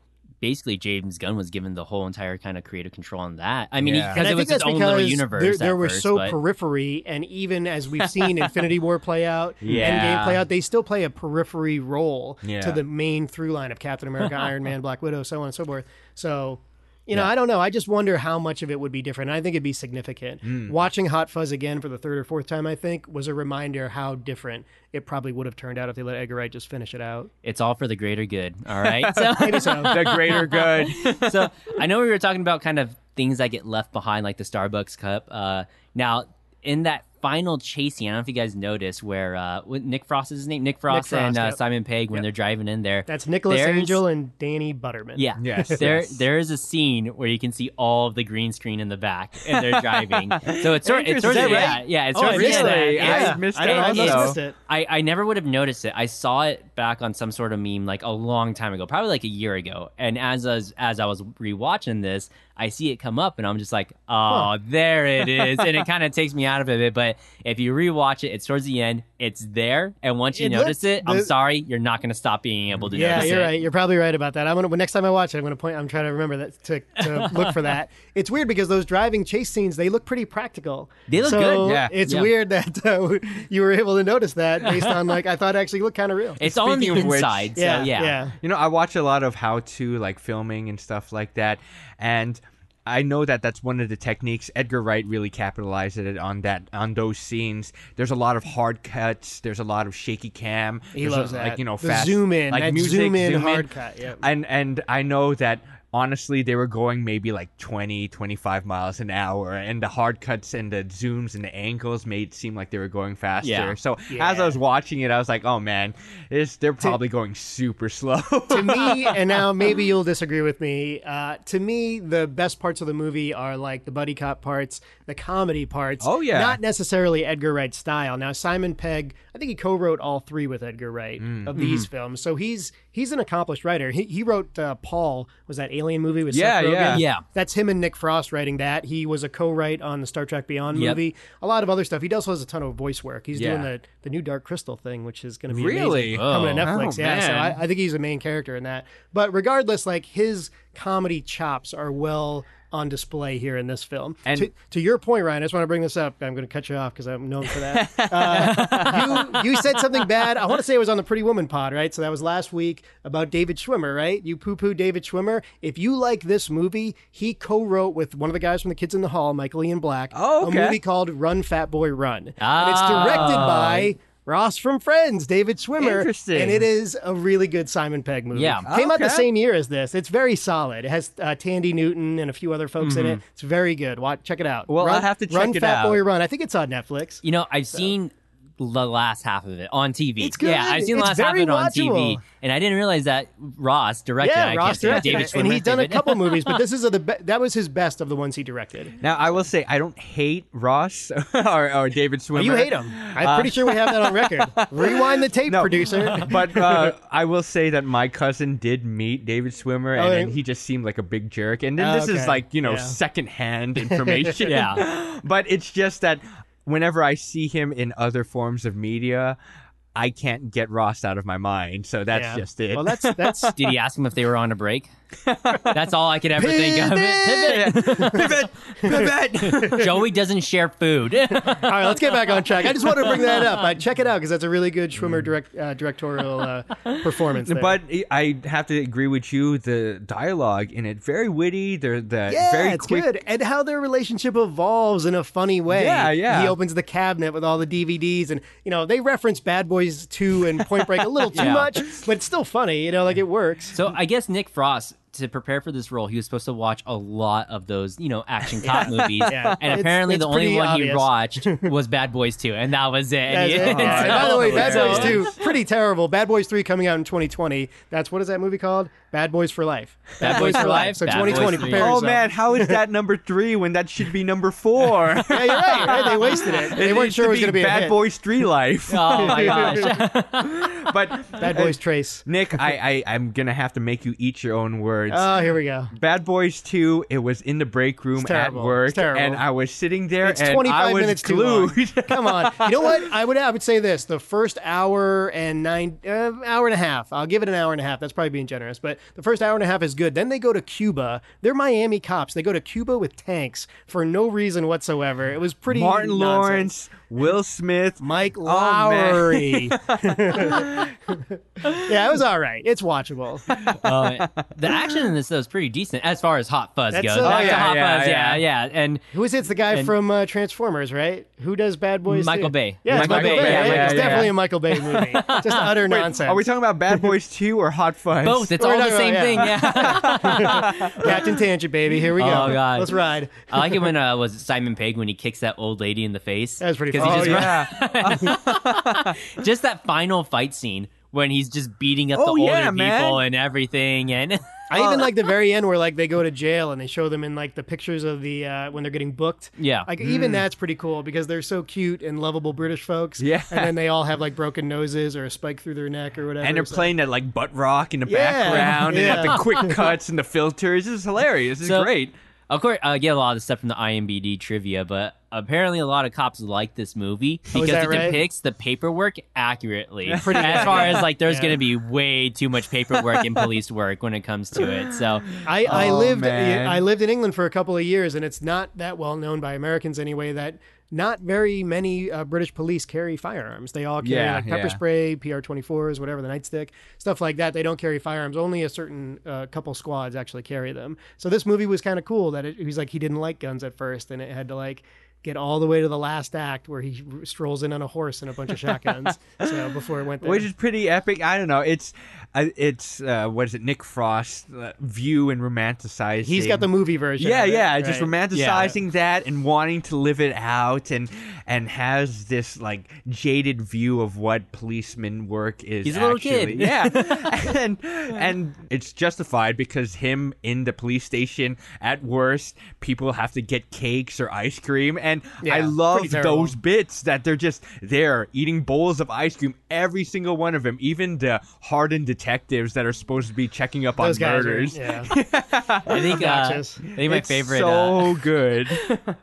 Speaker 1: basically James Gunn was given the whole entire kind of creative control on that. I mean,
Speaker 3: Yeah.
Speaker 1: because
Speaker 2: And I
Speaker 1: it was his
Speaker 2: think that's
Speaker 1: own little
Speaker 2: because
Speaker 1: universe.
Speaker 2: there,
Speaker 1: at
Speaker 2: there were
Speaker 1: first,
Speaker 2: so
Speaker 1: but-
Speaker 2: periphery, and even as we've seen Infinity War play
Speaker 1: (laughs)
Speaker 2: out,
Speaker 1: Yeah.
Speaker 2: Endgame play out, they still play a periphery role
Speaker 3: Yeah.
Speaker 2: to the main through line of Captain America,
Speaker 1: (laughs)
Speaker 2: Iron Man, Black Widow, so on and so forth. So, you know, I don't know. I just wonder how much of it would be different. I think it'd be significant.
Speaker 1: Hmm.
Speaker 2: Watching Hot Fuzz again for the third or fourth time, I think, was a reminder how different it probably would have turned out if they let Edgar Wright just finish it out.
Speaker 1: it's all for the greater good.
Speaker 2: (laughs)
Speaker 1: All right. So,
Speaker 2: Maybe
Speaker 1: (laughs)
Speaker 2: so.
Speaker 3: the greater good.
Speaker 1: so I know we were talking about kind of things that get left behind, like the Starbucks cup. Uh, now, in that final chase scene, I don't know if you guys noticed where uh, what, Nick Frost is his name, Nick Frost,
Speaker 2: Frost,
Speaker 1: and uh,
Speaker 2: yep.
Speaker 1: Simon Pegg when they're driving in there.
Speaker 2: That's Nicholas
Speaker 1: There's-
Speaker 2: Angel and Danny Butterman.
Speaker 1: Yeah.
Speaker 3: Yes,
Speaker 1: There,
Speaker 3: yes.
Speaker 1: there is a scene where you can see all of the green screen in the back, and they're driving. so it's sort, it's sort of
Speaker 3: Interesting.
Speaker 1: yeah, yeah, it's
Speaker 3: Oh,
Speaker 1: sort of
Speaker 3: really?
Speaker 1: that.
Speaker 3: I
Speaker 1: Yeah.
Speaker 3: missed
Speaker 1: I don't
Speaker 3: that
Speaker 1: know,
Speaker 2: I
Speaker 1: I
Speaker 2: just
Speaker 3: also.
Speaker 1: missed
Speaker 2: missed it.
Speaker 1: I, I never would have noticed it. I saw it back on some sort of meme like a long time ago, probably like a year ago. And as as, as I was rewatching this, I see it come up, and I'm just like, oh, there it is, and it kind of takes me out of it a bit. But if you rewatch it, it's towards the end. It's there, and once you
Speaker 2: It
Speaker 1: notice
Speaker 2: looks-
Speaker 1: it, I'm
Speaker 2: the-
Speaker 1: sorry, you're not going to stop being able to
Speaker 2: Yeah,
Speaker 1: notice
Speaker 2: you're
Speaker 1: it.
Speaker 2: right. You're probably right about that. I'm gonna when- next time I watch it, I'm gonna point. I'm trying to remember that to,
Speaker 1: (laughs)
Speaker 2: to look for that. It's weird because those driving chase scenes they look pretty practical.
Speaker 1: They look
Speaker 2: so
Speaker 1: good.
Speaker 3: Yeah.
Speaker 2: It's
Speaker 1: Yeah.
Speaker 2: weird that uh, (laughs) you were able to notice that based on like I thought it actually looked kind of real.
Speaker 1: It's all on the
Speaker 3: Speaking of which-
Speaker 1: inside, so yeah,
Speaker 2: yeah.
Speaker 3: You know, I watch a lot of how to like filming and stuff like that, and I know that that's one of the techniques. Edgar Wright really capitalized it on that on those scenes. There's a lot of hard cuts. There's a lot of shaky cam.
Speaker 2: He
Speaker 3: there's a-
Speaker 2: loves that.
Speaker 3: Like you know,
Speaker 2: The
Speaker 3: fast
Speaker 2: zoom in,
Speaker 3: like
Speaker 2: that
Speaker 3: music,
Speaker 2: zoom in hard cut, yep.
Speaker 3: And and I know that. Honestly, they were going maybe like 20, 25 miles an hour, and the hard cuts and the zooms and the angles made it seem like they were going faster.
Speaker 1: Yeah.
Speaker 3: So as I was watching it, I was like, "Oh man, this, they're probably going super (laughs) slow." (laughs)
Speaker 2: to me, and now maybe you'll disagree with me. Uh, to me, the best parts of the movie are like the buddy cop parts, the comedy parts.
Speaker 3: Oh, yeah.
Speaker 2: not necessarily Edgar Wright's style. Now Simon Pegg, I think he co-wrote all three with Edgar Wright
Speaker 3: Mm.
Speaker 2: of
Speaker 3: Mm-hmm.
Speaker 2: these films, so he's he's an accomplished writer. He, he wrote uh, Paul was that Alien movie with
Speaker 3: Yeah,
Speaker 2: Seth Rogen?
Speaker 3: yeah.
Speaker 1: Yeah.
Speaker 2: That's him and Nick Frost writing that. He was a co-write on the Star Trek Beyond
Speaker 1: Yep.
Speaker 2: movie. A lot of other stuff. He also has a ton of voice work. He's
Speaker 3: Yeah.
Speaker 2: doing the the new Dark Crystal thing, which is going to be
Speaker 3: Really?
Speaker 2: amazing, coming to
Speaker 1: Whoa.
Speaker 2: Netflix.
Speaker 3: Oh,
Speaker 2: yeah, so
Speaker 3: man.
Speaker 2: I, I think he's a main character in that. But regardless, like his comedy chops are well on display here in this film.
Speaker 3: And-
Speaker 2: to, to your point, Ryan, I just want to bring this up. I'm going to cut you off because I'm known for that. Uh, you, you said something bad. I want to say it was on the Pretty Woman pod, right? So that was last week about David Schwimmer, right? You poo poo David Schwimmer. If you like this movie, he co wrote with one of the guys from The Kids in the Hall, Michael Ian Black,
Speaker 3: Oh, okay.
Speaker 2: a movie called Run Fat Boy Run. And it's directed
Speaker 1: Ah.
Speaker 2: by. Ross from Friends, David Schwimmer,
Speaker 3: Interesting.
Speaker 2: and it is a really good Simon Pegg movie.
Speaker 1: Yeah.
Speaker 2: came out the
Speaker 3: Okay.
Speaker 2: same year as this. It's very solid. It has uh, Tandy Newton and a few other folks in it. It's very good. Watch, check it out.
Speaker 3: Mm-hmm. Well,
Speaker 2: Run,
Speaker 3: I'll have to
Speaker 2: Run
Speaker 3: check it
Speaker 2: Fat
Speaker 3: out.
Speaker 2: Boy Run. I think it's on Netflix.
Speaker 1: You know, I've seen the last half of it on TV.
Speaker 2: It's good.
Speaker 1: Yeah, I've seen the
Speaker 2: It's
Speaker 1: last half of
Speaker 2: very
Speaker 1: it on TV,
Speaker 2: watchable.
Speaker 1: and I didn't realize that Ross directed.
Speaker 2: Yeah,
Speaker 1: I
Speaker 2: Ross
Speaker 1: can't
Speaker 2: directed
Speaker 1: David
Speaker 2: it, and
Speaker 1: Schwimmer,
Speaker 2: he's done a
Speaker 1: David-
Speaker 2: couple movies, but this is a, the be- that was his best of the ones he directed.
Speaker 3: Now I will say I don't hate Ross (laughs) or, or David Swimmer.
Speaker 2: Oh, You hate him. I'm pretty sure we have that
Speaker 3: (laughs)
Speaker 2: on record. Rewind the tape, producer.
Speaker 3: but
Speaker 2: (laughs)
Speaker 3: uh, I will say that my cousin did meet David Swimmer,
Speaker 2: Oh,
Speaker 3: and then
Speaker 2: yeah.
Speaker 3: he just seemed like a big jerk. And then
Speaker 2: Oh,
Speaker 3: this is
Speaker 2: okay.
Speaker 3: like you know
Speaker 2: Yeah. (laughs)
Speaker 3: secondhand information.
Speaker 1: Yeah.
Speaker 3: but it's just that whenever I see him in other forms of media, I can't get Ross out of my mind. So that's
Speaker 2: Yeah.
Speaker 3: just it.
Speaker 2: Well, that's that's
Speaker 1: Did he ask him if they were on a
Speaker 2: (laughs)
Speaker 1: break? That's all I could ever think of.
Speaker 3: (laughs) Yeah.
Speaker 1: Pivot.
Speaker 3: pivot,
Speaker 2: (laughs)
Speaker 3: pivot.
Speaker 1: (laughs) Joey doesn't share food. (laughs)
Speaker 2: All right, let's get back on track. I just want to bring that up. Uh, check it out because that's a really good Schwimmer direct, uh, directorial uh, performance. There.
Speaker 3: But I have to agree with you. The dialogue in it very witty. They're the
Speaker 2: yeah,
Speaker 3: very
Speaker 2: it's
Speaker 3: quick
Speaker 2: good, and how their relationship evolves in a funny way.
Speaker 3: Yeah, yeah.
Speaker 2: He opens the cabinet with all the DVDs, and you know they reference Bad Boys Two and Point Break
Speaker 3: (laughs)
Speaker 2: a little too
Speaker 1: Yeah.
Speaker 2: much, but it's still funny. You know, like it works.
Speaker 1: So I guess Nick Frost to prepare for this role, he was supposed to watch a lot of those, you know, action cop movies.
Speaker 2: (laughs) Yeah.
Speaker 1: And
Speaker 2: It's-
Speaker 1: apparently,
Speaker 2: it's
Speaker 1: the only
Speaker 2: pretty
Speaker 1: one he
Speaker 2: obvious. (laughs)
Speaker 1: watched was Bad Boys Two, and that was it. And (laughs)
Speaker 2: That's
Speaker 1: he-
Speaker 2: it. And
Speaker 3: yeah.
Speaker 2: by the way, Bad
Speaker 3: Hilarious.
Speaker 2: Boys Two, pretty terrible. Bad Boys Three coming out in 2020. That's what is that movie called? Bad Boys for Life.
Speaker 1: Bad Boys for Life,
Speaker 2: So
Speaker 1: Bad Boys
Speaker 2: 2020.
Speaker 1: Three.
Speaker 2: Prepare
Speaker 3: Oh
Speaker 2: yourself.
Speaker 3: man, how is that number three when that should be number four?
Speaker 2: (laughs) Yeah, you're right. you're right. They wasted it. (laughs)
Speaker 3: (laughs)
Speaker 2: They
Speaker 3: It
Speaker 2: weren't
Speaker 3: needs
Speaker 2: sure it was
Speaker 3: to
Speaker 2: going to be a
Speaker 3: Bad
Speaker 2: hit.
Speaker 3: Boys Three
Speaker 2: (laughs)
Speaker 1: (laughs)
Speaker 3: Life.
Speaker 1: Oh my gosh!
Speaker 3: but
Speaker 2: Bad Boys Trace.
Speaker 1: (laughs)
Speaker 3: Nick, I, I I'm gonna have to make you eat your own words.
Speaker 2: Oh, here we go.
Speaker 3: Bad Boys 2, it was in the break room
Speaker 2: It's
Speaker 3: at
Speaker 2: terrible. It's
Speaker 3: work.
Speaker 2: terrible.
Speaker 3: And I was sitting there
Speaker 2: It's
Speaker 3: and
Speaker 2: 25
Speaker 3: I was
Speaker 2: minutes
Speaker 3: glued.
Speaker 2: (laughs)
Speaker 3: (laughs)
Speaker 2: too long. Come on. You know what? I would I would say this: the first hour and nine uh, hour and a half. I'll give it an hour and a half. That's probably being generous, but the first hour and a half is good. Then they go to Cuba. They're Miami cops. They go to Cuba with tanks for no reason whatsoever. It was pretty.
Speaker 3: Martin
Speaker 2: nonsense.
Speaker 3: Lawrence, Will Smith.
Speaker 2: Mike
Speaker 3: Oh, man. (laughs)
Speaker 2: Lowry. (laughs) yeah, it was all right. It's watchable.
Speaker 1: Uh, the action in this though is pretty decent as far as Hot Fuzz
Speaker 2: That's
Speaker 1: goes.
Speaker 2: a-
Speaker 1: Back
Speaker 2: Oh,
Speaker 1: to
Speaker 3: yeah,
Speaker 1: Hot
Speaker 3: yeah,
Speaker 1: Fuzz, yeah, yeah, and
Speaker 2: Who is it? It's the guy from uh, Transformers, right? Who does Bad Boys?
Speaker 1: Michael
Speaker 2: too?
Speaker 1: Bay.
Speaker 2: Yeah, it's
Speaker 3: Michael
Speaker 2: Michael,
Speaker 3: Bay,
Speaker 2: Bay.
Speaker 3: yeah,
Speaker 2: right?
Speaker 3: yeah,
Speaker 2: it's
Speaker 3: yeah.
Speaker 2: definitely a Michael Bay movie.
Speaker 3: (laughs)
Speaker 2: Just utter nonsense.
Speaker 3: Are we talking about
Speaker 2: (laughs)
Speaker 3: Bad Boys 2 or Hot Fuzz?
Speaker 1: both. It's
Speaker 2: We're
Speaker 1: all the
Speaker 2: talking
Speaker 1: same
Speaker 2: about-
Speaker 1: thing. Yeah.
Speaker 2: (laughs) Captain Tangent, baby. Here we go.
Speaker 1: Oh, God.
Speaker 2: Let's ride.
Speaker 1: I like it when uh, was it Simon Pegg when he kicks that old lady in the face.
Speaker 2: That was pretty
Speaker 1: 'Cause he
Speaker 2: funny.
Speaker 3: Oh,
Speaker 1: just, run-
Speaker 3: yeah.
Speaker 1: just that final fight scene when he's just beating up the
Speaker 3: Oh,
Speaker 1: older
Speaker 3: yeah,
Speaker 1: people
Speaker 3: man.
Speaker 1: and everything, and (laughs)
Speaker 2: I
Speaker 1: Oh.
Speaker 2: even like the very end where like they go to jail and they show them in like the pictures of the uh, when they're getting booked.
Speaker 1: Yeah.
Speaker 2: like even that's pretty cool because they're so cute and lovable British folks.
Speaker 3: Yeah.
Speaker 2: and then they all have like broken noses or a spike through their neck or whatever.
Speaker 3: and they're
Speaker 2: so-
Speaker 3: playing that like butt rock in the
Speaker 2: Yeah,
Speaker 3: background and
Speaker 2: yeah.
Speaker 3: got the
Speaker 2: (laughs)
Speaker 3: quick cuts and the filters. This is hilarious. This is
Speaker 1: So-
Speaker 3: great.
Speaker 1: Of course, I get a lot of this stuff from the IMBD trivia, but apparently a lot of cops like this movie
Speaker 2: Oh, is
Speaker 1: because
Speaker 2: that
Speaker 1: it
Speaker 2: right?
Speaker 1: depicts the paperwork accurately.
Speaker 2: (laughs) Pretty
Speaker 1: as far as like, there's
Speaker 2: Yeah.
Speaker 1: going to be way too much paperwork in police work when it comes to
Speaker 2: (laughs)
Speaker 1: it. So,
Speaker 2: I, I
Speaker 3: Oh,
Speaker 2: lived
Speaker 3: man.
Speaker 2: I lived in England for a couple of years, and it's not that well known by Americans anyway that not very many uh, British police carry firearms. They all carry
Speaker 3: Yeah,
Speaker 2: like pepper
Speaker 3: yeah.
Speaker 2: spray, PR twenty fours, whatever the nightstick stuff like that. They don't carry firearms. Only a certain uh, couple squads actually carry them. So this movie was kind of cool that it, he was like he didn't like guns at first, and it had to like. Get all the way to the last act where he r- strolls in on a horse and a bunch
Speaker 3: (laughs)
Speaker 2: of shotguns. so before it went there,
Speaker 3: Which is pretty epic. I don't know. It's, uh, it's uh, what is it? Nick Frost uh, view and romanticizing.
Speaker 2: he's got the movie version.
Speaker 3: Yeah,
Speaker 2: of it,
Speaker 3: yeah, just
Speaker 2: right?
Speaker 3: romanticizing that and wanting to live it out, and and has this like jaded view of what policeman work is.
Speaker 1: He's a little
Speaker 3: actually.
Speaker 1: kid.
Speaker 3: yeah, and and it's justified because him in the police station at worst, people have to get cakes or ice cream, and
Speaker 2: Yeah,
Speaker 3: I love
Speaker 2: pretty terrible.
Speaker 3: those bits that they're just there eating bowls of ice cream, every single one of them, even the hardened detectives that are supposed to be checking up on
Speaker 2: Those guys. are-
Speaker 3: murders.
Speaker 2: yeah.
Speaker 1: I
Speaker 3: (laughs)
Speaker 1: think, uh, I
Speaker 2: Obnoxious.
Speaker 1: think my
Speaker 3: It's
Speaker 1: favorite, uh,
Speaker 3: so good.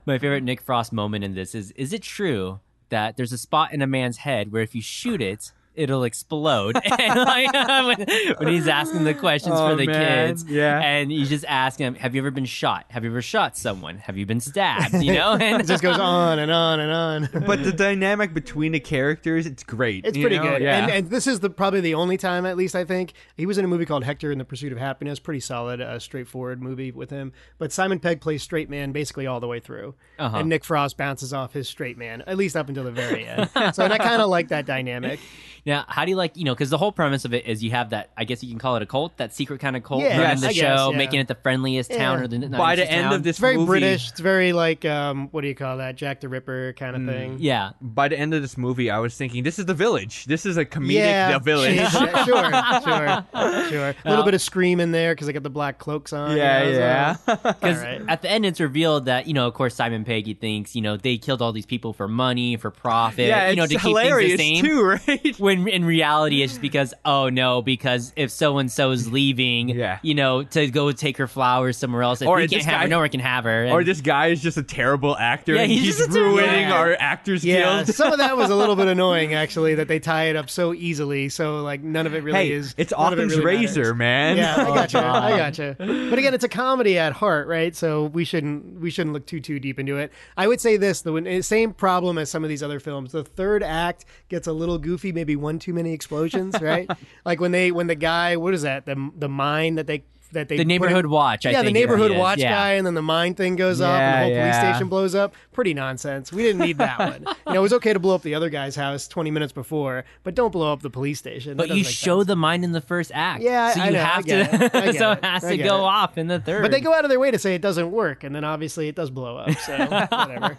Speaker 1: my favorite Nick Frost moment in this is: Is it true that there's a spot in a man's head where if you shoot it, it'll explode? (laughs) and like, when, when he's asking the questions
Speaker 3: Oh,
Speaker 1: for the
Speaker 3: man.
Speaker 1: kids,
Speaker 3: Yeah.
Speaker 1: and you just ask him, "Have you ever been shot? Have you ever shot someone? Have you been stabbed? You know?" (laughs) And
Speaker 2: It just goes on and on and
Speaker 3: (laughs)
Speaker 2: on.
Speaker 3: but the dynamic between the characters, it's great.
Speaker 2: It's
Speaker 3: you
Speaker 2: pretty
Speaker 3: know?
Speaker 2: good.
Speaker 3: Yeah.
Speaker 2: And, and this is the probably the only time, at least I think, he was in a movie called Hector in the Pursuit of Happiness. Pretty solid, uh, straightforward movie with him. But Simon Pegg plays straight man basically all the way through,
Speaker 1: Uh-huh.
Speaker 2: and Nick Frost bounces off his straight man at least up until the
Speaker 3: (laughs)
Speaker 2: very end. so and I kind of like that dynamic.
Speaker 1: Now, how do you like, you know, because the whole premise of it is you have that, I guess you can call it a cult, that secret kind of cult
Speaker 2: Yeah,
Speaker 1: running the
Speaker 2: I
Speaker 1: show,
Speaker 2: guess, yeah.
Speaker 1: making it the friendliest town
Speaker 2: Yeah.
Speaker 1: or the nicest
Speaker 3: by the end
Speaker 1: town.
Speaker 3: of this
Speaker 2: It's very
Speaker 3: movie,
Speaker 2: British. It's very like um, what do you call that? Jack the Ripper kind
Speaker 3: Mm.
Speaker 2: of thing.
Speaker 1: Yeah.
Speaker 3: By the end of this movie, I was thinking, this is the village. This is a comedic
Speaker 2: (laughs) Yeah,
Speaker 3: the village. (laughs)
Speaker 2: geez, sure, sure, sure. A little bit of scream in there because I got the black cloaks on. you
Speaker 3: Yeah,
Speaker 2: know, so-
Speaker 3: yeah.
Speaker 1: Because
Speaker 2: All right.
Speaker 1: at the end, it's revealed that, you know, of course, Simon Peggy thinks, you know, they killed all these people for money, for profit,
Speaker 3: (laughs) yeah,
Speaker 1: you know,
Speaker 3: it's
Speaker 1: to keep
Speaker 3: hilarious
Speaker 1: things the same.
Speaker 3: too, (laughs) right?
Speaker 1: When in reality, it's just because, oh no, because if so and so's leaving,
Speaker 3: Yeah.
Speaker 1: you know, to go take her flowers somewhere else, if
Speaker 3: Or
Speaker 1: we
Speaker 3: this
Speaker 1: can't have
Speaker 3: guy-
Speaker 1: her, no one can have her.
Speaker 3: Or
Speaker 1: And-
Speaker 3: this guy is just a terrible actor.
Speaker 1: Yeah,
Speaker 3: and
Speaker 1: he's
Speaker 3: he's,
Speaker 1: just a terrible
Speaker 3: ruining
Speaker 1: actor.
Speaker 3: our actors
Speaker 2: Yeah,
Speaker 3: guild.
Speaker 2: some of that was
Speaker 3: (laughs)
Speaker 2: a little bit annoying, actually, that they tie it up so easily. So like none of it really
Speaker 3: hey,
Speaker 2: is.
Speaker 3: it's
Speaker 2: none of it
Speaker 3: Occam's
Speaker 2: really
Speaker 3: razor,
Speaker 2: matters.
Speaker 3: man.
Speaker 2: Yeah, I gotcha. I gotcha. But again, it's a comedy at heart, right? So we shouldn't we shouldn't look too too deep into it. I would say this: the one- same problem as some of these other films. The third act gets a little goofy, maybe one too many explosions, right?
Speaker 3: (laughs)
Speaker 2: like when they when the guy, what is that? The the mine that they that they
Speaker 1: the
Speaker 2: put
Speaker 1: neighborhood
Speaker 2: in-
Speaker 1: watch, I
Speaker 2: yeah, the
Speaker 1: think it
Speaker 2: neighborhood
Speaker 1: is.
Speaker 2: watch
Speaker 1: Yeah.
Speaker 2: guy, and then the mine thing goes off, and
Speaker 3: Yeah,
Speaker 2: the whole police
Speaker 3: yeah.
Speaker 2: station blows up. Pretty nonsense. We didn't need
Speaker 1: (laughs)
Speaker 2: that one. You know, it was okay to blow up the other guy's house 20 minutes before, but don't blow up the police station.
Speaker 1: But
Speaker 2: That
Speaker 1: you
Speaker 2: doesn't make
Speaker 1: show
Speaker 2: sense.
Speaker 1: the mind in the first act.
Speaker 2: Yeah,
Speaker 1: so
Speaker 2: I
Speaker 1: you
Speaker 2: know, I
Speaker 1: have
Speaker 2: get
Speaker 1: to.
Speaker 2: it. I get
Speaker 1: (laughs) so
Speaker 2: it.
Speaker 1: it has
Speaker 2: I
Speaker 1: to
Speaker 2: get
Speaker 1: go
Speaker 2: it.
Speaker 1: off in the third. Uh,
Speaker 2: But they go out of their way to say it doesn't work, and then obviously it does blow up.
Speaker 1: (laughs)
Speaker 2: So whatever.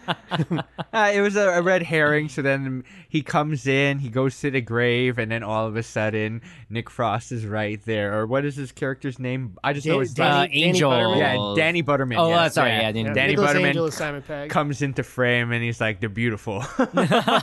Speaker 3: (laughs) Uh, it was a, a red herring. So then he comes in, he goes to the grave, and then all of a sudden, Nick Frost is right there. Or what is his character's name? I just know
Speaker 2: Dan-
Speaker 3: it's
Speaker 2: Dan-
Speaker 3: Danny,
Speaker 1: uh,
Speaker 2: Danny
Speaker 1: Angel.
Speaker 2: Butterman?
Speaker 3: yeah, Danny Butterman.
Speaker 1: Oh,
Speaker 3: yes,
Speaker 1: uh, sorry, yeah, Danny-
Speaker 3: Danny
Speaker 2: Nicholas
Speaker 3: Butterman
Speaker 2: Angel is Simon Pegg.
Speaker 3: comes into frame and he's like, "They're beautiful."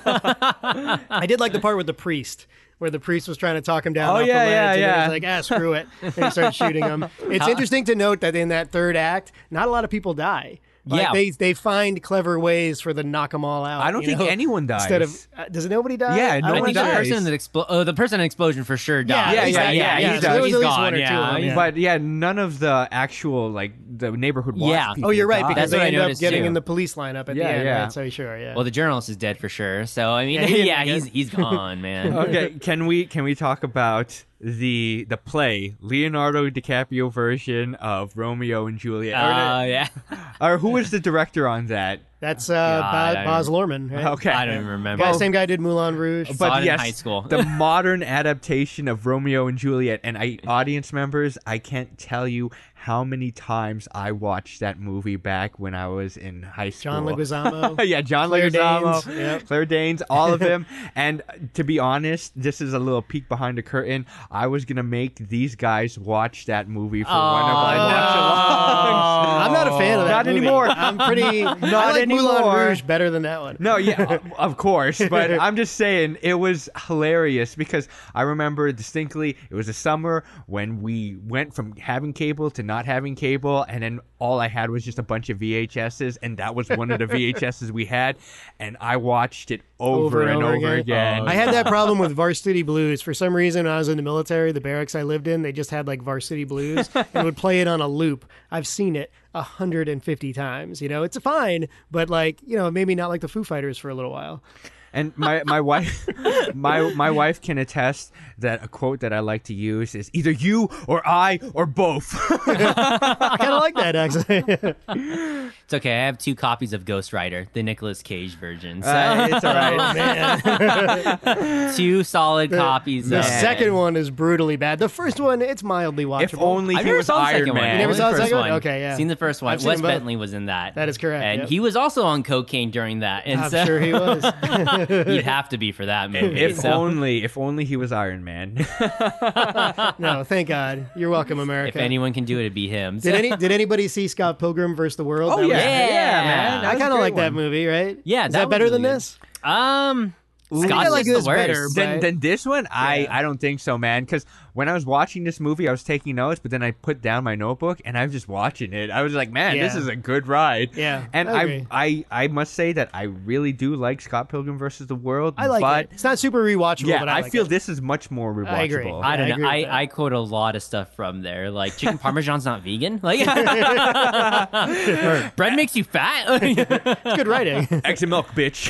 Speaker 2: I did like the part with the priest, where the priest was trying to talk him down.
Speaker 3: Oh,
Speaker 2: off the
Speaker 3: yeah, yeah,
Speaker 2: ledge, and
Speaker 3: yeah.
Speaker 2: He's like, ah,
Speaker 3: (laughs)
Speaker 2: screw it, and he started shooting him. It's interesting to note that in that third act, not a lot of people die. Like,
Speaker 1: Yeah.
Speaker 2: they they find clever ways for the knock them all out.
Speaker 3: (laughs) I don't
Speaker 2: you
Speaker 3: think
Speaker 2: know?
Speaker 3: anyone dies.
Speaker 2: Instead of uh, does nobody die?
Speaker 3: Yeah, no
Speaker 2: I
Speaker 1: I
Speaker 2: don't
Speaker 3: one
Speaker 1: think
Speaker 2: think
Speaker 1: the
Speaker 2: so.
Speaker 3: dies.
Speaker 1: person that explo- oh, the person that explosion for sure died.
Speaker 2: Yeah,
Speaker 3: yeah, yeah, yeah,
Speaker 1: he's,
Speaker 3: he died.
Speaker 1: he's
Speaker 2: There was at least
Speaker 1: gone.
Speaker 2: one or two of
Speaker 1: Yeah,
Speaker 2: them,
Speaker 1: he's-
Speaker 3: But yeah, none of the actual like the neighborhood watch
Speaker 1: Yeah.
Speaker 3: people
Speaker 2: Oh, you're right
Speaker 3: die.
Speaker 2: because
Speaker 1: That's what
Speaker 2: they
Speaker 1: I
Speaker 2: end up
Speaker 1: noticed,
Speaker 2: getting
Speaker 1: too.
Speaker 2: in the police lineup at
Speaker 3: Yeah,
Speaker 2: the end.
Speaker 3: yeah.
Speaker 2: Right? So sure, yeah.
Speaker 1: Well, the journalist is dead for sure. So I mean, (laughs)
Speaker 2: Yeah, he didn't
Speaker 1: yeah,
Speaker 2: make it.
Speaker 1: he's he's gone, man.
Speaker 3: (laughs) okay, can we can we talk about the the play Leonardo DiCaprio version of Romeo and Juliet? Or-
Speaker 1: Uh, yeah.
Speaker 3: or who was the director on that?
Speaker 2: That's uh,
Speaker 1: I
Speaker 2: Bo-
Speaker 1: don't-
Speaker 2: Boz Luhrmann. Right?
Speaker 3: Okay.
Speaker 1: I don't even remember.
Speaker 2: Guy- same guy did Moulin Rouge.
Speaker 1: Saw it in high school. (laughs)
Speaker 3: the modern adaptation of Romeo and Juliet, and I, audience members, I can't tell you how many times I watched that movie back when I was in high school.
Speaker 2: John
Speaker 3: (laughs)
Speaker 2: Leguizamo.
Speaker 3: yeah, John
Speaker 2: Claire
Speaker 3: Leguizamo,
Speaker 2: Danes, yep.
Speaker 3: Claire Danes, all
Speaker 2: (laughs)
Speaker 3: of them. and uh, to be honest, this is a little peek behind the curtain. I was gonna make these guys watch that movie for one of my
Speaker 1: Oh,
Speaker 3: watch-alongs.
Speaker 2: I'm not a fan of that.
Speaker 3: Not
Speaker 2: movie.
Speaker 3: anymore. (laughs)
Speaker 2: I'm pretty. I like
Speaker 3: anymore.
Speaker 2: Moulin Rouge better than that one.
Speaker 3: No, (laughs) yeah, o- of course, but I'm just saying it was hilarious because I remember distinctly it was a summer when we went from having cable to not having cable, and then all I had was just a bunch of VHSs, and that was one of the (laughs) VHSs we had, and I watched it over, and, over, again. Oh,
Speaker 2: I had that problem with Varsity Blues. For some reason, when I was in the military, the barracks I lived in, they just had like Varsity
Speaker 3: (laughs)
Speaker 2: Blues and would play it on a loop. I've seen it 150 times. You know, it's fine, but like, you know, maybe not like the Foo Fighters for a little while.
Speaker 3: And my, my (laughs) wife my my wife can attest that a quote that I like to use is either you or I or both.
Speaker 2: I kind of
Speaker 3: (laughs)
Speaker 2: like that, actually.
Speaker 1: It's okay. I have two copies of Ghost Rider, the Nicolas Cage version. So
Speaker 3: Uh, (laughs) it's all right.
Speaker 1: two solid copies.
Speaker 2: (laughs) the
Speaker 1: of it.
Speaker 2: second one is brutally bad. The first one, it's mildly watchable.
Speaker 3: If only
Speaker 1: I've
Speaker 3: he
Speaker 1: never
Speaker 3: was
Speaker 1: saw the
Speaker 3: Iron
Speaker 1: second one.
Speaker 3: Man.
Speaker 1: I've
Speaker 2: You never
Speaker 1: only
Speaker 2: saw the
Speaker 1: first
Speaker 2: second one? Okay, yeah.
Speaker 1: Seen the first one.
Speaker 2: I've seen
Speaker 1: Wes
Speaker 2: them both.
Speaker 1: Bentley was in that.
Speaker 2: That is correct,
Speaker 1: And
Speaker 2: yep.
Speaker 1: he was also on cocaine during that. And
Speaker 2: I'm
Speaker 1: so (laughs)
Speaker 2: sure he was.
Speaker 3: (laughs)
Speaker 1: you'd have to be for that (laughs) movie.
Speaker 3: If
Speaker 1: so
Speaker 3: only, if only he was Iron Man. (laughs)
Speaker 2: No, Oh, thank God. You're welcome, America.
Speaker 1: if anyone can do it, it'd be him. So-
Speaker 2: did any did anybody see Scott Pilgrim versus the World? That was-
Speaker 1: Oh, yeah, man.
Speaker 2: I kind of like that movie, right?
Speaker 1: Yeah,
Speaker 2: is
Speaker 1: that
Speaker 2: that,
Speaker 1: was
Speaker 2: better
Speaker 1: really
Speaker 2: than
Speaker 1: good.
Speaker 2: this?
Speaker 1: um, Scott's
Speaker 2: I like
Speaker 1: is the
Speaker 2: this
Speaker 1: worst.
Speaker 2: better, but-
Speaker 3: Then,
Speaker 2: Right.
Speaker 3: then this one, I, I don't think so, man. Because when I was watching this movie, I was taking notes, but then I put down my notebook and I was just watching it. I was like, man, this
Speaker 2: Yeah.
Speaker 3: is a good ride.
Speaker 2: Yeah,
Speaker 3: and
Speaker 2: I
Speaker 3: I,
Speaker 2: agree.
Speaker 3: I, I must say that I really do like Scott Pilgrim versus the World.
Speaker 2: I like
Speaker 3: but
Speaker 2: it. It's not super rewatchable,
Speaker 3: Yeah,
Speaker 2: but
Speaker 3: I,
Speaker 2: I, like
Speaker 3: feel
Speaker 2: it.
Speaker 3: this is much more rewatchable.
Speaker 2: I agree.
Speaker 1: I
Speaker 2: Yeah, I
Speaker 1: don't
Speaker 2: agree
Speaker 1: know.
Speaker 2: with
Speaker 1: I,
Speaker 2: that.
Speaker 1: I quote a lot of stuff from there, like chicken parmesan's not vegan.
Speaker 2: (laughs)
Speaker 1: Like (laughs) bread makes you
Speaker 2: (laughs)
Speaker 1: fat. (laughs)
Speaker 2: it's good writing.
Speaker 3: Eggs and milk, bitch.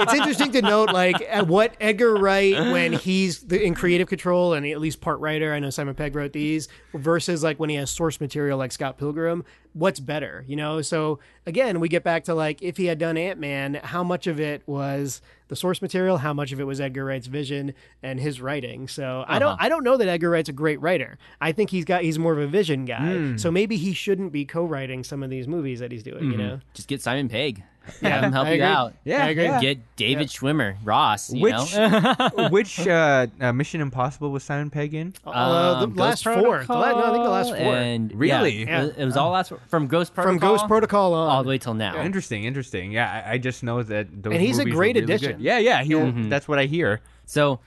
Speaker 2: it's interesting to note like at what Edgar Wright when he's the, in creative control and at least part writer. I know Simon Pegg wrote these versus like when he has source material like Scott Pilgrim. What's better, you know? So again, we get back to like if he had done Ant Man, how much of it was the source material? How much of it was Edgar Wright's vision and his writing? So I
Speaker 1: Uh-huh.
Speaker 2: don't I don't know that Edgar Wright's a great writer. I think he's got he's more of a vision guy.
Speaker 1: Hmm.
Speaker 2: So maybe he shouldn't be co-writing some of these movies that he's doing. You know?
Speaker 1: Just get Simon Pegg. Have him Mm-hmm. help
Speaker 2: I
Speaker 1: you
Speaker 2: agree.
Speaker 1: out.
Speaker 3: Yeah, I agree. yeah.
Speaker 1: Get David Schwimmer, Ross. (laughs) You know? (laughs)
Speaker 3: which, which uh, uh, Mission Impossible was Simon Pegg in?
Speaker 2: Uh, the
Speaker 1: Um,
Speaker 2: last
Speaker 1: Ghost
Speaker 2: four. The la- no, I think the last
Speaker 1: Protocol
Speaker 2: four.
Speaker 1: And
Speaker 3: Really?
Speaker 1: yeah, it- it was all last from Ghost Protocol
Speaker 2: From Ghost Protocol on.
Speaker 1: all the way till now.
Speaker 3: Interesting, interesting. Yeah, I, I just know that those
Speaker 2: And he's a
Speaker 3: movies were
Speaker 2: great
Speaker 3: really
Speaker 2: addition.
Speaker 3: good. Yeah, yeah, he. That's what I hear.
Speaker 1: So,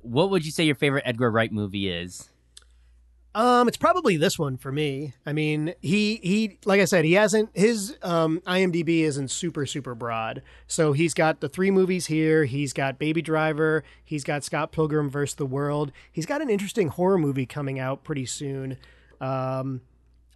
Speaker 1: what would you say your favorite Edgar Wright movie is?
Speaker 2: Um, it's probably this one for me. I mean, he he, like I said, he hasn't his um IMDb isn't super super broad. So he's got the three movies here. He's got Baby Driver. He's got Scott Pilgrim versus the World. He's got an interesting horror movie coming out pretty soon. Um,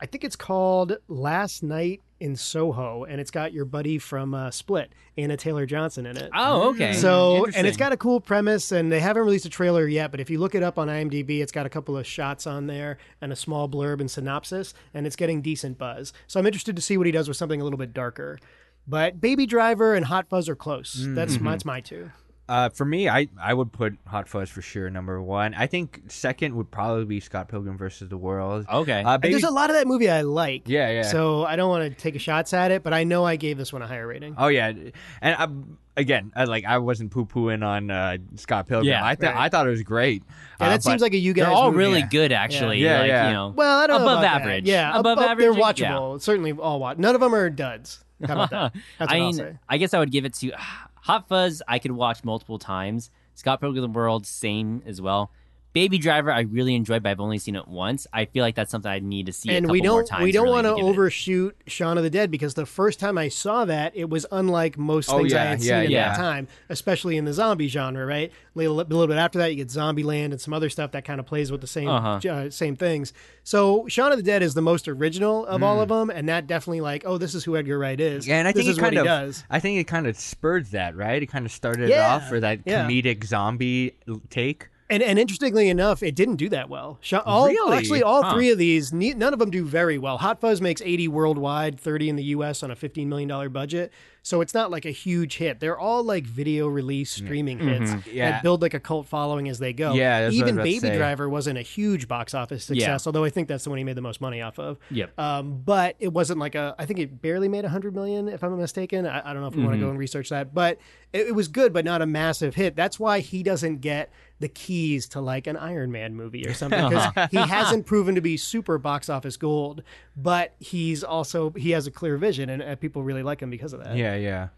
Speaker 2: I think it's called Last Night in Soho, and it's got your buddy from uh, Split, Anna Taylor Johnson, in it.
Speaker 1: Oh, okay.
Speaker 2: So, and it's
Speaker 3: Interesting.
Speaker 2: got a cool premise, and they haven't released a trailer yet. But if you look it up on IMDb, it's got a couple of shots on there and a small blurb and synopsis, and it's getting decent buzz. So, I'm interested to see what he
Speaker 1: Mm. Mm-hmm.
Speaker 2: does with something a little bit darker. But Baby Driver and Hot Fuzz are close. That's, that's my two.
Speaker 3: Uh, for me, I, I would put Hot Fuzz for sure number one. I think second would probably be Scott Pilgrim versus the World.
Speaker 1: Okay.
Speaker 3: Uh,
Speaker 2: And
Speaker 3: baby,
Speaker 2: There's a lot of that movie I like.
Speaker 3: yeah, yeah.
Speaker 2: So I don't want to take shots at it, but I know I gave this one a higher
Speaker 1: Uh,
Speaker 2: rating.
Speaker 3: Oh yeah, and I, again, I, like I wasn't poo pooing on uh, Scott Pilgrim.
Speaker 1: Yeah,
Speaker 3: I, th-
Speaker 2: right.
Speaker 3: I thought it was great.
Speaker 2: Yeah,
Speaker 3: Uh,
Speaker 2: that seems
Speaker 3: but-
Speaker 2: like a you guys.
Speaker 1: They're all
Speaker 2: movie.
Speaker 1: really
Speaker 3: yeah.
Speaker 1: good, actually.
Speaker 3: Yeah,
Speaker 1: like,
Speaker 3: yeah.
Speaker 1: You know,
Speaker 2: Well, I don't know
Speaker 1: above
Speaker 2: about that.
Speaker 1: average.
Speaker 2: Yeah,
Speaker 1: above average.
Speaker 2: They're
Speaker 1: yeah.
Speaker 2: watchable. Certainly all watch. None of them are duds. How
Speaker 1: (laughs)
Speaker 2: about that? That's what
Speaker 1: I
Speaker 2: I will
Speaker 1: mean,
Speaker 2: say.
Speaker 1: I guess I would give it to (sighs) Hot Fuzz. I could watch multiple times. Scott Pilgrim World, same as well. Baby Driver, I really enjoyed, but I've only seen it once. I feel like that's something I need to see. a
Speaker 2: And
Speaker 1: couple
Speaker 2: we
Speaker 1: more
Speaker 2: don't
Speaker 1: times
Speaker 2: we don't
Speaker 1: really
Speaker 2: want to
Speaker 1: give it.
Speaker 2: overshoot Shaun of the Dead because the first time I saw that, it was unlike most
Speaker 3: Oh,
Speaker 2: things I
Speaker 3: yeah,
Speaker 2: had
Speaker 3: yeah,
Speaker 2: seen at
Speaker 3: yeah.
Speaker 2: that time, especially in the zombie genre. Right, a little, a little bit after that, you get Zombieland and some other stuff that kind of plays with the same uh
Speaker 1: Uh-huh.
Speaker 2: same things. So Shaun of the Dead is the most original of all of them, and that definitely like, oh, this is who Edgar Wright is.
Speaker 3: Yeah, and I
Speaker 2: this
Speaker 3: think
Speaker 2: is
Speaker 3: it
Speaker 2: what
Speaker 3: kind
Speaker 2: he
Speaker 3: of
Speaker 2: does.
Speaker 3: I think it kind of spurred that, right? It kind of started it
Speaker 2: Yeah,
Speaker 3: off for that
Speaker 2: yeah.
Speaker 3: comedic zombie l- take.
Speaker 2: And and interestingly enough, it didn't do that well. Sha- All,
Speaker 3: Really?
Speaker 2: Actually, all
Speaker 1: Huh.
Speaker 2: three of these, ne- none of them do very well. Hot Fuzz makes 80 worldwide, 30 in the US on a $15 million budget. So it's not like a huge hit. They're all like video release streaming hits
Speaker 3: Mm. Yeah.
Speaker 2: that build like a cult following as they go.
Speaker 3: Yeah, that's what I was
Speaker 2: Even
Speaker 3: about to
Speaker 2: Baby
Speaker 3: say.
Speaker 2: Driver wasn't a huge box office success, although I think that's the one he made the most money off of.
Speaker 1: Yep.
Speaker 2: Um, but it wasn't like a. I think it barely made 100 million, if I'm not mistaken. I, I don't know if we want to go and research that, but it, it was good, but not a massive hit. That's why he doesn't get the keys to like an Iron Man movie or something because he hasn't proven to be super box office gold. But he's also he has a clear vision, and uh, people really like him because of that.
Speaker 3: Yeah, yeah.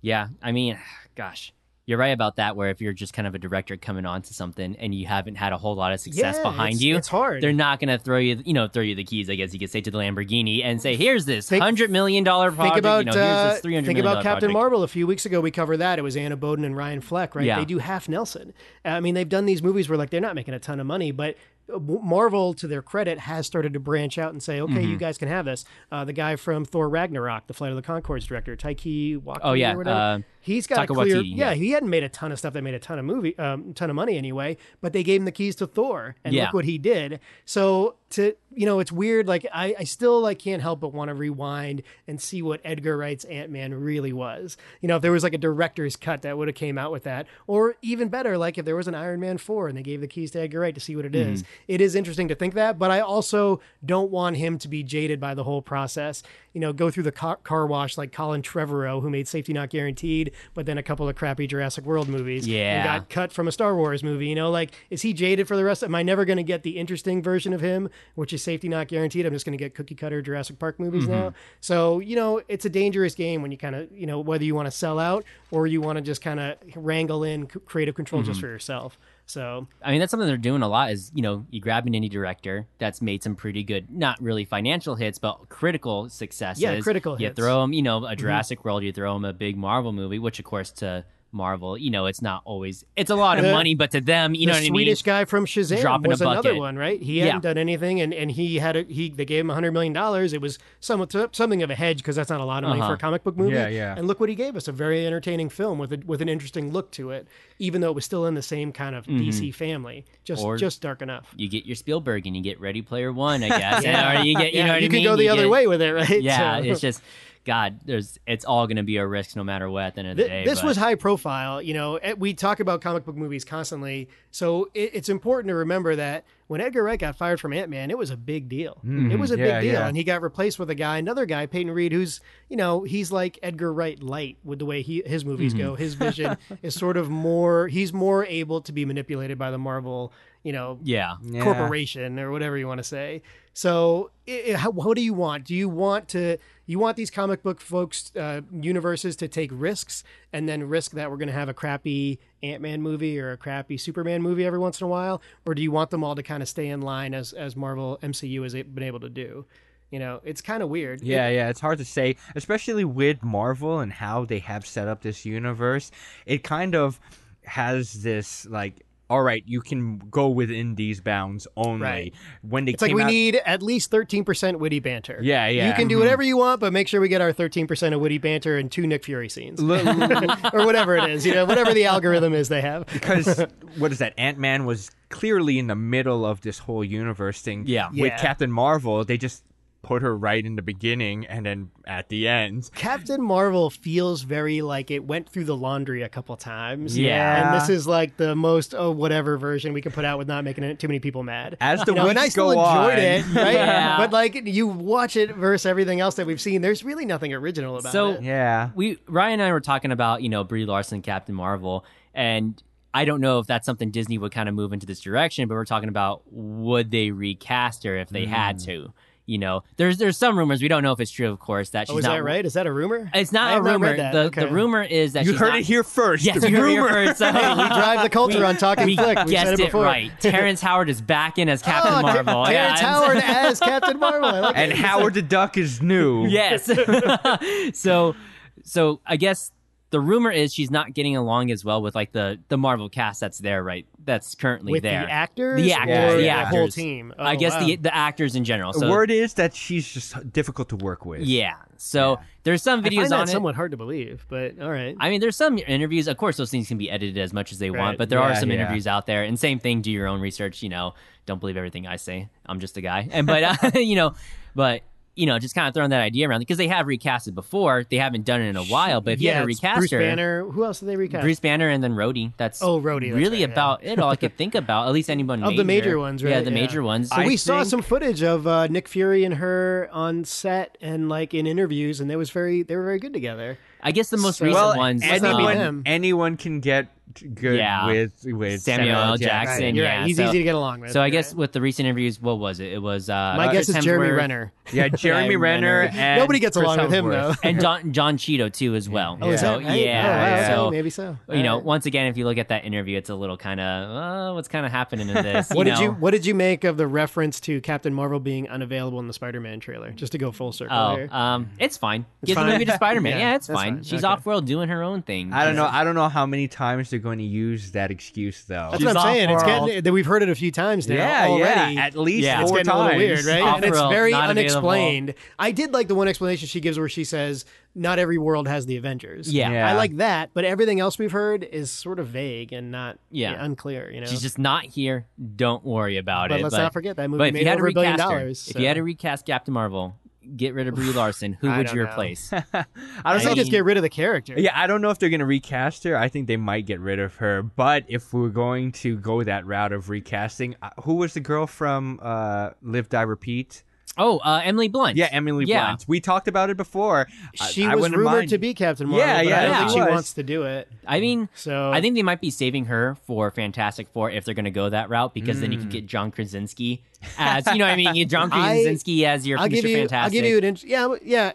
Speaker 1: Yeah, I mean, (sighs) gosh, you're right about that. Where if you're just kind of a director coming on to something and you haven't had a whole lot of success
Speaker 2: Yeah,
Speaker 1: behind
Speaker 2: it's-
Speaker 1: you,
Speaker 2: it's hard.
Speaker 1: They're not gonna throw you, you know, throw you the keys. I guess you could say to the Lamborghini and say, "Here's this
Speaker 2: Think-
Speaker 1: hundred million dollar project.
Speaker 2: Think about
Speaker 1: you know, here's
Speaker 2: uh,
Speaker 1: this three hundred
Speaker 2: think
Speaker 1: million
Speaker 2: about
Speaker 1: dollar
Speaker 2: Captain
Speaker 1: project."
Speaker 2: Marvel. A few weeks ago, we covered that. It was Anna Boden and Ryan Fleck, right?
Speaker 1: Yeah.
Speaker 2: They do half Nelson. Uh, I mean, they've done these movies where like they're not making a ton of money, but uh, Marvel, to their credit, has started to branch out and say, okay,
Speaker 1: Mm-hmm.
Speaker 2: you guys can have this. Uh, the guy from Thor Ragnarok, the Flight of the Concords director, Taiki Waki,
Speaker 1: Oh, yeah,
Speaker 2: or whatever,
Speaker 1: uh,
Speaker 2: he's got a
Speaker 1: Taika
Speaker 2: clear,
Speaker 1: Waititi,
Speaker 2: yeah, he hadn't made a ton of stuff that made a ton of movie, um, ton of money anyway. But they gave him the keys to Thor, and
Speaker 1: Yeah.
Speaker 2: look what he did. So to you know, it's weird. Like I, I still like can't help but want to rewind and see what Edgar Wright's Ant Man really was. You know, if there was like a director's cut that would have came out with that, or even better, like if there was an Iron Man four and they gave the keys to Edgar Wright to see what it is. It is interesting to think that, but I also don't want him to be jaded by the whole process. You know, go through the car, car wash like Colin Trevorrow, who made Safety Not Guaranteed, but then a couple of crappy Jurassic World movies. and
Speaker 1: Yeah.
Speaker 2: got cut from a Star Wars movie. You know, like is he jaded for the rest? Am I never going to get the interesting version of him, which is safety not guaranteed? I'm just going to get cookie cutter Jurassic Park movies now. So you know, it's a dangerous game when you kind of you know whether you want to sell out or you want to just kind of wrangle in c- creative control just for yourself. So
Speaker 1: I mean, that's something they're doing a lot. Is you know, you grab an indie director that's made some pretty good, not really financial hits, but critical successes.
Speaker 2: Yeah, critical
Speaker 1: You
Speaker 2: hits. Mm-hmm.
Speaker 1: throw them, you know, a Jurassic World. You throw them a big Marvel movie, which of course to Marvel, you know, it's not always it's a
Speaker 2: (laughs)
Speaker 1: lot of
Speaker 2: The-
Speaker 1: money, but to them, you know
Speaker 2: the
Speaker 1: what
Speaker 2: Swedish
Speaker 1: I mean.
Speaker 2: guy from Shazam
Speaker 1: Drop in a
Speaker 2: was another
Speaker 1: bucket.
Speaker 2: one, right? He
Speaker 1: Yeah.
Speaker 2: hadn't done anything, and, and he had a, he they gave him hundred million dollars. It was somewhat something of a hedge because that's not a lot of money
Speaker 1: Uh-huh.
Speaker 2: for a comic book movie.
Speaker 3: Yeah, yeah.
Speaker 2: And look what he gave us—a very entertaining film with a, with an interesting look to it, even though it was still in the same kind of DC family, just
Speaker 1: Mm-hmm. Or-
Speaker 2: just dark enough.
Speaker 1: you get your Spielberg and you get Ready Player
Speaker 2: (laughs)
Speaker 1: One, I guess. and, or you get, you
Speaker 2: yeah,
Speaker 1: know, what I
Speaker 2: could
Speaker 1: mean?
Speaker 2: go the
Speaker 1: You
Speaker 2: other
Speaker 1: get-
Speaker 2: way with it, right?
Speaker 1: (laughs) Yeah,
Speaker 2: So-
Speaker 1: it's just God. There's it's all going to be a risk no matter what. At the end of the
Speaker 2: Th-
Speaker 1: day,
Speaker 2: this
Speaker 1: but-
Speaker 2: was high profile. You know, eh, we talk about comic book movies constantly, so it, it's important to remember that when Edgar Wright got fired from Ant Man, it was a big deal. it was a
Speaker 3: Hmm, Yeah,
Speaker 2: big deal,
Speaker 3: yeah.
Speaker 2: and he got replaced with a guy, another guy, Peyton Reed, who's you know he's like Edgar Wright light with the way he his movies go.
Speaker 3: Hmm.
Speaker 2: His vision is sort of more. He's more able to be manipulated by the Marvel. You know,
Speaker 1: yeah.
Speaker 3: Yeah.
Speaker 2: corporation or whatever you want to say. So, i i- how, what do you want? Do you want to you want these comic book folks uh, universes to take risks and then risk that we're going to have a crappy Ant Man movie or a crappy Superman movie every once in a while, or do you want them all to kind of stay in line as as Marvel MCU has been able to do? You know, it's kind of weird.
Speaker 3: Yeah, yeah, it's hard to say, especially with Marvel and how they have set up this universe. It kind of has this like, all right, you can go within these bounds only.
Speaker 2: Right.
Speaker 3: When they
Speaker 2: It's like
Speaker 3: came
Speaker 2: we
Speaker 3: (laughs) out,
Speaker 2: need at least 13% witty banter.
Speaker 3: Yeah, yeah.
Speaker 2: You can
Speaker 1: Mm-hmm.
Speaker 2: do whatever you want, but make sure we get our 13% of witty banter and two Nick Fury scenes. (laughs) or whatever it is, you know, whatever the algorithm is they have. (laughs)
Speaker 3: because what is that? Ant Man was clearly in the middle of this whole universe thing.
Speaker 1: Yeah.
Speaker 3: With
Speaker 2: Yeah.
Speaker 3: Captain Marvel, they just put her right in the beginning and then at the end.
Speaker 2: Captain Marvel feels very like it went through the laundry a couple times.
Speaker 1: Yeah.
Speaker 2: And this is like the most oh whatever version we can put out with not making it too many people mad.
Speaker 3: As the
Speaker 2: You know, and
Speaker 3: weeks
Speaker 2: I still
Speaker 3: go
Speaker 2: enjoyed
Speaker 3: on.
Speaker 2: it, right?
Speaker 1: Yeah.
Speaker 2: But like you watch it versus everything else that we've seen, there's really nothing original about
Speaker 1: So-
Speaker 2: it.
Speaker 3: Yeah.
Speaker 1: we Ryan and I were talking about you know Brie Larson, Captain Marvel, and I don't know if that's something Disney would kind of move into this direction, but we're talking about would they recast her if they
Speaker 2: Mm.
Speaker 1: had to? You know, there's there's some rumors we don't know if it's true, of course, that she's
Speaker 2: Oh, is
Speaker 1: not
Speaker 2: that right? Is that a rumor?
Speaker 1: It's
Speaker 2: I
Speaker 1: not a
Speaker 2: have
Speaker 1: rumor.
Speaker 2: read that.
Speaker 1: The,
Speaker 2: Okay.
Speaker 1: the rumor is that
Speaker 3: You
Speaker 1: she's
Speaker 3: heard
Speaker 1: not-
Speaker 3: it here first.
Speaker 1: Yes, you heard it
Speaker 2: (laughs)
Speaker 3: rumor.
Speaker 1: here first.
Speaker 2: we drive the culture on talking
Speaker 1: we
Speaker 2: flick. We said
Speaker 1: guessed
Speaker 2: it
Speaker 1: it
Speaker 2: before.
Speaker 1: right. Terrence Howard is back in as Captain
Speaker 2: Oh, Ter-
Speaker 1: Marvel. Yeah,
Speaker 2: Terrence
Speaker 1: I'm- (laughs)
Speaker 2: Howard as Captain Marvel. I like
Speaker 3: And
Speaker 2: it.
Speaker 3: Howard the Duck is
Speaker 2: (laughs)
Speaker 3: new.
Speaker 1: (laughs) yes. so, so I guess the rumor is she's not getting along as well with like the the Marvel cast that's there, right? That's currently
Speaker 2: with
Speaker 1: there.
Speaker 2: the actors,
Speaker 1: The actors,
Speaker 2: or
Speaker 1: the
Speaker 2: whole
Speaker 1: actors.
Speaker 2: team.
Speaker 1: I
Speaker 2: Oh,
Speaker 1: guess
Speaker 2: wow.
Speaker 1: the the actors in general.
Speaker 3: The
Speaker 1: So
Speaker 3: word is that she's just difficult to work with.
Speaker 1: yeah. So
Speaker 3: Yeah.
Speaker 1: there's some
Speaker 2: I
Speaker 1: videos
Speaker 2: find that
Speaker 1: on it.
Speaker 2: somewhat hard to believe, but all right.
Speaker 1: I mean, there's some interviews. Of course, those things can be edited as much as they want,
Speaker 2: Right.
Speaker 1: but there are
Speaker 3: Yeah,
Speaker 1: some
Speaker 3: yeah.
Speaker 1: interviews out there. And same thing, do your own research. You know, don't believe everything I say. I'm just a guy. And but uh, (laughs) you know, but you know, just kind of throwing that idea around because they have recast it before. They haven't done it in a while. But if you
Speaker 2: yeah,
Speaker 1: had to
Speaker 2: it's
Speaker 1: recast
Speaker 2: Bruce
Speaker 1: her,
Speaker 2: Banner. Who else did they recast?
Speaker 1: Bruce Banner and then Rhodey. That's
Speaker 2: Oh, Rhodey, that's
Speaker 1: Really
Speaker 2: right, yeah.
Speaker 1: about it all I could think about. At least anyone
Speaker 2: (laughs) Of the major ones,
Speaker 1: Yeah,
Speaker 2: right,
Speaker 1: the
Speaker 2: yeah.
Speaker 1: major ones.
Speaker 2: So we
Speaker 3: I
Speaker 2: saw
Speaker 3: think-
Speaker 2: some footage of uh, Nick Fury and her on set and like in interviews, and they was very they were very good together.
Speaker 1: I guess the most
Speaker 2: So-
Speaker 1: recent
Speaker 3: Well,
Speaker 1: ones.
Speaker 2: Let's not be
Speaker 1: um,
Speaker 2: them.
Speaker 3: anyone, anyone can get good
Speaker 1: Yeah.
Speaker 3: with with
Speaker 1: Samuel L. Jackson.
Speaker 2: You're
Speaker 1: yeah,
Speaker 2: right. He's
Speaker 1: so-
Speaker 2: easy to get along with.
Speaker 1: so I
Speaker 2: You're
Speaker 1: guess
Speaker 2: right.
Speaker 1: with the recent interviews, what was it? It was uh,
Speaker 2: my guess
Speaker 1: Chris
Speaker 2: is Jeremy
Speaker 1: Hemsworth
Speaker 2: Renner.
Speaker 1: (laughs)
Speaker 3: Yeah, Jeremy Renner.
Speaker 1: Renner.
Speaker 3: and
Speaker 2: Nobody gets
Speaker 3: Chris
Speaker 2: along with him,
Speaker 3: Hemsworth.
Speaker 2: though.
Speaker 1: and John John Cheeto too as well.
Speaker 2: Oh, is
Speaker 1: so,
Speaker 2: that right?
Speaker 1: Yeah.
Speaker 2: Oh, wow,
Speaker 1: So
Speaker 2: okay, maybe so.
Speaker 1: you know,
Speaker 2: All right.
Speaker 1: once again, if you look at that interview, it's a little kind of uh, what's kind of happening in
Speaker 2: (laughs)
Speaker 1: this.
Speaker 2: What
Speaker 1: you
Speaker 2: did
Speaker 1: know?
Speaker 2: you What did you make of the reference to Captain Marvel being unavailable in the Spider-Man trailer? Just to go full circle
Speaker 1: Oh,
Speaker 2: here.
Speaker 3: Mm-hmm.
Speaker 1: um, it's fine. Give the
Speaker 2: fine?
Speaker 1: movie to Spider Man.
Speaker 2: (laughs) Yeah,
Speaker 1: yeah, it's
Speaker 2: that's
Speaker 1: fine.
Speaker 2: fine.
Speaker 1: She's
Speaker 2: Okay.
Speaker 1: off world doing her own thing.
Speaker 3: I don't
Speaker 1: She's-
Speaker 3: know. I don't know how many times they're going to use that excuse though.
Speaker 2: That's what I'm
Speaker 1: She's
Speaker 2: saying. It's
Speaker 1: off-world.
Speaker 2: getting that we've heard it a few times now.
Speaker 3: yeah,
Speaker 2: already.
Speaker 3: yeah. At least
Speaker 1: Yeah.
Speaker 2: it's
Speaker 3: four
Speaker 2: getting a
Speaker 3: times.
Speaker 2: little weird, right?
Speaker 1: Off
Speaker 2: and it's
Speaker 1: world,
Speaker 2: very
Speaker 1: not available.
Speaker 2: unexplained. I did like the one explanation she gives where she says not every world has the Avengers.
Speaker 1: Yeah.
Speaker 3: Yeah.
Speaker 2: I like that, but everything else we've heard is sort of vague and not
Speaker 1: Yeah.
Speaker 2: yeah, unclear. You know,
Speaker 1: She's just not here. Don't worry about
Speaker 2: but
Speaker 1: it.
Speaker 2: let's not forget that movie
Speaker 1: but if
Speaker 2: made
Speaker 1: you had to
Speaker 2: over a billion
Speaker 1: recast her,
Speaker 2: dollars.
Speaker 1: if you had to recast Captain Marvel, get rid of
Speaker 2: (laughs)
Speaker 1: Brie Larson. Who
Speaker 2: I
Speaker 1: would
Speaker 2: don't
Speaker 1: you
Speaker 2: know. (laughs)
Speaker 1: replace?
Speaker 3: I
Speaker 2: I
Speaker 3: don't
Speaker 2: say
Speaker 3: know.
Speaker 1: mean-
Speaker 2: just get rid of the character.
Speaker 3: Yeah, I don't know if they're going to recast her. I think they might get rid of her. But if we're going to go that route of recasting, uh, who was the girl from uh, Live, Die, Repeat?
Speaker 1: oh, uh, Emily Blunt.
Speaker 3: Yeah, Emily
Speaker 1: Yeah.
Speaker 3: Blunt. We talked about it before. I-
Speaker 2: she
Speaker 3: I
Speaker 2: was
Speaker 3: wouldn't
Speaker 2: rumored
Speaker 3: mind-
Speaker 2: to be Captain Marvel.
Speaker 3: Yeah,
Speaker 2: but
Speaker 3: yeah,
Speaker 2: I don't
Speaker 3: yeah.
Speaker 2: think she
Speaker 3: She was.
Speaker 2: wants to do it.
Speaker 1: I mean,
Speaker 2: So
Speaker 1: I think they might be saving her for Fantastic Four if they're going to go that route because then you
Speaker 3: Mm.
Speaker 1: could get John Krasinski as you know what I
Speaker 2: (laughs)
Speaker 1: mean. You get John
Speaker 2: I-
Speaker 1: Krasinski as your
Speaker 2: I'll
Speaker 1: Mr.
Speaker 2: give you.
Speaker 1: Fantastic.
Speaker 2: I'll give you an. Int- yeah, w- yeah.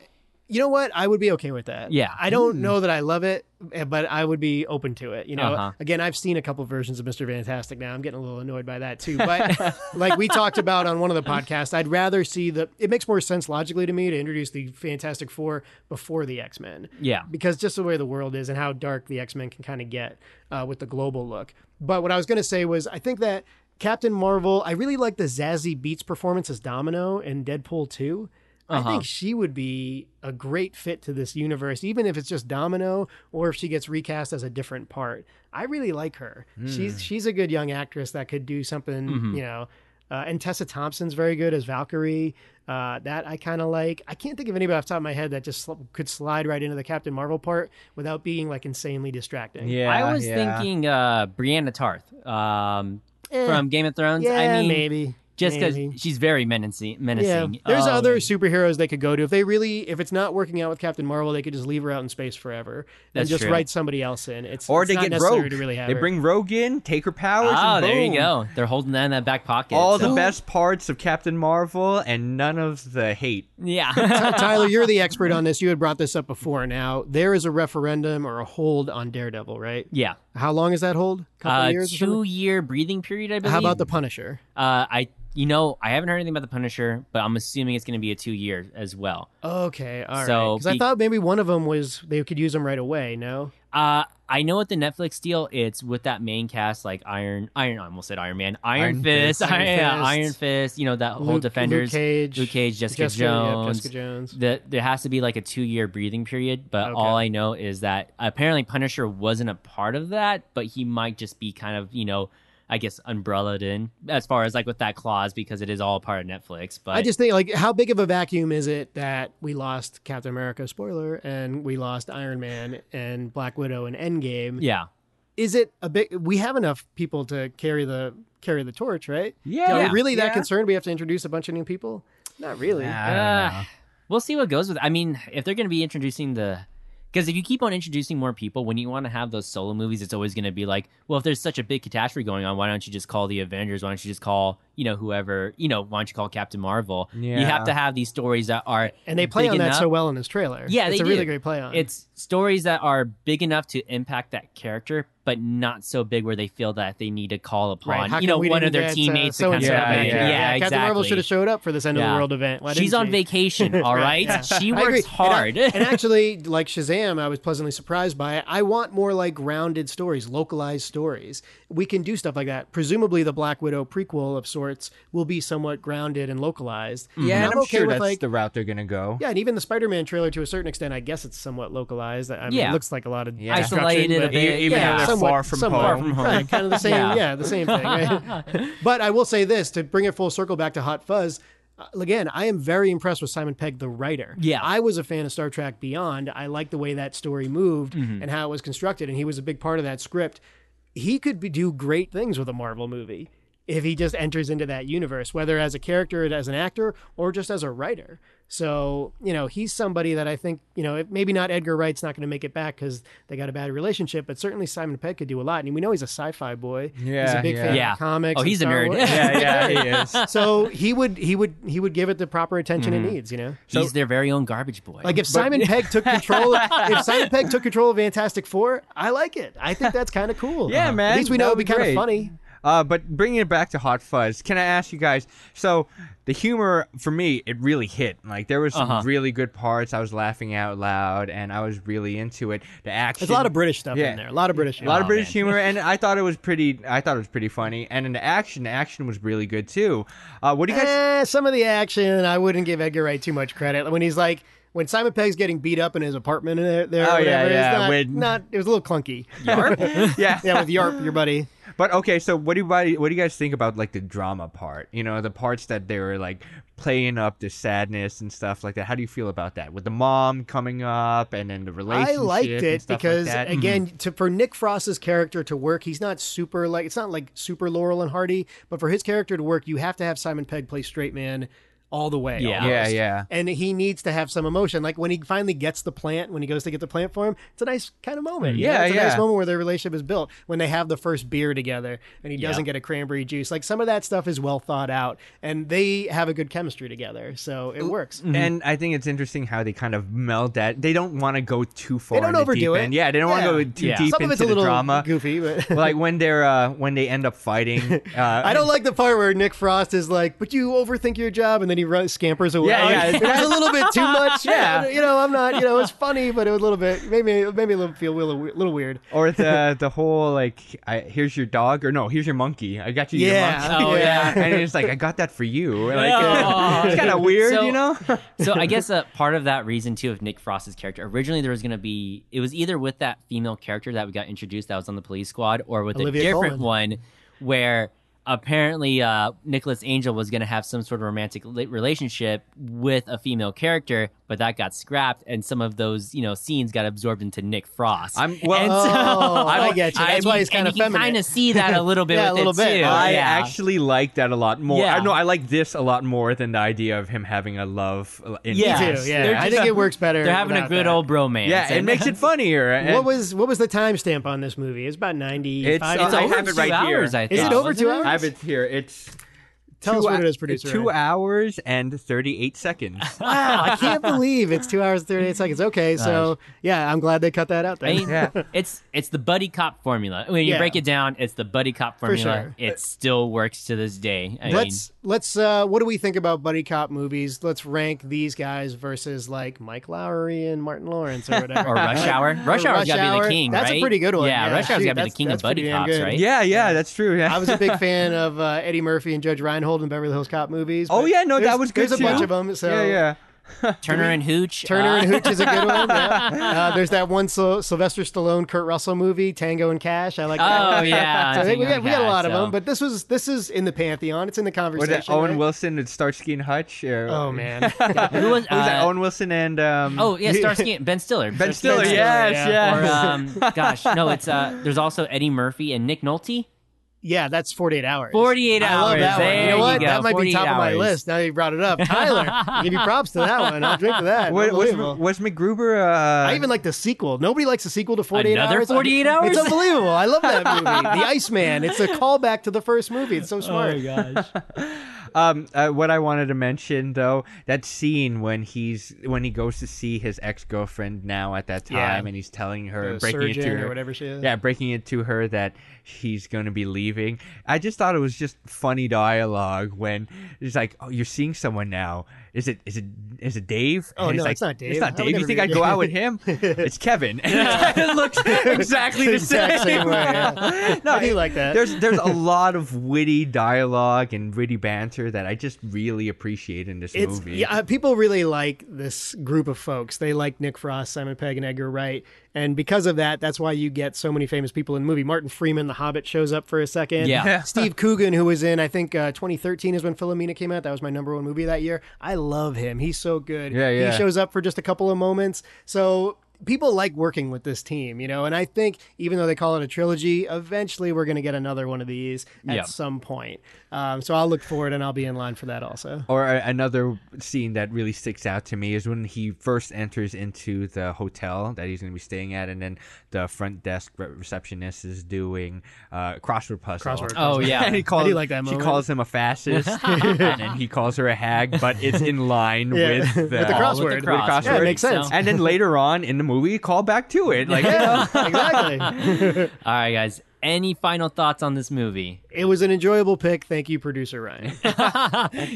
Speaker 2: You know what? I would be okay with that.
Speaker 1: Yeah.
Speaker 2: I don't know that I love it, eh, but I would be open to it. You know,
Speaker 1: Uh-huh.
Speaker 2: again, I've seen a couple versions of Mister Fantastic. Now I'm getting a little annoyed by that
Speaker 1: (laughs)
Speaker 2: too. But like we talked about on one of the podcasts, I'd rather see the. It makes more sense logically to me to introduce the Fantastic Four before the X Men
Speaker 1: yeah.
Speaker 2: because just the way the world is and how dark the X Men can kind of get uh, with the global look. But what I was going to say was, I think that Captain Marvel, I really like the Zazie Beats performance as Domino in Deadpool 2. I think she would be a great fit to this universe, even if it's just Domino or if she gets recast as a different part. I really like her. She's she's a good young actress that could do something, you know. Uh, and Tessa Thompson's very good as Valkyrie. Uh, that I kind of like. I can't think of anybody off the top of my head that just sl- could slide right into the Captain Marvel part without being like insanely distracting.
Speaker 3: Yeah,
Speaker 1: I was
Speaker 3: yeah.
Speaker 1: thinking uh, Brianna Tarth um, from Game of Thrones.
Speaker 2: Eh, Yeah,
Speaker 1: I mean,
Speaker 2: maybe.
Speaker 1: just because
Speaker 2: maybe.
Speaker 1: she's very menacing.
Speaker 2: Yeah,
Speaker 1: menacing.
Speaker 2: there's
Speaker 1: Um,
Speaker 2: other superheroes they could go to if they really if it's not working out with Captain Marvel, they could just leave her out in space forever and
Speaker 1: That's
Speaker 2: just
Speaker 1: true.
Speaker 2: write somebody else in. It's
Speaker 3: Or
Speaker 2: it's
Speaker 3: they
Speaker 2: not
Speaker 3: get
Speaker 2: necessary
Speaker 3: Rogue.
Speaker 2: to really have
Speaker 3: they
Speaker 2: her. Ah,
Speaker 3: bring Rogue in, take her powers.
Speaker 1: Oh,
Speaker 3: and
Speaker 1: there you
Speaker 3: boom.
Speaker 1: go. They're holding that in that back pocket.
Speaker 3: All the
Speaker 1: so-
Speaker 3: best parts of Captain Marvel and none of the hate.
Speaker 1: (laughs)
Speaker 2: (laughs)
Speaker 1: Yeah.
Speaker 2: Tyler, you're the expert on this. You had brought this up before. Now there is a referendum or a hold on Daredevil, right?
Speaker 1: yeah.
Speaker 2: How long is that hold? Couple
Speaker 1: Uh,
Speaker 2: years. or something?
Speaker 1: two year breathing period, I believe.
Speaker 2: How about the Punisher?
Speaker 1: Uh, I you know I haven't heard anything about the Punisher, but I'm assuming it's going to be a two year as well.
Speaker 2: Okay, all right.
Speaker 1: So,
Speaker 2: Because I
Speaker 1: be-
Speaker 2: thought maybe one of them was they could use them right away. No,
Speaker 1: Uh, I know at the Netflix deal, it's with that main cast like Iron Iron. I almost said Iron Man, Iron,
Speaker 3: Iron
Speaker 1: Fist, (laughs)
Speaker 2: Fist.
Speaker 1: Iron, yeah,
Speaker 2: Iron
Speaker 1: Iron
Speaker 2: Fist.
Speaker 1: Fist. You know that whole
Speaker 2: Luke-
Speaker 1: Defenders,
Speaker 2: Luke Cage,
Speaker 1: Luke Cage, Jessica,
Speaker 2: yeah,
Speaker 1: Jones.
Speaker 2: Jessica Jones.
Speaker 1: The, there has to be like a two year breathing period, but
Speaker 2: Okay.
Speaker 1: all I know is that apparently Punisher wasn't a part of that, but he might just be kind of you know. I guess umbrellaed in as far as like with that clause because it is all part of Netflix. But
Speaker 2: I just think like how big of a vacuum is it that we lost Captain America spoiler and we lost Iron Man and Black Widow and Endgame.
Speaker 1: yeah,
Speaker 2: Is it a big we have enough people to carry the carry the torch, right?
Speaker 3: Yeah,
Speaker 2: Are we really that
Speaker 3: yeah.
Speaker 2: concerned we have to introduce a bunch of new people? Not really.
Speaker 3: Nah, I don't know.
Speaker 1: we'll see what goes with. I mean, if they're going to be introducing the, because if you keep on introducing more people, when you want to have those solo movies, it's always going to be like, well, if there's such a big catastrophe going on, why don't you just call the Avengers? Why don't you just call you know whoever you know? Why don't you call Captain Marvel? You
Speaker 3: Yeah.
Speaker 1: have to have these stories that are
Speaker 2: And they play
Speaker 1: big
Speaker 2: on that
Speaker 1: enough-
Speaker 2: so well in this trailer.
Speaker 1: Yeah,
Speaker 2: it's
Speaker 1: they
Speaker 2: a really
Speaker 1: do.
Speaker 2: great play on.
Speaker 1: It's stories that are big enough to impact that character, but not so big where they feel that they need to call upon
Speaker 2: Right, how
Speaker 1: you
Speaker 2: come
Speaker 1: know
Speaker 2: we
Speaker 1: one
Speaker 2: didn't
Speaker 1: of their
Speaker 2: get, uh,
Speaker 1: teammates to kind
Speaker 2: so-and-so
Speaker 1: of
Speaker 3: Yeah,
Speaker 1: yeah,
Speaker 3: back?
Speaker 1: yeah,
Speaker 2: Captain
Speaker 1: exactly.
Speaker 2: Marvel should have showed up for this end of
Speaker 1: Yeah.
Speaker 2: the world event. Why
Speaker 1: She's
Speaker 2: didn't
Speaker 1: on
Speaker 2: she?
Speaker 1: vacation,
Speaker 2: (laughs)
Speaker 1: all right.
Speaker 2: yeah.
Speaker 1: She
Speaker 2: I agree.
Speaker 1: works
Speaker 2: And I-
Speaker 1: hard. (laughs)
Speaker 2: and actually, like Shazam, I was pleasantly surprised by it. I want more like grounded stories, localized stories. We can do stuff like that. Presumably, the Black Widow prequel of sorts will be somewhat grounded and localized.
Speaker 3: Mm-hmm. Yeah,
Speaker 2: And
Speaker 3: and I'm,
Speaker 2: I'm okay
Speaker 3: sure
Speaker 2: with,
Speaker 3: that's
Speaker 2: like-
Speaker 3: the route they're gonna go.
Speaker 2: Yeah, and even the Spider-Man trailer, to a certain extent, I guess it's somewhat localized. I mean,
Speaker 1: Yeah.
Speaker 2: it looks like a lot of
Speaker 3: Yeah.
Speaker 2: destruction,
Speaker 1: Isolated a
Speaker 2: but-
Speaker 1: bit.
Speaker 3: Even
Speaker 1: Yeah.
Speaker 3: though they're
Speaker 2: somewhat-
Speaker 3: far from
Speaker 2: somewhat.
Speaker 3: home.
Speaker 2: Right, kind of the
Speaker 1: (laughs)
Speaker 2: same.
Speaker 1: Yeah.
Speaker 2: yeah. the same thing. right? but I will say this to bring it full circle back to Hot Fuzz. uh, Again, I am very impressed with Simon Pegg, the writer.
Speaker 1: Yeah.
Speaker 2: I was a fan of Star Trek Beyond. I liked the way that story moved and how it was constructed, and he was a big part of that script. He could be, do great things with a Marvel movie if he just enters into that universe, whether as a character, as an actor, or just as a writer. So, you know, he's somebody that I think, you know, if maybe not Edgar Wright's not going to make it back because they got a bad relationship, but certainly Simon Pegg could do a lot. And we know he's a sci fi boy. He's
Speaker 3: Yeah,
Speaker 2: a big
Speaker 3: yeah.
Speaker 2: fan
Speaker 1: Yeah.
Speaker 2: of comics.
Speaker 1: Oh,
Speaker 2: and
Speaker 1: he's a
Speaker 2: Star
Speaker 1: nerd.
Speaker 2: Wars.
Speaker 3: yeah, yeah, he is.
Speaker 2: (laughs) so he would, he would, he would give it the proper attention
Speaker 3: Mm-hmm.
Speaker 2: it needs, you (laughs) know?
Speaker 1: He's their very own garbage boy.
Speaker 2: Like if Simon
Speaker 3: (laughs)
Speaker 2: Pegg took control, if Simon Pegg took control of Fantastic Four, I like it. I think that's kind of cool.
Speaker 3: Yeah, man,
Speaker 2: At least we
Speaker 3: that
Speaker 2: know it'd be
Speaker 3: would be
Speaker 2: kind of
Speaker 3: great.
Speaker 2: funny.
Speaker 3: Uh, but bringing it back to Hot Fuzz, can I ask you guys? So the humor for me, it really hit. Like there was some
Speaker 1: Uh-huh.
Speaker 3: really good parts. I was laughing out loud, and I was really into it. The action.
Speaker 2: There's a lot of British stuff
Speaker 3: Yeah.
Speaker 2: in there. A lot of British.
Speaker 3: A lot
Speaker 1: Oh,
Speaker 3: of British
Speaker 1: man.
Speaker 3: humor,
Speaker 2: (laughs)
Speaker 3: and I thought it was pretty. I thought it was pretty funny, and in the action, the action was really good too. Uh, what do you
Speaker 2: (laughs)
Speaker 3: guys?
Speaker 2: Eh, some of the action, I wouldn't give Edgar Wright too much credit. When he's like, when Simon Pegg's getting beat up in his apartment there, there
Speaker 3: Oh,
Speaker 2: or
Speaker 3: yeah,
Speaker 2: whatever, it's
Speaker 3: yeah,
Speaker 2: Not,
Speaker 3: when-
Speaker 2: not- it was a little clunky.
Speaker 3: yeah,
Speaker 2: (laughs) yeah, with Yarp, your buddy.
Speaker 3: But okay, so what do you what do you guys think about like the drama part? You know, the parts that they were like playing up the sadness and stuff like that. How do you feel about that with the mom coming up and then the
Speaker 2: I
Speaker 3: relationship?
Speaker 2: liked
Speaker 3: and
Speaker 2: it
Speaker 3: stuff like
Speaker 2: because
Speaker 3: that? Mm-hmm.
Speaker 2: again, to for Nick Frost's character to work, he's not super like it's not like super Laurel and Hardy, but for his character to work, you have to have Simon Pegg play straight man all the way.
Speaker 1: Yeah.
Speaker 3: yeah,
Speaker 2: almost.
Speaker 3: yeah.
Speaker 2: And he needs to have some emotion. Like when he finally gets the plant, when he goes to get the plant for him, it's a nice kind of moment. you know?
Speaker 3: Yeah,
Speaker 2: it's a
Speaker 3: yeah.
Speaker 2: nice moment where their relationship is built. When they have the first beer together, and he doesn't get a cranberry juice. Like some of that stuff is well thought out, and they have a good chemistry together, so it works.
Speaker 3: And I think it's interesting how they kind of meld that. They don't want to go too far.
Speaker 2: They don't
Speaker 3: in the
Speaker 2: overdo
Speaker 3: deep
Speaker 2: it.
Speaker 3: End. Yeah, they don't
Speaker 2: Yeah.
Speaker 3: want to go too
Speaker 1: Yeah.
Speaker 3: deep
Speaker 2: Some of
Speaker 3: into
Speaker 2: it's a
Speaker 3: the
Speaker 2: little
Speaker 3: drama. (laughs)
Speaker 2: goofy, but
Speaker 3: like when they're uh, when they end up
Speaker 2: (laughs)
Speaker 3: fighting. Uh,
Speaker 2: I don't like the part where Nick Frost is like, "But you overthink your job," and then he run, scampers away.
Speaker 3: Yeah, yeah.
Speaker 2: it was a little
Speaker 1: (laughs)
Speaker 2: bit too much.
Speaker 3: Yeah.
Speaker 2: you know, I'm not. You know, it's funny, but it was a little bit maybe maybe a little feel a little, a little weird.
Speaker 3: Or
Speaker 2: (laughs)
Speaker 3: the the whole like, I, here's your dog, or no, here's your monkey. I got you
Speaker 2: Yeah.
Speaker 3: your (laughs) monkey.
Speaker 1: Oh, yeah.
Speaker 3: and it's like I got that for
Speaker 2: (laughs)
Speaker 3: you. Like,
Speaker 1: Oh.
Speaker 3: (laughs) it's kind of weird,
Speaker 1: So-
Speaker 3: you know.
Speaker 1: so I
Speaker 2: (laughs)
Speaker 1: guess uh, part of that reason too of Nick Frost's character originally there was going to be it was either with that female character that we got introduced that was on the police squad or with
Speaker 2: Olivia
Speaker 1: a different
Speaker 2: Colman.
Speaker 1: one where apparently uh, Nicholas Angel was going to have some sort of romantic li- relationship with a female character but that got scrapped and some of those you know scenes got absorbed into Nick Frost.
Speaker 3: I'm well.
Speaker 1: And
Speaker 2: so- Oh,
Speaker 1: (laughs)
Speaker 2: I get you. That's why he's kinda
Speaker 1: and you can
Speaker 2: feminine.
Speaker 1: kind of see that a little bit
Speaker 2: (laughs) Yeah, a
Speaker 1: with it,
Speaker 2: little bit.
Speaker 1: too.
Speaker 3: I
Speaker 1: yeah.
Speaker 3: actually like that a lot more.
Speaker 1: Yeah.
Speaker 3: I know I like this a lot more than the idea of him having a love. uh, In
Speaker 1: Yeah.
Speaker 2: Me
Speaker 1: Yes.
Speaker 2: too.
Speaker 1: They're
Speaker 2: Yeah, I
Speaker 1: just-
Speaker 2: think it works better.
Speaker 1: they're having a
Speaker 2: without
Speaker 1: good
Speaker 2: that.
Speaker 1: old bromance.
Speaker 3: yeah, it
Speaker 1: and-
Speaker 3: makes
Speaker 2: (laughs)
Speaker 3: it funnier. and-
Speaker 2: What was what was the timestamp on this movie? It's about ninety.
Speaker 3: It's, uh,
Speaker 1: it's
Speaker 3: I
Speaker 1: over
Speaker 3: have it
Speaker 1: two
Speaker 3: right here.
Speaker 1: hours. I
Speaker 2: Is it
Speaker 1: thought,
Speaker 2: over
Speaker 1: wasn't
Speaker 2: two
Speaker 1: it?
Speaker 2: hours?
Speaker 3: I have it here. It's
Speaker 2: Tell
Speaker 3: two
Speaker 2: us what it
Speaker 3: hou-
Speaker 2: is, producer.
Speaker 3: Two hours and thirty-eight seconds.
Speaker 2: Wow, I can't believe it's two hours and thirty eight seconds. Okay, so yeah, I'm glad they cut that out. Then.
Speaker 1: I mean,
Speaker 3: Yeah.
Speaker 1: it's it's the buddy cop formula. When you
Speaker 2: Yeah.
Speaker 1: break it down, it's the buddy cop formula.
Speaker 2: sure.
Speaker 1: It still works to this day. I
Speaker 2: let's let's uh what do we think about buddy cop movies let's rank these guys versus like mike lowry and martin lawrence or whatever
Speaker 1: mean, (laughs) or Rush
Speaker 2: (laughs)
Speaker 1: Hour. Rush Hour's
Speaker 2: Rush
Speaker 1: got to be
Speaker 2: Hour.
Speaker 1: the king,
Speaker 2: That's a
Speaker 1: right?
Speaker 2: pretty good one.
Speaker 1: Yeah,
Speaker 2: Yeah,
Speaker 1: Rush Hour's got to
Speaker 2: shoot,
Speaker 1: be the
Speaker 2: that's-
Speaker 1: king of
Speaker 2: that's
Speaker 1: buddy
Speaker 2: pretty damn
Speaker 1: cops,
Speaker 2: good.
Speaker 1: right?
Speaker 3: (laughs) yeah, yeah, that's true. Yeah.
Speaker 2: i was a big fan of uh eddie murphy and judge reinhold in beverly hills cop movies
Speaker 3: oh
Speaker 2: but
Speaker 3: yeah, no,
Speaker 2: there's-
Speaker 3: that was good
Speaker 2: there's
Speaker 3: too.
Speaker 2: a bunch of them so
Speaker 3: yeah, Ah. yeah.
Speaker 1: Turner and Hooch.
Speaker 2: Turner
Speaker 1: uh,
Speaker 2: and Hooch is a good
Speaker 3: (laughs)
Speaker 2: one. yeah. Uh, there's that one Syl- Sylvester Stallone, Kurt Russell movie, Tango and Cash. I like. that
Speaker 1: (laughs) Oh
Speaker 2: one.
Speaker 1: yeah,
Speaker 2: (laughs) So I think we
Speaker 1: Tango
Speaker 2: got,
Speaker 1: and
Speaker 2: we got a
Speaker 1: Cash,
Speaker 2: lot of
Speaker 1: so-
Speaker 2: them, but this was this is in the pantheon. It's in the
Speaker 3: Was
Speaker 2: conversation.
Speaker 3: it Owen
Speaker 2: right?
Speaker 3: Wilson and Starsky and Hutch? Or, (laughs)
Speaker 2: Oh man,
Speaker 1: who was,
Speaker 3: Who was that?
Speaker 1: uh,
Speaker 3: Owen Wilson and um,
Speaker 1: Oh
Speaker 2: (laughs)
Speaker 1: yeah, Starsky Ben Stiller.
Speaker 3: Ben Stiller. yes,
Speaker 2: yeah. uh,
Speaker 1: Or,
Speaker 3: yes.
Speaker 1: um, gosh, no, it's uh, there's also Eddie Murphy and Nick Nolte.
Speaker 2: yeah, that's 48 hours.
Speaker 1: 48
Speaker 2: I love
Speaker 1: hours.
Speaker 2: that one.
Speaker 1: There
Speaker 2: You know what?
Speaker 1: go,
Speaker 2: That might be
Speaker 1: 48
Speaker 2: top of my
Speaker 1: hours.
Speaker 2: list. Now you brought it up, Tyler. give you props to that one. I'll drink to that.
Speaker 3: (laughs) (laughs) What- was,
Speaker 2: Unbelievable.
Speaker 3: was McGruber? Uh,
Speaker 2: I even like the sequel. Nobody likes the sequel to 48
Speaker 1: Another
Speaker 2: Hours.
Speaker 1: 48 Hours?
Speaker 2: It's unbelievable. I
Speaker 1: (laughs)
Speaker 2: love that movie. the Iceman. It's a callback to the first movie. It's so smart.
Speaker 1: Oh gosh.
Speaker 3: Um, uh, what I wanted to mention though, that scene when he's when he goes to see his ex girlfriend now at that time,
Speaker 2: Yeah.
Speaker 3: and he's telling her,
Speaker 2: The
Speaker 3: breaking it to
Speaker 2: surgeon
Speaker 3: her,
Speaker 2: or whatever she is.
Speaker 3: Yeah, breaking it to her that he's going to be leaving. I just thought it was just funny dialogue when it's like, "Oh, you're seeing someone now. Is it? Is it? Is it Dave?"
Speaker 2: Oh,
Speaker 3: he's
Speaker 2: no,
Speaker 3: like,
Speaker 2: it's not Dave.
Speaker 3: It's
Speaker 2: I
Speaker 3: not
Speaker 2: would
Speaker 3: Dave. You
Speaker 2: never
Speaker 3: think
Speaker 2: be
Speaker 3: I'd go out with
Speaker 2: (laughs)
Speaker 3: him? it's Kevin. (laughs) it looks exactly the
Speaker 2: Exact
Speaker 3: same.
Speaker 2: same way, yeah.
Speaker 3: (laughs) no,
Speaker 2: I do
Speaker 3: it-
Speaker 2: like that.
Speaker 3: There's there's a lot of witty dialogue and witty banter that I just really appreciate in this
Speaker 2: It's
Speaker 3: movie.
Speaker 2: yeah, uh, people really like this group of folks. They like Nick Frost, Simon Pegg, and Edgar Wright, and because of that, that's why you get so many famous people in the movie. Martin Freeman, The Hobbit, shows up for a second.
Speaker 1: Yeah.
Speaker 2: (laughs) Steve Coogan, who was in I think uh, 2013 is when Philomena came out. That was my number one movie that year. I love him. He's so good.
Speaker 3: Yeah, yeah.
Speaker 2: He shows up for just a couple of moments. So. People like working with this team, you know, and I think even though they call it a trilogy, eventually we're going to get another one of these at
Speaker 1: Yeah.
Speaker 2: some point. Um, so I'll look forward and I'll be in line for that also.
Speaker 3: Or a- another scene that really sticks out to me is when he first enters into the hotel that he's going to be staying at, and then the front desk re- receptionist is doing uh, crossword puzzle.
Speaker 2: Crossword
Speaker 1: Oh
Speaker 3: And
Speaker 1: yeah.
Speaker 3: (laughs) he calls,
Speaker 2: I do like that
Speaker 3: She
Speaker 2: moment.
Speaker 3: calls him a (laughs) fascist, and then he calls her a hag, but it's in line
Speaker 2: Yeah.
Speaker 3: with the,
Speaker 2: With the
Speaker 3: all
Speaker 2: crossword.
Speaker 3: With the crossword.
Speaker 2: Yeah, it makes sense.
Speaker 3: And then later on in the movie, call back to it. Like, you know,
Speaker 2: Yeah, exactly.
Speaker 1: All right, guys. Any final thoughts on this movie?
Speaker 2: (laughs) It was an enjoyable pick. Thank you, producer Ryan.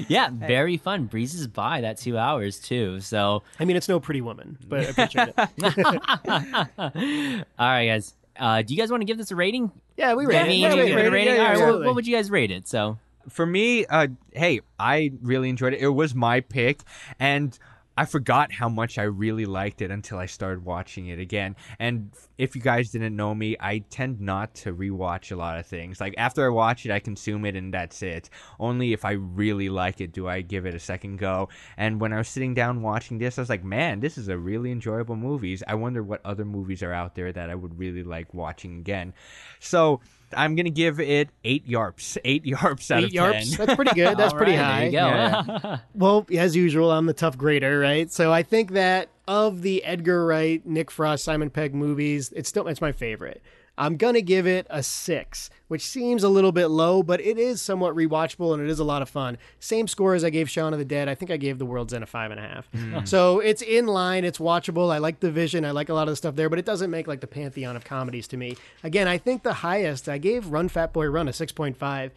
Speaker 1: yeah, (laughs) very fun. Breezes by that two hours too. So, (laughs)
Speaker 2: I mean, it's no pretty woman, but I appreciate it.
Speaker 1: all right, guys. Uh, do you guys want to give this a rating?
Speaker 2: Yeah, we
Speaker 1: I
Speaker 2: rated
Speaker 1: mean,
Speaker 2: it. Yeah,
Speaker 1: give
Speaker 2: we
Speaker 1: it a
Speaker 2: rated it.
Speaker 1: rating?
Speaker 2: Yeah,
Speaker 1: All
Speaker 2: yeah,
Speaker 1: right, what,
Speaker 2: absolutely.
Speaker 1: what would you guys rate it? So,
Speaker 3: for me, uh, hey, I really enjoyed it. It was my pick, and I forgot how much I really liked it until I started watching it again. And if you guys didn't know me, I tend not to rewatch a lot of things. Like after I watch it, I consume it, and that's it. Only if I really like it do I give it a second go. And when I was sitting down watching this, I was like, man, this is a really enjoyable movie. I wonder what other movies are out there that I would really like watching again. So. I'm gonna give it eight yarps. Eight (laughs) yarps out
Speaker 2: Eight
Speaker 3: of
Speaker 2: yarps.
Speaker 3: ten.
Speaker 2: That's pretty good. That's
Speaker 1: All
Speaker 2: pretty
Speaker 1: right,
Speaker 2: high.
Speaker 1: There you go. (laughs)
Speaker 2: Well, as usual, I'm the tough grader, right? So I think that of the Edgar Wright, Nick Frost, Simon Pegg movies, it's still it's my favorite. I'm gonna give it a six, which seems a little bit low, but it is somewhat rewatchable and it is a lot of fun. Same score as I gave Shaun of the Dead. I think I gave The World's End a five and a half. (laughs) So it's in line, it's watchable. I like the vision, I like a lot of the stuff there, but it doesn't make like the pantheon of comedies to me. Again, I think the highest I gave Run Fat Boy Run a six point five.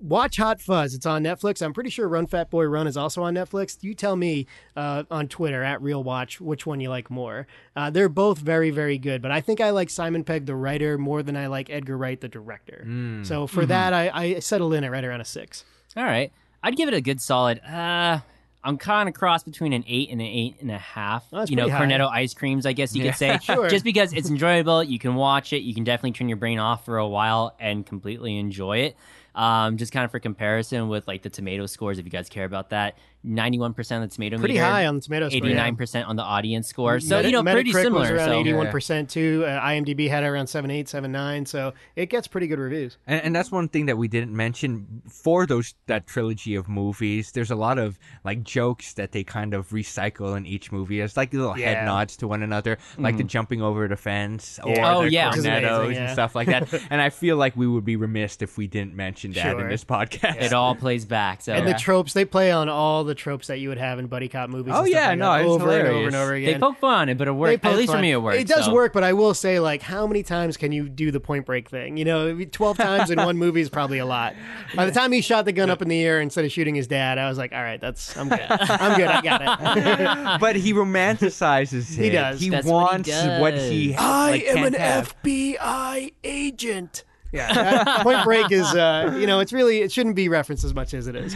Speaker 2: Watch Hot Fuzz. It's on Netflix. I'm pretty sure Run Fat Boy Run is also on Netflix. You tell me uh, on Twitter at Real Watch which one you like more. Uh, they're both very, very good, but I think I like Simon Pegg, the writer, more than I like Edgar Wright, the director.
Speaker 1: Mm.
Speaker 2: So for that, I, I settled in at right around a six.
Speaker 1: All right. I'd give it a good solid. Uh, I'm kind of cross between an eight and an eight and a half.
Speaker 2: That's
Speaker 1: you know,
Speaker 2: pretty high.
Speaker 1: Cornetto ice creams, I guess you could say.
Speaker 2: (laughs) Sure.
Speaker 1: Just because it's enjoyable, you can watch it. You can definitely turn your brain off for a while and completely enjoy it. Um, just kind of for comparison with like the tomato scores, if you guys care about that, 91% of the tomato
Speaker 2: Pretty
Speaker 1: meter,
Speaker 2: high on the tomato score. yeah.
Speaker 1: 89% on the audience score. So,
Speaker 2: Meta-
Speaker 1: you know, pretty
Speaker 2: Metacritic
Speaker 1: similar.
Speaker 2: was around
Speaker 1: so.
Speaker 2: 81% too. Uh, IMDb had it around 7.8, 7.9. So it gets pretty good reviews.
Speaker 3: And, and that's one thing that we didn't mention for those that trilogy of movies. There's a lot of like jokes that they kind of recycle in each movie. It's like little head
Speaker 2: Yeah. Mm-hmm.
Speaker 3: nods to one another, like the jumping over the fence or
Speaker 2: Yeah.
Speaker 1: Oh,
Speaker 3: the
Speaker 1: yeah. Which
Speaker 2: is
Speaker 3: cornettos
Speaker 2: amazing,
Speaker 3: and
Speaker 2: yeah.
Speaker 3: stuff like
Speaker 2: (laughs)
Speaker 3: that. and I feel like we would be remiss if we didn't mention that in
Speaker 2: Sure.
Speaker 3: this podcast.
Speaker 1: It all plays back. So
Speaker 2: And the tropes they play on all the tropes that you would have in buddy cop movies.
Speaker 3: Oh,
Speaker 2: and stuff
Speaker 3: yeah,
Speaker 2: like
Speaker 3: no,
Speaker 2: that,
Speaker 3: it's
Speaker 2: over and over
Speaker 3: hilarious.
Speaker 2: and over
Speaker 1: they
Speaker 2: again.
Speaker 1: poke fun at it, but it works.
Speaker 2: They
Speaker 1: At
Speaker 2: poke
Speaker 1: least for
Speaker 2: fun.
Speaker 1: me, it works.
Speaker 2: It does
Speaker 1: so.
Speaker 2: work, but I will say, like, how many times can you do the point break thing? You know, if- twelve times in one movie is probably a lot. By the time he shot the gun up in the air instead of shooting his dad, I was like, all right, that's I'm good. I'm good. I got
Speaker 1: (laughs)
Speaker 3: (laughs)
Speaker 2: it.
Speaker 3: but he romanticizes it.
Speaker 2: He does.
Speaker 3: He
Speaker 1: That's what he
Speaker 2: (laughs)
Speaker 3: wants what he.
Speaker 1: does.
Speaker 3: like, can't have.
Speaker 2: FBI agent.
Speaker 1: (laughs)
Speaker 2: Yeah, Point Break is uh, you know it's really it shouldn't be referenced as much as it is.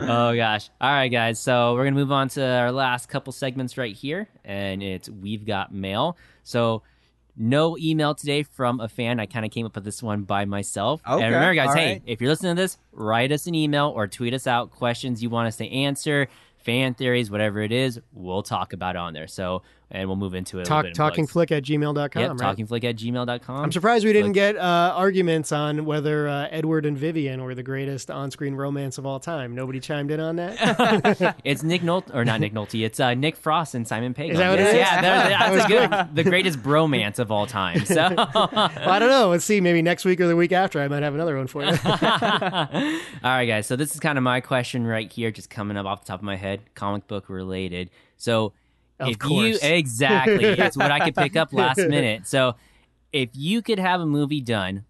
Speaker 1: oh gosh. All right, guys. So we're gonna move on to our last couple segments right here, and it's we've got mail. So no email today from a fan. I kind of came up with this one by myself.
Speaker 3: Okay,
Speaker 1: and remember, guys,
Speaker 3: all
Speaker 1: hey,
Speaker 3: right.
Speaker 1: if you're listening to this, write us an email or tweet us out questions you want us to answer, fan theories, whatever it is. We'll talk about it on there. So, and we'll move into it.
Speaker 2: Talk
Speaker 1: a little bit in
Speaker 2: talking
Speaker 1: plugs.
Speaker 2: flick at gmail.com.
Speaker 1: Yep,
Speaker 2: right?
Speaker 1: talkingflick at gmail.com.
Speaker 2: I'm surprised we didn't get uh, arguments on whether uh, Edward and Vivian were the greatest on-screen romance of all time. Nobody chimed in
Speaker 1: (laughs)
Speaker 2: on that.
Speaker 1: It's Nick Nolte, or not Nick Nolte. It's uh, Nick Frost and Simon Pegg.
Speaker 2: Is that what it
Speaker 1: yeah,
Speaker 2: is?
Speaker 1: Yeah, that-
Speaker 2: (laughs) That
Speaker 1: that's a good, the greatest bromance of all time. So,
Speaker 2: (laughs) Well, I don't know. Let's see. Maybe next week or the week after, I might have another one
Speaker 1: (laughs)
Speaker 2: for (laughs) you.
Speaker 1: all right, guys. So this is kind of my question right here, just coming up off the top of my head, comic book related. So,
Speaker 2: Of
Speaker 1: if
Speaker 2: course.
Speaker 1: you (laughs) exactly, it's what I could pick up
Speaker 2: (laughs)
Speaker 1: last minute. So, if you could have a movie done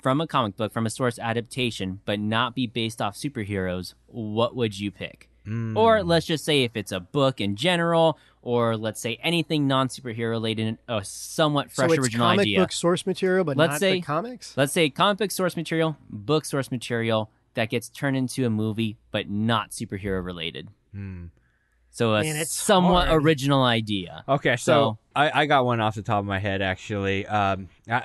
Speaker 1: from a comic book, from a source adaptation, but not be based off superheroes, what would you pick?
Speaker 2: Hmm.
Speaker 1: Or let's just say if it's a book in general, or let's say anything non superhero related, a somewhat fresh
Speaker 2: so it's
Speaker 1: original
Speaker 2: comic
Speaker 1: idea.
Speaker 2: book source material, but
Speaker 1: Let's
Speaker 2: not
Speaker 1: say-
Speaker 2: the comics.
Speaker 1: Let's say comic book source material, book source material that gets turned into a movie, but not superhero related.
Speaker 3: Hmm.
Speaker 1: So a
Speaker 2: Man, it's
Speaker 1: somewhat
Speaker 2: hard.
Speaker 1: original idea.
Speaker 3: Okay, so,
Speaker 1: So-
Speaker 3: I, I got one off the top of my head actually. Um, I,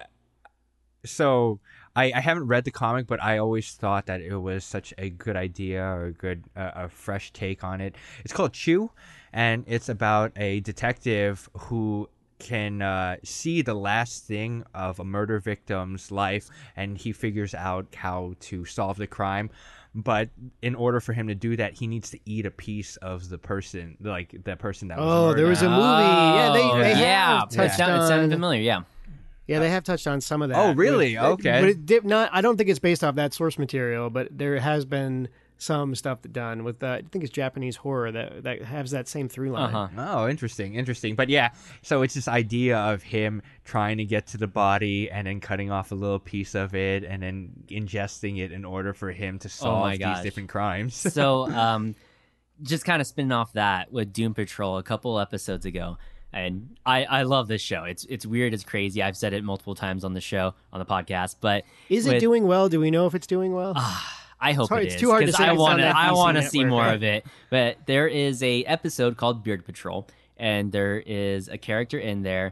Speaker 3: so I, I haven't read the comic, but I always thought that it was such a good idea or a good uh, a fresh take on it. It's called Chew, and it's about a detective who can uh, see the last thing of a murder victim's life, and he figures out how to solve the crime. But in order for him to do that, he needs to eat a piece of the person, like the person that was
Speaker 2: Oh, there
Speaker 3: murdered.
Speaker 2: was a movie. Yeah, they,
Speaker 1: Oh,
Speaker 2: they have
Speaker 1: yeah. It
Speaker 2: touched
Speaker 1: sounded- it
Speaker 2: on.
Speaker 1: sounded familiar.
Speaker 2: (laughs)
Speaker 1: Yeah.
Speaker 2: Yeah, they have touched on some of that.
Speaker 3: Oh, really?
Speaker 2: But-
Speaker 3: Okay.
Speaker 2: But it did not. I don't think it's based off that source material, but there has been some stuff that done with. Uh, I think it's Japanese horror that that has that same through
Speaker 1: Uh
Speaker 2: line.
Speaker 1: huh.
Speaker 3: Oh, interesting, interesting. But yeah, so it's this idea of him trying to get to the body and then cutting off a little piece of it and then ingesting it in order for him
Speaker 2: Oh
Speaker 3: to solve
Speaker 1: my
Speaker 3: these
Speaker 1: gosh.
Speaker 3: different
Speaker 2: (laughs)
Speaker 3: crimes.
Speaker 1: so um just kind of spinning off that with doom patrol a couple episodes ago and i i love this show it's it's weird it's crazy i've said it multiple times on the show on the podcast but
Speaker 2: Is it
Speaker 1: with-
Speaker 2: doing well? Do we know if it's doing well?
Speaker 1: Ah, I hope
Speaker 2: It's hard-
Speaker 1: it
Speaker 2: it's
Speaker 1: is,
Speaker 2: too hard to
Speaker 1: 'cause
Speaker 2: say
Speaker 1: I
Speaker 2: it's
Speaker 1: want to.
Speaker 2: on that
Speaker 1: I
Speaker 2: PC
Speaker 1: want to see
Speaker 2: network.
Speaker 1: more of it. But there is a episode called Beard Patrol, and there is a character in there.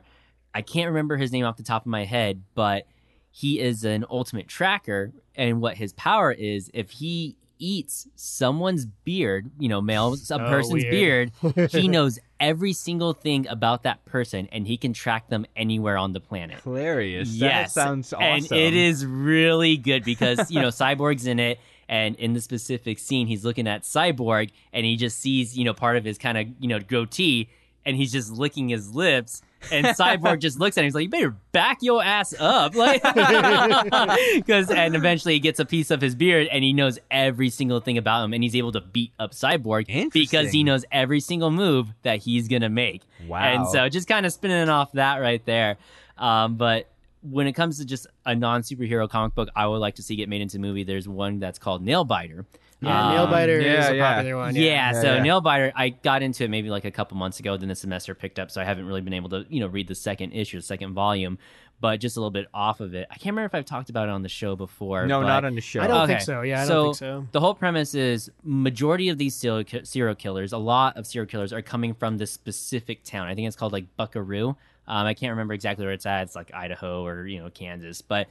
Speaker 1: I can't remember his name off the top of my head, but he is an ultimate tracker, and what his power is if he eats someone's beard, you know, male a person's
Speaker 2: oh, weird. (laughs)
Speaker 1: beard, he knows every single thing about that person, and he can track them anywhere on the planet.
Speaker 3: Hilarious.
Speaker 1: Yes,
Speaker 3: that sounds awesome.
Speaker 1: And it is really good because
Speaker 3: (laughs)
Speaker 1: you know Cyborg's in it, and in the specific scene, he's looking at Cyborg, and he just sees you know part of his kind of you know goatee, and he's just licking his lips. And Cyborg just looks at him. He's like, "You better back your ass up," (laughs) like, because and eventually he gets a piece of his beard, and he knows every single thing about him, and he's able to beat up Cyborg because he
Speaker 3: Interesting.
Speaker 1: knows every single move that he's gonna make.
Speaker 3: Wow.
Speaker 1: And so just kind of spinning off that right there. Um, but when it comes to just a non superhero comic book, I would like to see get made into a movie. There's one that's called Nailbiter.
Speaker 2: yeah,
Speaker 1: Um,
Speaker 2: Nailbiter is
Speaker 3: yeah,
Speaker 2: a
Speaker 3: yeah.
Speaker 2: popular one.
Speaker 1: Yeah,
Speaker 2: Yeah.
Speaker 1: so
Speaker 3: yeah.
Speaker 1: Nailbiter, I got into it maybe like a couple months ago. Then the semester picked up, so I haven't really been able to, you know, read the second issue, the second volume. But just a little bit off of it. I can't remember if I've talked about it on the show before.
Speaker 3: no,
Speaker 1: but-
Speaker 3: not on the show. Uh,
Speaker 2: I don't think so. Yeah, I don't think so.
Speaker 1: The whole premise is majority of these serial, ki- serial killers, a lot of serial killers are coming from this specific town. I think it's called like Buckaroo. Um, I can't remember exactly where it's at. It's like Idaho or you know Kansas, but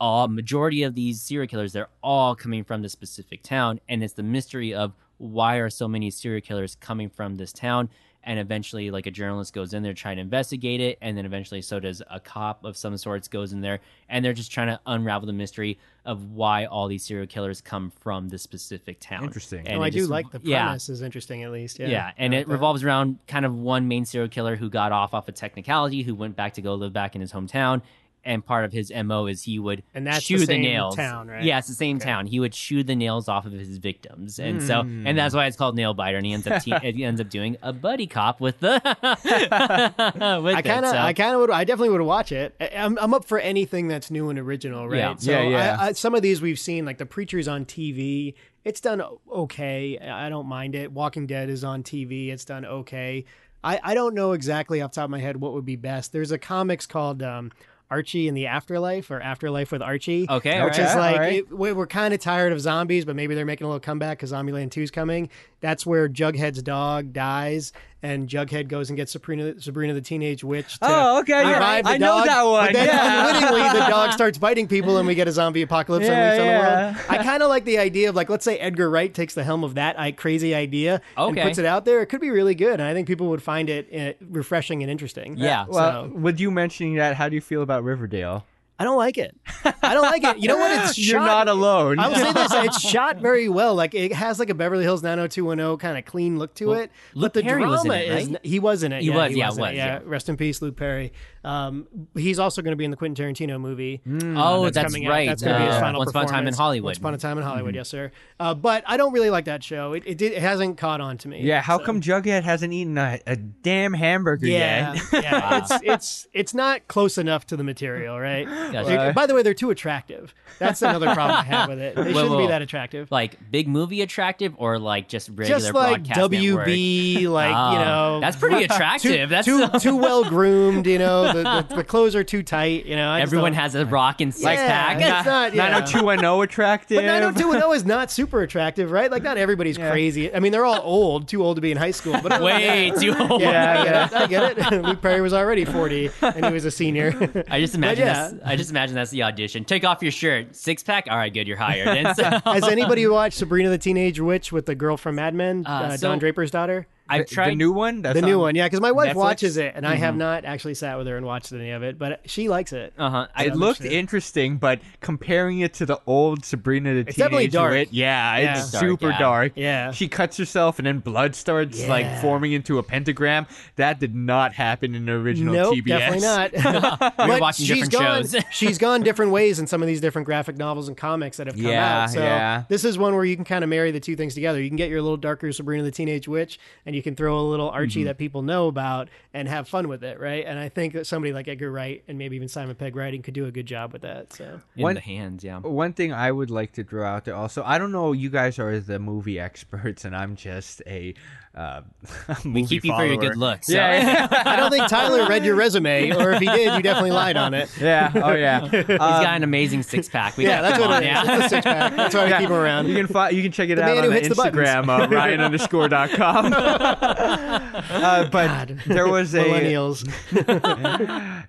Speaker 1: all majority of these serial killers they're all coming from this specific town, and it's the mystery of why are so many serial killers coming from this town. And eventually, like a journalist goes in there trying to investigate it, and then eventually, so does a cop of some sorts goes in there, and they're just trying to unravel the mystery of why all these serial killers come from this specific town.
Speaker 3: Interesting.
Speaker 1: And
Speaker 2: No,
Speaker 1: it
Speaker 2: Oh, I do
Speaker 1: just-
Speaker 2: like the
Speaker 1: Yeah,
Speaker 2: premise is interesting at least. Yeah.
Speaker 1: yeah, and
Speaker 2: I
Speaker 1: it
Speaker 2: like that.
Speaker 1: revolves around kind of one main serial killer who got off off a technicality, who went back to go live back in his hometown, and part of his mo is he would
Speaker 2: And that's
Speaker 1: chew
Speaker 2: the
Speaker 1: the,
Speaker 2: same
Speaker 1: nails.
Speaker 2: town, right?
Speaker 1: Yeah, it's the same town. He would chew the nails off of his victims, and so
Speaker 2: Hmm.
Speaker 1: and that's why it's called nail biter. And he ends up te-
Speaker 2: (laughs)
Speaker 1: he ends up doing a buddy cop with the. (laughs) with
Speaker 2: I
Speaker 1: it,
Speaker 2: kind of,
Speaker 1: so-
Speaker 2: I kind of would, I definitely would watch it. I, I'm, I'm up for anything that's new and original, right?
Speaker 1: Yeah.
Speaker 2: So
Speaker 3: Yeah, yeah.
Speaker 2: I, I, some of these we've seen, like the Preacher's on TV. It's done o- okay. I I don't mind it. Walking Dead is on TV. It's done okay. I, I don't know exactly off the top of my head what would be best. There's a comics called um, Archie in the Afterlife or Afterlife with Archie.
Speaker 1: Okay,
Speaker 2: which
Speaker 3: alright,
Speaker 2: is like
Speaker 3: alright.
Speaker 2: it, we- we're kind of tired of zombies, but maybe they're making a little comeback because Zombieland Two is coming. That's where Jughead's dog dies, and Jughead goes and gets Sabrina, Sabrina the Teenage Witch. To
Speaker 3: Oh, okay, yeah.
Speaker 2: revive the
Speaker 3: I know
Speaker 2: dog,
Speaker 3: that one,
Speaker 2: But then
Speaker 3: yeah.
Speaker 2: unwittingly,
Speaker 3: (laughs)
Speaker 2: the dog starts biting people, and we get a zombie apocalypse
Speaker 3: Yeah,
Speaker 2: unleashed
Speaker 3: yeah.
Speaker 2: on the world. I kind of like the idea of like, let's say Edgar Wright takes the helm of that I, crazy idea and
Speaker 1: Okay.
Speaker 2: puts it out there. It could be really good, and I think people would find it uh, refreshing and interesting.
Speaker 1: Yeah.
Speaker 3: Well,
Speaker 2: so,
Speaker 3: with you mentioning that, how do you feel about Riverdale? Ah,
Speaker 2: I don't like it. I don't like it. You know what?
Speaker 3: (laughs)
Speaker 2: It's
Speaker 3: You're
Speaker 2: shot-
Speaker 3: not alone.
Speaker 2: I will say
Speaker 1: (laughs)
Speaker 2: this: it's shot very well. Like it has like a Beverly Hills 90210 kind of clean look to it.
Speaker 1: Luke
Speaker 2: but the
Speaker 1: Perry
Speaker 2: drama
Speaker 1: was in it,
Speaker 2: is
Speaker 1: right?
Speaker 2: he was in it.
Speaker 1: He
Speaker 2: yeah,
Speaker 1: was, yeah,
Speaker 2: in it,
Speaker 1: was, yeah.
Speaker 2: Rest in peace, Luke Perry. Um, he's also going to be in the Quentin Tarantino movie.
Speaker 1: oh, that's,
Speaker 2: coming out.
Speaker 1: right.
Speaker 2: That's going to be his
Speaker 1: uh,
Speaker 2: final
Speaker 1: Once upon a time in
Speaker 2: performance.
Speaker 1: Hollywood. Mm-hmm.
Speaker 2: Once upon a time in Hollywood, yes, sir. Uh, but I don't really like that show. It it, did, it hasn't caught on to
Speaker 3: (laughs)
Speaker 2: me.
Speaker 3: yeah, how
Speaker 2: so-
Speaker 3: come Jughead hasn't eaten a, a damn hamburger
Speaker 2: Yeah,
Speaker 3: yet? (laughs)
Speaker 1: eh? (laughs)
Speaker 2: yeah. it's it's it's not close enough to the material, right?
Speaker 1: Gotcha.
Speaker 2: They- By the way, they're too attractive. That's another problem I have with it. They shouldn't
Speaker 1: whoa.
Speaker 2: be that attractive.
Speaker 1: like big movie attractive or like just regular
Speaker 2: Just like
Speaker 1: broadcast network?
Speaker 2: WB, like you
Speaker 1: Oh,
Speaker 2: know,
Speaker 1: that's
Speaker 2: (laughs)
Speaker 1: pretty attractive.
Speaker 2: too,
Speaker 1: that's
Speaker 2: too too well groomed. You know, the,
Speaker 1: (laughs)
Speaker 2: the, the clothes are too tight. You know, I just
Speaker 1: everyone
Speaker 2: don't-
Speaker 1: has a rock and six
Speaker 2: Yeah,
Speaker 1: pack.
Speaker 2: It's not, yeah.
Speaker 3: 90210 attractive.
Speaker 2: But 90210 is not super attractive, right? Like, not everybody's crazy. I mean, they're all old, too old to be in high school.
Speaker 1: (laughs)
Speaker 2: But other than
Speaker 1: Way
Speaker 2: that-
Speaker 1: too old.
Speaker 2: (laughs) Yeah, I get it. (laughs) I get it. Luke Perry was already 40, and he was a senior.
Speaker 1: (laughs) I just imagine.
Speaker 2: yeah.
Speaker 1: That's, I just imagine that's the audition. Take off your shirt, six pack. All right, good. You're hired. And
Speaker 2: (laughs)
Speaker 1: so,
Speaker 2: (laughs) Has anybody watched Sabrina the Teenage Witch with the girl from Mad Men, uh,
Speaker 1: so-
Speaker 2: Don Draper's daughter?
Speaker 1: I've
Speaker 3: The-
Speaker 2: (laughs)
Speaker 1: tried.
Speaker 3: the new one. That's
Speaker 2: The new
Speaker 3: on-
Speaker 2: one, yeah, because my wife
Speaker 3: Netflix?
Speaker 2: watches it, and I have not actually sat with her and watched any of it, but she likes it.
Speaker 1: Mm-hmm. uh-huh. I,
Speaker 3: It looked interesting, but comparing it to the old Sabrina the Teenage
Speaker 2: definitely dark.
Speaker 3: Witch, yeah,
Speaker 2: Yeah.
Speaker 3: it's
Speaker 1: Dark,
Speaker 3: super
Speaker 1: yeah.
Speaker 3: dark.
Speaker 2: Yeah.
Speaker 3: she cuts herself, and then blood starts like
Speaker 2: Yeah.
Speaker 3: forming into a pentagram. That did not happen in the original
Speaker 2: nope,
Speaker 3: TBS.
Speaker 2: definitely not.
Speaker 1: We were
Speaker 2: (laughs) But
Speaker 1: watching
Speaker 2: she's
Speaker 1: different
Speaker 2: gone,
Speaker 1: shows.
Speaker 2: (laughs) she's gone different ways in some of these different graphic novels and comics that have come
Speaker 3: Yeah,
Speaker 2: out. So
Speaker 3: yeah.
Speaker 2: this is one where you can kind of marry the two things together. You can get your little darker Sabrina the Teenage Witch, and you can throw a little Archie that people know about and have fun with it, right? And I think that somebody like Edgar Wright and maybe even Simon Pegg writing could do a good job with that. So
Speaker 1: in
Speaker 3: One-
Speaker 1: the hands. Yeah.
Speaker 2: Oh,
Speaker 3: One thing I would like to draw out there also, I don't know, you guys are the movie experts, and I'm just a uh, (laughs) movie
Speaker 1: We keep you for your
Speaker 3: follower.
Speaker 1: good looks. so-
Speaker 3: Yeah, yeah,
Speaker 2: (laughs) I don't think Tyler read your resume, or if he did, you definitely lied on it.
Speaker 3: yeah, oh yeah.
Speaker 1: He's got an amazing six pack. We
Speaker 2: um, Yeah,
Speaker 1: got
Speaker 2: that's
Speaker 1: him
Speaker 2: what
Speaker 1: on,
Speaker 2: it is.
Speaker 1: yeah.
Speaker 2: It's a six pack. That's why we keep him around.
Speaker 3: You can fi- you can check it
Speaker 2: man
Speaker 3: out
Speaker 2: who
Speaker 3: on
Speaker 2: hits the buttons.
Speaker 3: Instagram, uh, Ryan underscore dot com. (laughs) uh, but
Speaker 2: God.
Speaker 3: (laughs) there was a
Speaker 2: Millennials.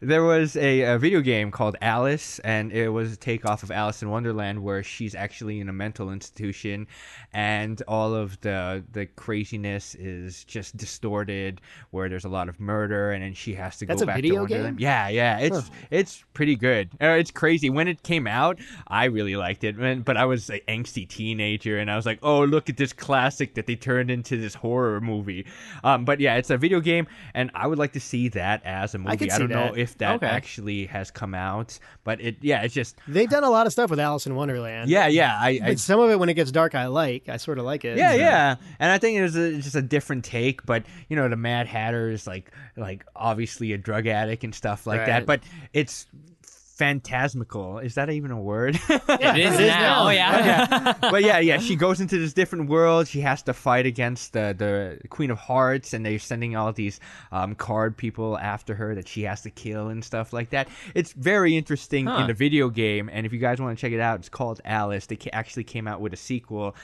Speaker 3: there was a, a video game called Alice, and it was a takeoff of Alice in Wonderland, where she's actually in a mental institution, and all of the the craziness is just distorted. Where there's a lot of murder, and then she has to
Speaker 2: That's
Speaker 3: go
Speaker 2: a
Speaker 3: back to
Speaker 2: video
Speaker 3: Wonderland. Yeah, yeah, it's it's pretty good. Uh, it's crazy. When it came out, I really liked it, man, but I was an angsty teenager, and I was like, oh, look at this classic that they turned into this horror movie. Um, but yeah, it's a video game, and I would like to see that as a movie.
Speaker 2: could
Speaker 3: don't
Speaker 2: see
Speaker 3: know
Speaker 2: that.
Speaker 3: if that
Speaker 1: Okay.
Speaker 3: actually has come out, but it yeah, it's just
Speaker 2: They've done a lot of stuff with Alice in Wonderland.
Speaker 3: yeah, yeah, I. I
Speaker 2: But some of it when it gets dark, I like. I sort of like it.
Speaker 3: yeah, yeah, and I think it was a, just a different take, but you know, the Mad Hatter is like, like obviously a drug addict and stuff like that,
Speaker 2: Right.
Speaker 3: but it's phantasmical. Is that even a word? (laughs)
Speaker 1: It is now. Oh yeah.
Speaker 3: but yeah, yeah, she goes into this different world. She has to fight against the the Queen of Hearts, and they're sending all these um, card people after her that she has to kill and stuff like that. It's very interesting in
Speaker 1: Huh.
Speaker 3: the video game, and if you guys want to check it out, it's called Alice. They ca- actually came out with a sequel,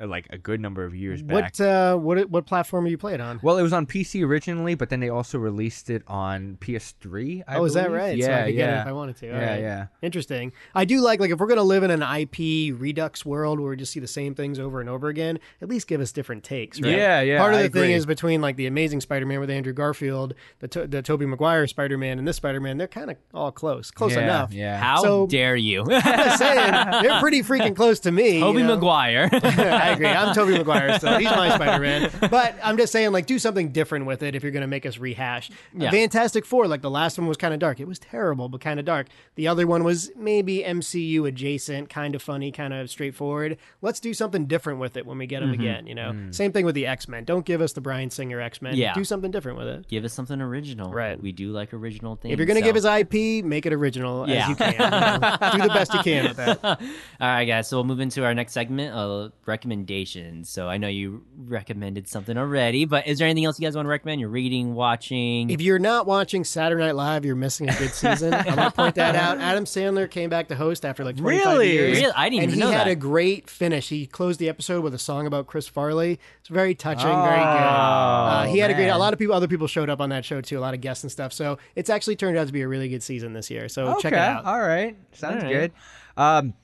Speaker 3: uh, like a good number of years back.
Speaker 2: What uh, what what platform are you playing on?
Speaker 3: Well, it was on PC originally, but then they also released it on PS3. I
Speaker 2: oh, is that
Speaker 3: believe.
Speaker 2: right?
Speaker 3: Yeah,
Speaker 2: so I could
Speaker 3: yeah.
Speaker 2: get it if I wanted to. All
Speaker 3: Yeah,
Speaker 2: right.
Speaker 3: yeah.
Speaker 2: Interesting. I do like like if we're gonna live in an IP redux world where we just see the same things over and over again, at least give us different takes. Right?
Speaker 3: Yeah, yeah,
Speaker 2: Part of
Speaker 3: I
Speaker 2: the thing
Speaker 3: agree.
Speaker 2: is between like the Amazing Spider-Man with Andrew Garfield, the to- the Tobey Maguire Spider-Man, and this Spider-Man, they're kind of all close, close
Speaker 3: Yeah,
Speaker 2: enough.
Speaker 3: Yeah.
Speaker 1: How
Speaker 2: So-
Speaker 1: dare
Speaker 2: (laughs)
Speaker 1: you, (laughs)
Speaker 2: I'm just saying they're pretty freaking close
Speaker 3: (laughs)
Speaker 2: to me.
Speaker 1: Toby
Speaker 2: you know? (laughs)
Speaker 1: Maguire?
Speaker 2: I agree. I'm Toby Maguire, so he's my Spider-Man. But I'm just saying, like, do something different with it if you're going to make us rehash.
Speaker 1: Yeah.
Speaker 2: Fantastic Four, like the last one was kind of dark. It was terrible, but kind of dark. The other one was maybe MCU adjacent, kind of funny, kind of straightforward. Let's do something different with it when we get
Speaker 1: Mm-hmm.
Speaker 2: them again. You know, same thing with the X-Men. Don't give us the Brian Singer X-Men.
Speaker 1: Mm. Yeah.
Speaker 2: do something different with it.
Speaker 1: give us something original.
Speaker 2: Right.
Speaker 1: We do like original things.
Speaker 2: If you're going to
Speaker 1: so- (laughs)
Speaker 2: give us IP, make it original
Speaker 1: Yeah.
Speaker 2: as you can. you know? do the best you can with that.
Speaker 1: All right, guys. So we'll move into our next segment, uh, recommendations. So I know you recommended something already, but is there anything else you guys want to recommend? You're reading, watching.
Speaker 2: If you're not watching Saturday Night Live, you're missing a good season. I'm gonna point that out. Adam Sandler came back to host after like 25
Speaker 3: Really?
Speaker 2: years,
Speaker 1: Really? I didn't
Speaker 2: and
Speaker 1: even
Speaker 2: he
Speaker 1: know
Speaker 2: had
Speaker 1: that.
Speaker 2: a great finish. He closed the episode with a song about Chris Farley. It's very touching, very good. Uh,
Speaker 3: Oh,
Speaker 2: he had a great. A
Speaker 3: man.
Speaker 2: lot of people, other people showed up on that show too. A lot of guests and stuff. So it's actually turned out to be a really good season this year. So check it out.
Speaker 3: All right. Sounds
Speaker 1: All right.
Speaker 3: good. Um,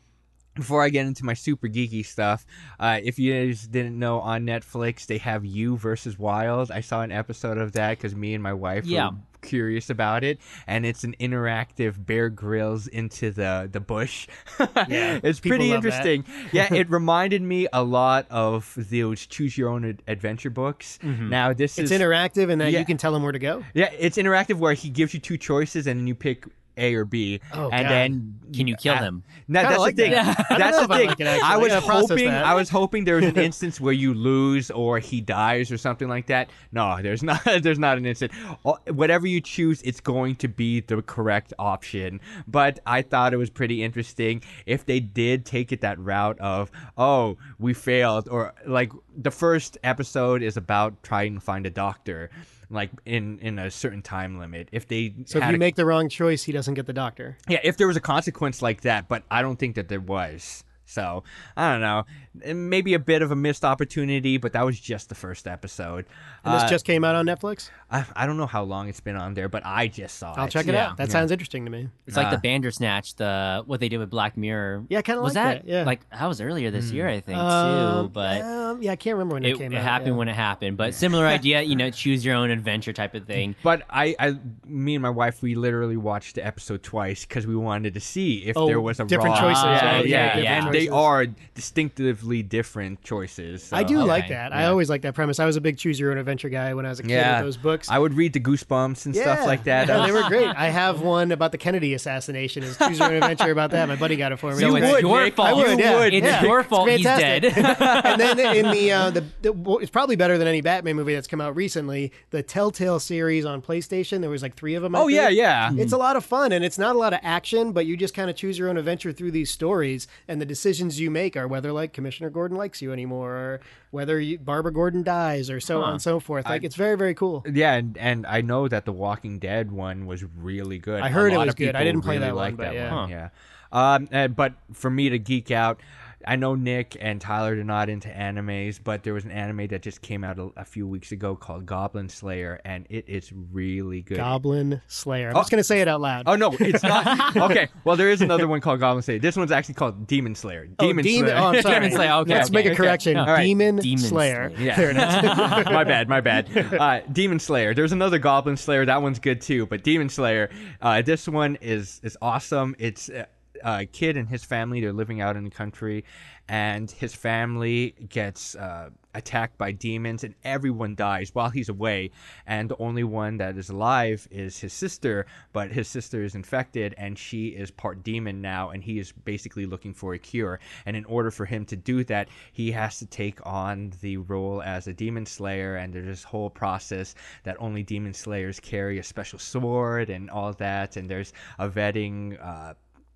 Speaker 3: before I get into my super geeky stuff, uh, if you guys didn't know on Netflix, they have You versus Wild. I saw an episode of that because me and my wife
Speaker 1: Yeah.
Speaker 3: were curious about it, and it's an interactive Bear Grylls into the the bush. (laughs)
Speaker 2: Yeah,
Speaker 3: it's
Speaker 2: people
Speaker 3: pretty
Speaker 2: love that.
Speaker 3: interesting. yeah,
Speaker 2: (laughs)
Speaker 3: it reminded me a lot of those Choose Your Own Ad- Adventure books. Now this
Speaker 2: Mm-hmm. It's
Speaker 3: is
Speaker 2: interactive, and that
Speaker 3: Yeah.
Speaker 2: you can tell him where to go.
Speaker 3: yeah, it's interactive where he gives you two choices and you pick A or B,
Speaker 2: Oh,
Speaker 3: and
Speaker 2: God.
Speaker 3: then
Speaker 1: Can you
Speaker 2: uh,
Speaker 1: kill them?
Speaker 3: No, that's
Speaker 2: like
Speaker 3: the thing.
Speaker 2: that. I don't
Speaker 3: That's
Speaker 2: know
Speaker 3: the
Speaker 2: if I
Speaker 3: thing.
Speaker 2: like it, actually.
Speaker 3: I
Speaker 2: I
Speaker 3: was
Speaker 2: gotta process
Speaker 3: hoping.
Speaker 2: that.
Speaker 3: I was hoping there was
Speaker 2: (laughs)
Speaker 3: an instance where you lose or he dies or something like that. No, there's not. (laughs) There's not an instant. All- Whatever you choose, it's going to be the correct option. But I thought it was pretty interesting if they did take it that route of oh we failed or like the first episode is about trying to find a doctor like in in a certain time limit. If they
Speaker 2: So if
Speaker 3: had
Speaker 2: you
Speaker 3: a-
Speaker 2: make the wrong choice, he doesn't get the doctor.
Speaker 3: yeah, if there was a consequence like that, but I don't think that there was. So I don't know. And Maybe a bit of a missed opportunity, but that was just the first episode.
Speaker 2: And this
Speaker 3: Uh,
Speaker 2: just came out on Netflix.
Speaker 3: I, I don't know how long it's been on there, but I just saw
Speaker 2: I'll
Speaker 3: it.
Speaker 2: check it
Speaker 1: yeah.
Speaker 2: out. That sounds interesting to me.
Speaker 1: It's like the Bandersnatch, the what they did with Black Mirror.
Speaker 2: uh, Yeah, kinda
Speaker 1: was
Speaker 2: like
Speaker 1: that.
Speaker 2: that, yeah.
Speaker 1: like that was earlier this year, I think,
Speaker 2: Um,
Speaker 1: too. But
Speaker 2: um, yeah, I can't remember when it,
Speaker 1: it,
Speaker 2: came
Speaker 1: it
Speaker 2: out.
Speaker 1: happened
Speaker 2: yeah.
Speaker 1: when it happened. But similar idea, you
Speaker 2: (laughs)
Speaker 1: know, choose your own adventure type of thing.
Speaker 3: But I, I, me and my wife, we literally watched the episode twice because we wanted to see if
Speaker 2: Oh,
Speaker 3: there was a
Speaker 2: different
Speaker 3: raw-
Speaker 2: choices,
Speaker 3: Yeah,
Speaker 1: right?
Speaker 3: yeah,
Speaker 1: Yeah,
Speaker 3: And
Speaker 1: different
Speaker 3: they
Speaker 2: choices.
Speaker 3: are distinctively different choices. so-
Speaker 2: I do like
Speaker 1: okay,
Speaker 2: that. I always like that premise. I was a big choose your own adventure guy when I was a kid
Speaker 3: Yeah,
Speaker 2: with those books.
Speaker 3: I would read the Goosebumps and
Speaker 2: Yeah.
Speaker 3: stuff like that.
Speaker 2: No, (laughs)
Speaker 3: That
Speaker 2: they
Speaker 3: was-
Speaker 2: were great.
Speaker 3: (laughs)
Speaker 2: I have one about the Kennedy assassination. Is choose your own adventure about that? My buddy got it for me.
Speaker 1: So
Speaker 2: It was
Speaker 1: it's
Speaker 3: would,
Speaker 1: your
Speaker 3: Nick.
Speaker 1: fault.
Speaker 3: I
Speaker 1: (laughs)
Speaker 3: would,
Speaker 1: You
Speaker 3: yeah.
Speaker 1: would. It's
Speaker 3: Yeah.
Speaker 1: your fault. He's dead.
Speaker 2: fantastic. (laughs) and then in the, uh, the the well, it's probably better than any Batman movie that's come out recently. The Telltale series on PlayStation. There was like three of them. I
Speaker 3: Oh yeah,
Speaker 2: think.
Speaker 3: yeah.
Speaker 2: It's a lot of fun and it's not a lot of action, but you just kind of choose your own adventure through these stories. And the decisions you make are whether, like, Commissioner Gordon likes you anymore, or whether you, Barbara Gordon dies, or so on and so forth. Like, it's very, very cool.
Speaker 3: Yeah, and, and I know that the Walking Dead one was really good.
Speaker 2: I heard
Speaker 3: A
Speaker 2: it
Speaker 3: lot
Speaker 2: was
Speaker 3: of
Speaker 2: good. I
Speaker 3: people
Speaker 2: didn't play
Speaker 3: really
Speaker 2: that one,
Speaker 3: liked
Speaker 2: but yeah.
Speaker 3: yeah. Um, uh, but for me to geek out, I know Nick and Tyler are not into animes, but there was an anime that just came out a, a few weeks ago called Goblin Slayer, and it is really good.
Speaker 2: Goblin Slayer. I'm just going to say it out loud.
Speaker 3: Oh no, it's
Speaker 2: (laughs)
Speaker 3: not. okay, well there is another one called Goblin Slayer. This one's actually called Demon Slayer. Demon
Speaker 2: Demon-
Speaker 3: Slayer.
Speaker 1: (laughs)
Speaker 2: oh, I'm sorry.
Speaker 1: Demon Slayer, okay,
Speaker 2: Let's
Speaker 1: okay,
Speaker 2: make a
Speaker 1: okay.
Speaker 2: correction.
Speaker 1: All
Speaker 3: right.
Speaker 2: Demon,
Speaker 1: Demon
Speaker 2: Slayer.
Speaker 1: Slayer.
Speaker 2: There it
Speaker 1: (laughs)
Speaker 2: is.
Speaker 3: Yeah. (laughs) my bad, my bad. Uh, Demon Slayer. There's another Goblin Slayer. That one's good too. But Demon Slayer, uh, this one is is awesome. It's uh, a kid and his family. They're living out in the country, and his family gets uh, attacked by demons, and everyone dies while he's away. And the only one that is alive is his sister. But his sister is infected, and she is part demon now, and he is basically looking for a cure. And in order for him to do that, he has to take on the role as a demon slayer. And there's this whole process that only demon slayers carry a special sword and all that. And there's a vetting, uh,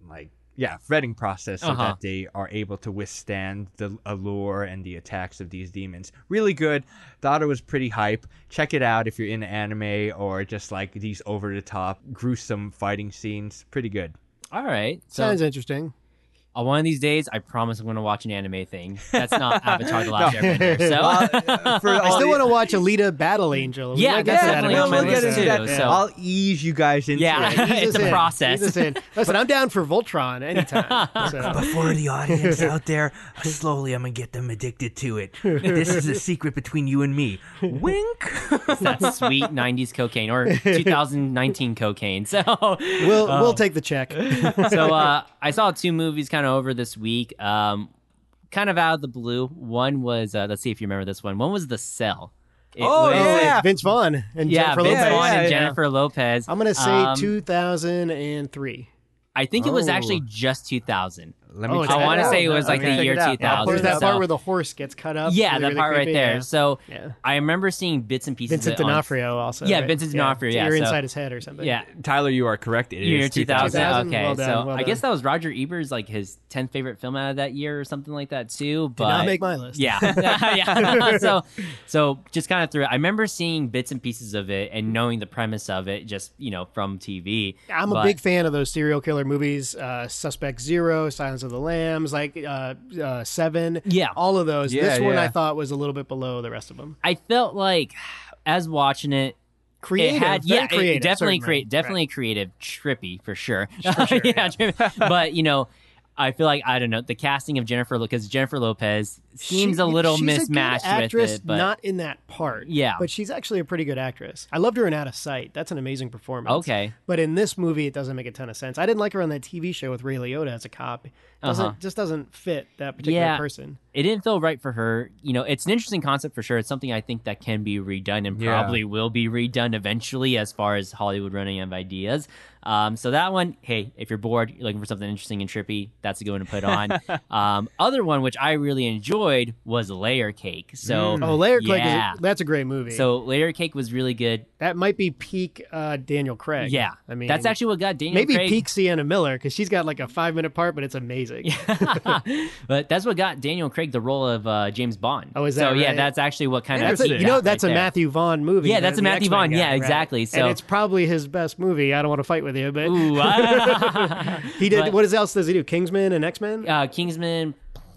Speaker 3: like, yeah, vetting process so
Speaker 1: Uh-huh.
Speaker 3: that they are able to withstand the allure and the attacks of these demons. Really good. Thought it was pretty hype. Check it out if you're into anime or just like these over the top, gruesome fighting scenes. Pretty good.
Speaker 1: (laughs) All right. So
Speaker 2: Sounds interesting.
Speaker 1: on one of these days, I promise I'm going to watch an anime thing. That's
Speaker 2: (laughs)
Speaker 1: not Avatar: The Last Airbender.
Speaker 3: (laughs)
Speaker 1: So (laughs)
Speaker 3: For
Speaker 2: Uh, I
Speaker 3: all
Speaker 2: still
Speaker 3: the-
Speaker 2: want
Speaker 3: (laughs)
Speaker 2: to watch Alita Battle Angel. We
Speaker 1: Yeah,
Speaker 2: might get
Speaker 1: that's
Speaker 2: to that
Speaker 1: definitely
Speaker 3: we'll,
Speaker 1: on my
Speaker 3: we'll
Speaker 2: eventually.
Speaker 3: get
Speaker 1: list too,
Speaker 3: into that.
Speaker 1: so-
Speaker 3: I'll ease you guys into
Speaker 1: Yeah. (laughs)
Speaker 3: it.
Speaker 2: Ease
Speaker 1: It's
Speaker 2: us
Speaker 1: a
Speaker 2: in.
Speaker 1: process.
Speaker 2: Ease us in. Listen, I'm down for
Speaker 1: (laughs)
Speaker 2: Voltron anytime. So.
Speaker 3: For the audience out there, uh, slowly I'm gonna get them addicted to (laughs) it. This is a secret between you and me. Wink.
Speaker 1: it's that sweet '90s cocaine or
Speaker 2: (laughs)
Speaker 1: 2019 cocaine. So um,
Speaker 2: We'll we'll
Speaker 3: uh,
Speaker 2: take the check.
Speaker 3: (laughs)
Speaker 1: so uh, I saw two movies kind of over this week, um, kind of out of the blue. One was uh, let's see if you remember this one. One was The Cell. It
Speaker 3: Oh,
Speaker 1: was-
Speaker 3: yeah.
Speaker 2: Vince Vaughn and
Speaker 1: yeah,
Speaker 2: Jennifer
Speaker 1: Vince
Speaker 2: Lopez.
Speaker 1: Vaughn
Speaker 3: yeah,
Speaker 1: and
Speaker 3: yeah.
Speaker 1: Jennifer Lopez.
Speaker 2: I'm gonna say
Speaker 1: Um,
Speaker 2: 2003.
Speaker 1: I think it was
Speaker 3: Oh.
Speaker 1: actually just 2000.
Speaker 3: Let me.
Speaker 2: Oh,
Speaker 3: check
Speaker 2: it's
Speaker 1: I want
Speaker 3: out.
Speaker 1: to say it
Speaker 3: Let
Speaker 1: was
Speaker 3: me
Speaker 1: like the
Speaker 3: check
Speaker 1: year
Speaker 3: it out.
Speaker 1: two
Speaker 3: I'll put
Speaker 1: thousand.
Speaker 2: There's
Speaker 3: it
Speaker 2: that
Speaker 3: up.
Speaker 2: part where the horse gets cut up.
Speaker 1: yeah,
Speaker 2: really,
Speaker 1: that
Speaker 2: really
Speaker 1: part right
Speaker 2: creepy,
Speaker 1: there.
Speaker 2: yeah.
Speaker 1: So
Speaker 2: Yeah.
Speaker 1: I remember seeing bits and pieces.
Speaker 2: Vincent
Speaker 1: of it on-
Speaker 2: D'Onofrio also.
Speaker 1: Yeah,
Speaker 2: right?
Speaker 1: Vincent D'Onofrio, yeah,
Speaker 2: you're
Speaker 1: so-
Speaker 2: inside his head or something.
Speaker 1: yeah,
Speaker 3: Tyler, you are correct. It is
Speaker 1: year 2000.
Speaker 2: 2000.
Speaker 1: Okay,
Speaker 2: Well done,
Speaker 1: so
Speaker 2: well
Speaker 1: I guess
Speaker 2: done.
Speaker 1: that was Roger Ebert's like his 10th favorite film out of that year or something like that too.
Speaker 2: did
Speaker 1: But
Speaker 2: not make my list.
Speaker 1: yeah, (laughs) yeah. so, so just kind of through. it. I remember seeing bits and pieces of it and knowing the premise of it, just you know from TV.
Speaker 2: I'm a
Speaker 1: But-
Speaker 2: big fan of those serial killer movies, uh, Suspect Zero, Silence of the Lambs, like uh, uh, Seven.
Speaker 1: Yeah.
Speaker 2: all of those. this
Speaker 3: Yeah,
Speaker 2: one I
Speaker 3: yeah.
Speaker 2: thought was a little bit below the rest of them.
Speaker 1: I felt like as watching it,
Speaker 2: Creative,
Speaker 1: it had
Speaker 2: very
Speaker 1: yeah, it
Speaker 2: creative,
Speaker 1: definitely
Speaker 2: certainly.
Speaker 1: create, definitely creative, trippy for
Speaker 2: (laughs)
Speaker 1: sure. (laughs) yeah, trippy. but you know. I feel like I don't know the casting of Jennifer because Jennifer Lopez seems
Speaker 2: She-
Speaker 1: a little
Speaker 2: she's good
Speaker 1: mismatched
Speaker 2: actress,
Speaker 1: with it, but
Speaker 2: not in that part.
Speaker 1: Yeah.
Speaker 2: but she's actually a pretty good actress. I loved her in Out of Sight. That's an amazing performance.
Speaker 1: Okay.
Speaker 2: but in this movie, it doesn't make a ton of sense. I didn't like her on that TV show with Ray Liotta as a cop. It doesn't
Speaker 1: Uh-huh.
Speaker 2: just doesn't fit that particular
Speaker 1: Yeah.
Speaker 2: person.
Speaker 1: it didn't feel right for her. You know, it's an interesting concept for sure. It's something I think that can be redone and
Speaker 3: Yeah.
Speaker 1: probably will be redone eventually as far as Hollywood running out of ideas. Um, so that one, hey, if you're bored, you're looking for something interesting and trippy, that's a good one to put
Speaker 2: (laughs)
Speaker 1: on. um, other one, which I really enjoyed, was Layer Cake. So,
Speaker 2: Oh, Layer Cake,
Speaker 1: yeah.
Speaker 2: is, that's a great movie.
Speaker 1: so Layer Cake was really good.
Speaker 2: that might be peak uh, Daniel Craig.
Speaker 1: Yeah,
Speaker 2: I mean
Speaker 1: that's actually what got Daniel.
Speaker 2: maybe
Speaker 1: Craig.
Speaker 2: peak Sienna Miller because she's got like a five minute part, but it's amazing.
Speaker 1: (laughs) but that's what got Daniel Craig the role of uh, James Bond.
Speaker 2: Oh, is
Speaker 1: so?
Speaker 2: that
Speaker 1: Yeah,
Speaker 2: right?
Speaker 1: that's actually what kind
Speaker 2: That's
Speaker 1: of
Speaker 2: a, you know that's a
Speaker 1: math.
Speaker 2: Matthew Vaughn movie.
Speaker 1: Yeah,
Speaker 2: the-
Speaker 1: that's a
Speaker 2: the
Speaker 1: Matthew
Speaker 2: X-Men
Speaker 1: Vaughn.
Speaker 2: guy,
Speaker 1: Yeah,
Speaker 2: right.
Speaker 1: exactly. So-
Speaker 2: and it's probably his best movie. I don't want to fight with you, but
Speaker 1: Ooh, ah.
Speaker 2: (laughs) he did.
Speaker 1: But-
Speaker 2: what else does he do? Kingsman and X Men.
Speaker 1: uh, Kingsman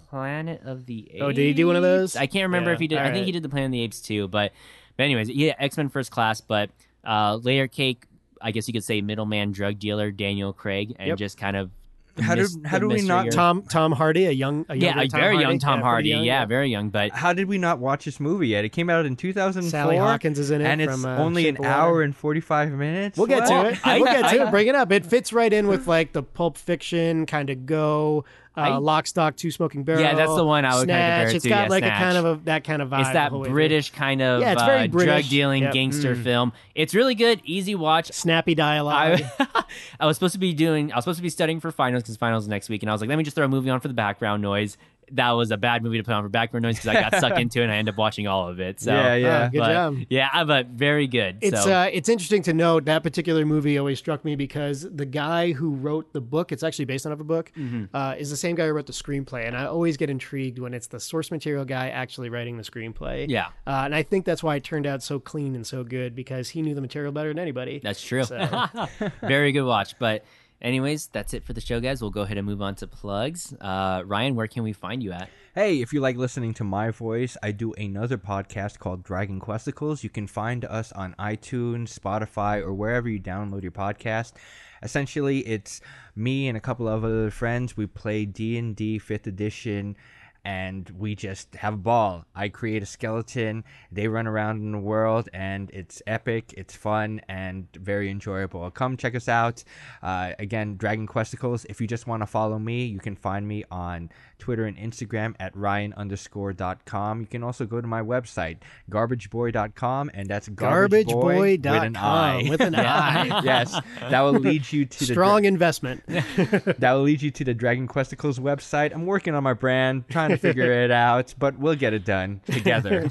Speaker 1: Planet of the Apes.
Speaker 2: Oh, did he do one of those?
Speaker 1: I can't remember
Speaker 2: Yeah,
Speaker 1: if he did. I
Speaker 2: all
Speaker 1: think he
Speaker 2: right.
Speaker 1: did the Planet of the Apes too. But, but anyways, yeah, X Men First Class. But uh, Layer Cake, I guess you could say middleman drug dealer Daniel Craig, and
Speaker 2: Yep.
Speaker 1: just kind of the
Speaker 3: How do-
Speaker 1: mys-
Speaker 3: how
Speaker 1: the
Speaker 3: do we
Speaker 1: mystery
Speaker 3: not
Speaker 1: or-
Speaker 2: Tom Tom Hardy, a young, a
Speaker 1: Yeah,
Speaker 2: younger
Speaker 1: a
Speaker 2: Tom
Speaker 1: very
Speaker 2: Hardy.
Speaker 1: young Tom
Speaker 2: pretty
Speaker 1: Hardy.
Speaker 2: young,
Speaker 1: yeah, very young. But
Speaker 3: How did we not watch this movie yet? It came out in 2004.
Speaker 2: Sally Hawkins is in it
Speaker 3: and it's
Speaker 2: from, uh,
Speaker 3: only
Speaker 2: Shape
Speaker 3: an
Speaker 2: of Water.
Speaker 3: hour and 45 minutes.
Speaker 2: We'll get
Speaker 3: left.
Speaker 2: to it.
Speaker 1: I-
Speaker 2: we'll get to
Speaker 1: I-
Speaker 2: it. Bring it up. It fits right in with like the Pulp Fiction kind of go, uh,
Speaker 1: I-
Speaker 2: Lock, Stock, Two Smoking Barrels.
Speaker 1: Yeah, that's the one I would kinda compare
Speaker 2: Snatch.
Speaker 1: it
Speaker 2: It's
Speaker 1: to,
Speaker 2: got
Speaker 1: yeah,
Speaker 2: like
Speaker 1: Snatch.
Speaker 2: a kind of a that kind of vibe.
Speaker 1: it's
Speaker 2: the
Speaker 1: that
Speaker 2: whole way through.
Speaker 1: British kind of
Speaker 2: Yeah, it's very
Speaker 1: uh, drug
Speaker 2: British.
Speaker 1: dealing
Speaker 2: Yep. Mm.
Speaker 1: gangster film. It's really good, easy watch.
Speaker 2: snappy dialogue.
Speaker 3: (laughs)
Speaker 1: I, I was supposed to be doing, I was supposed to be studying for finals because finals is next week, and I was like, let me just throw a movie on for the background noise. That was a bad movie to put on for background noise because I got
Speaker 3: (laughs)
Speaker 1: sucked into it and I ended up watching all of it. So
Speaker 3: Yeah, yeah.
Speaker 2: Uh, good
Speaker 1: but,
Speaker 2: job.
Speaker 1: Yeah, but very good.
Speaker 2: (laughs) It's
Speaker 1: so
Speaker 2: uh, it's interesting to note that particular movie always struck me because the guy who wrote the book, it's actually based on of a book,
Speaker 1: Mm-hmm.
Speaker 2: uh, is the same guy who wrote the screenplay, and I always get intrigued when it's the source material guy actually writing the screenplay.
Speaker 1: Yeah.
Speaker 2: uh, and I think that's why it turned out so clean and so good because he knew the material better than anybody.
Speaker 1: that's true.
Speaker 2: So-
Speaker 1: (laughs) very good watch. But anyways, that's it for the show, guys. We'll go ahead and move on to plugs. Uh, Ryan, where can we find you at?
Speaker 3: Hey, if you like listening to my voice, I do another podcast called Dragon Questicles. You can find us on iTunes, Spotify, or wherever you download your podcast. Essentially, it's me and a couple of other friends. We play D&D 5th edition and we just have a ball. I create a skeleton, they run around in the world and it's epic, it's fun and very enjoyable. Come check us out. Uh, again, Dragon Questicles. If you just want to follow me, you can find me on Twitter and Instagram at Ryan underscore dot com. You can also go to my website, garbageboy.com, and that's garbage boy with an
Speaker 2: GarbageBoy.com
Speaker 3: I. (laughs)
Speaker 2: with an eye.
Speaker 3: yes, that will lead you to the
Speaker 1: (laughs)
Speaker 2: Strong investment.
Speaker 3: that will lead you to the Dragon Questicles website. I'm working on my brand, trying to figure
Speaker 2: (laughs)
Speaker 3: it out, but we'll get it done together.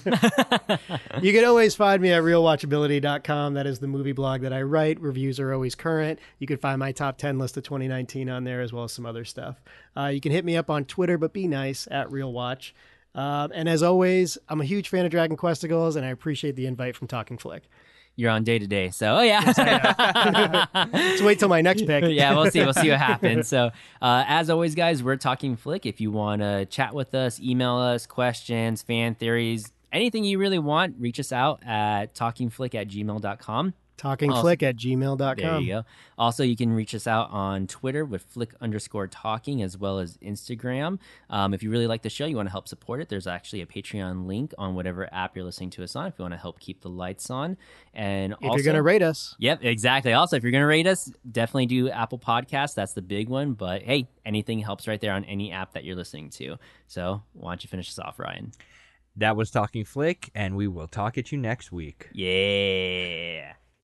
Speaker 2: You can always find me at realwatchability.com. That is the movie blog that I write. Reviews are always current. You can find my top 10 list of 2019 on there, as well as some other stuff. Uh, you can hit me up on Twitter, but be nice at realwatch. Um, and as always, I'm a huge fan of Dragon Questicles, and I appreciate the invite from Talking Flick.
Speaker 1: You're on day to day, so oh yeah.
Speaker 2: Let's wait till my
Speaker 1: (laughs)
Speaker 2: next pick.
Speaker 1: yeah, we'll see. We'll see what happens. So, uh, as always, guys, we're talking flick. If you want to chat with us, email us questions, fan theories, anything you really want, reach us out at talkingflick at gmail.com.
Speaker 2: TalkingFlick at gmail.com.
Speaker 1: There you go. Also, you can reach us out on Twitter with flick underscore talking as well as Instagram. Um, if you really like the show, you want to help support it, there's actually a Patreon link on whatever app you're listening to us on if you want to help keep the lights on. And
Speaker 2: If
Speaker 1: also,
Speaker 2: you're going to rate us,
Speaker 1: Yep, exactly. Also, if you're going to rate us, definitely do Apple Podcasts. That's the big one. But hey, anything helps right there on any app that you're listening to. So why don't you finish us off, Ryan?
Speaker 3: that was Talking Flick, and we will talk at you next week.
Speaker 1: Yeah.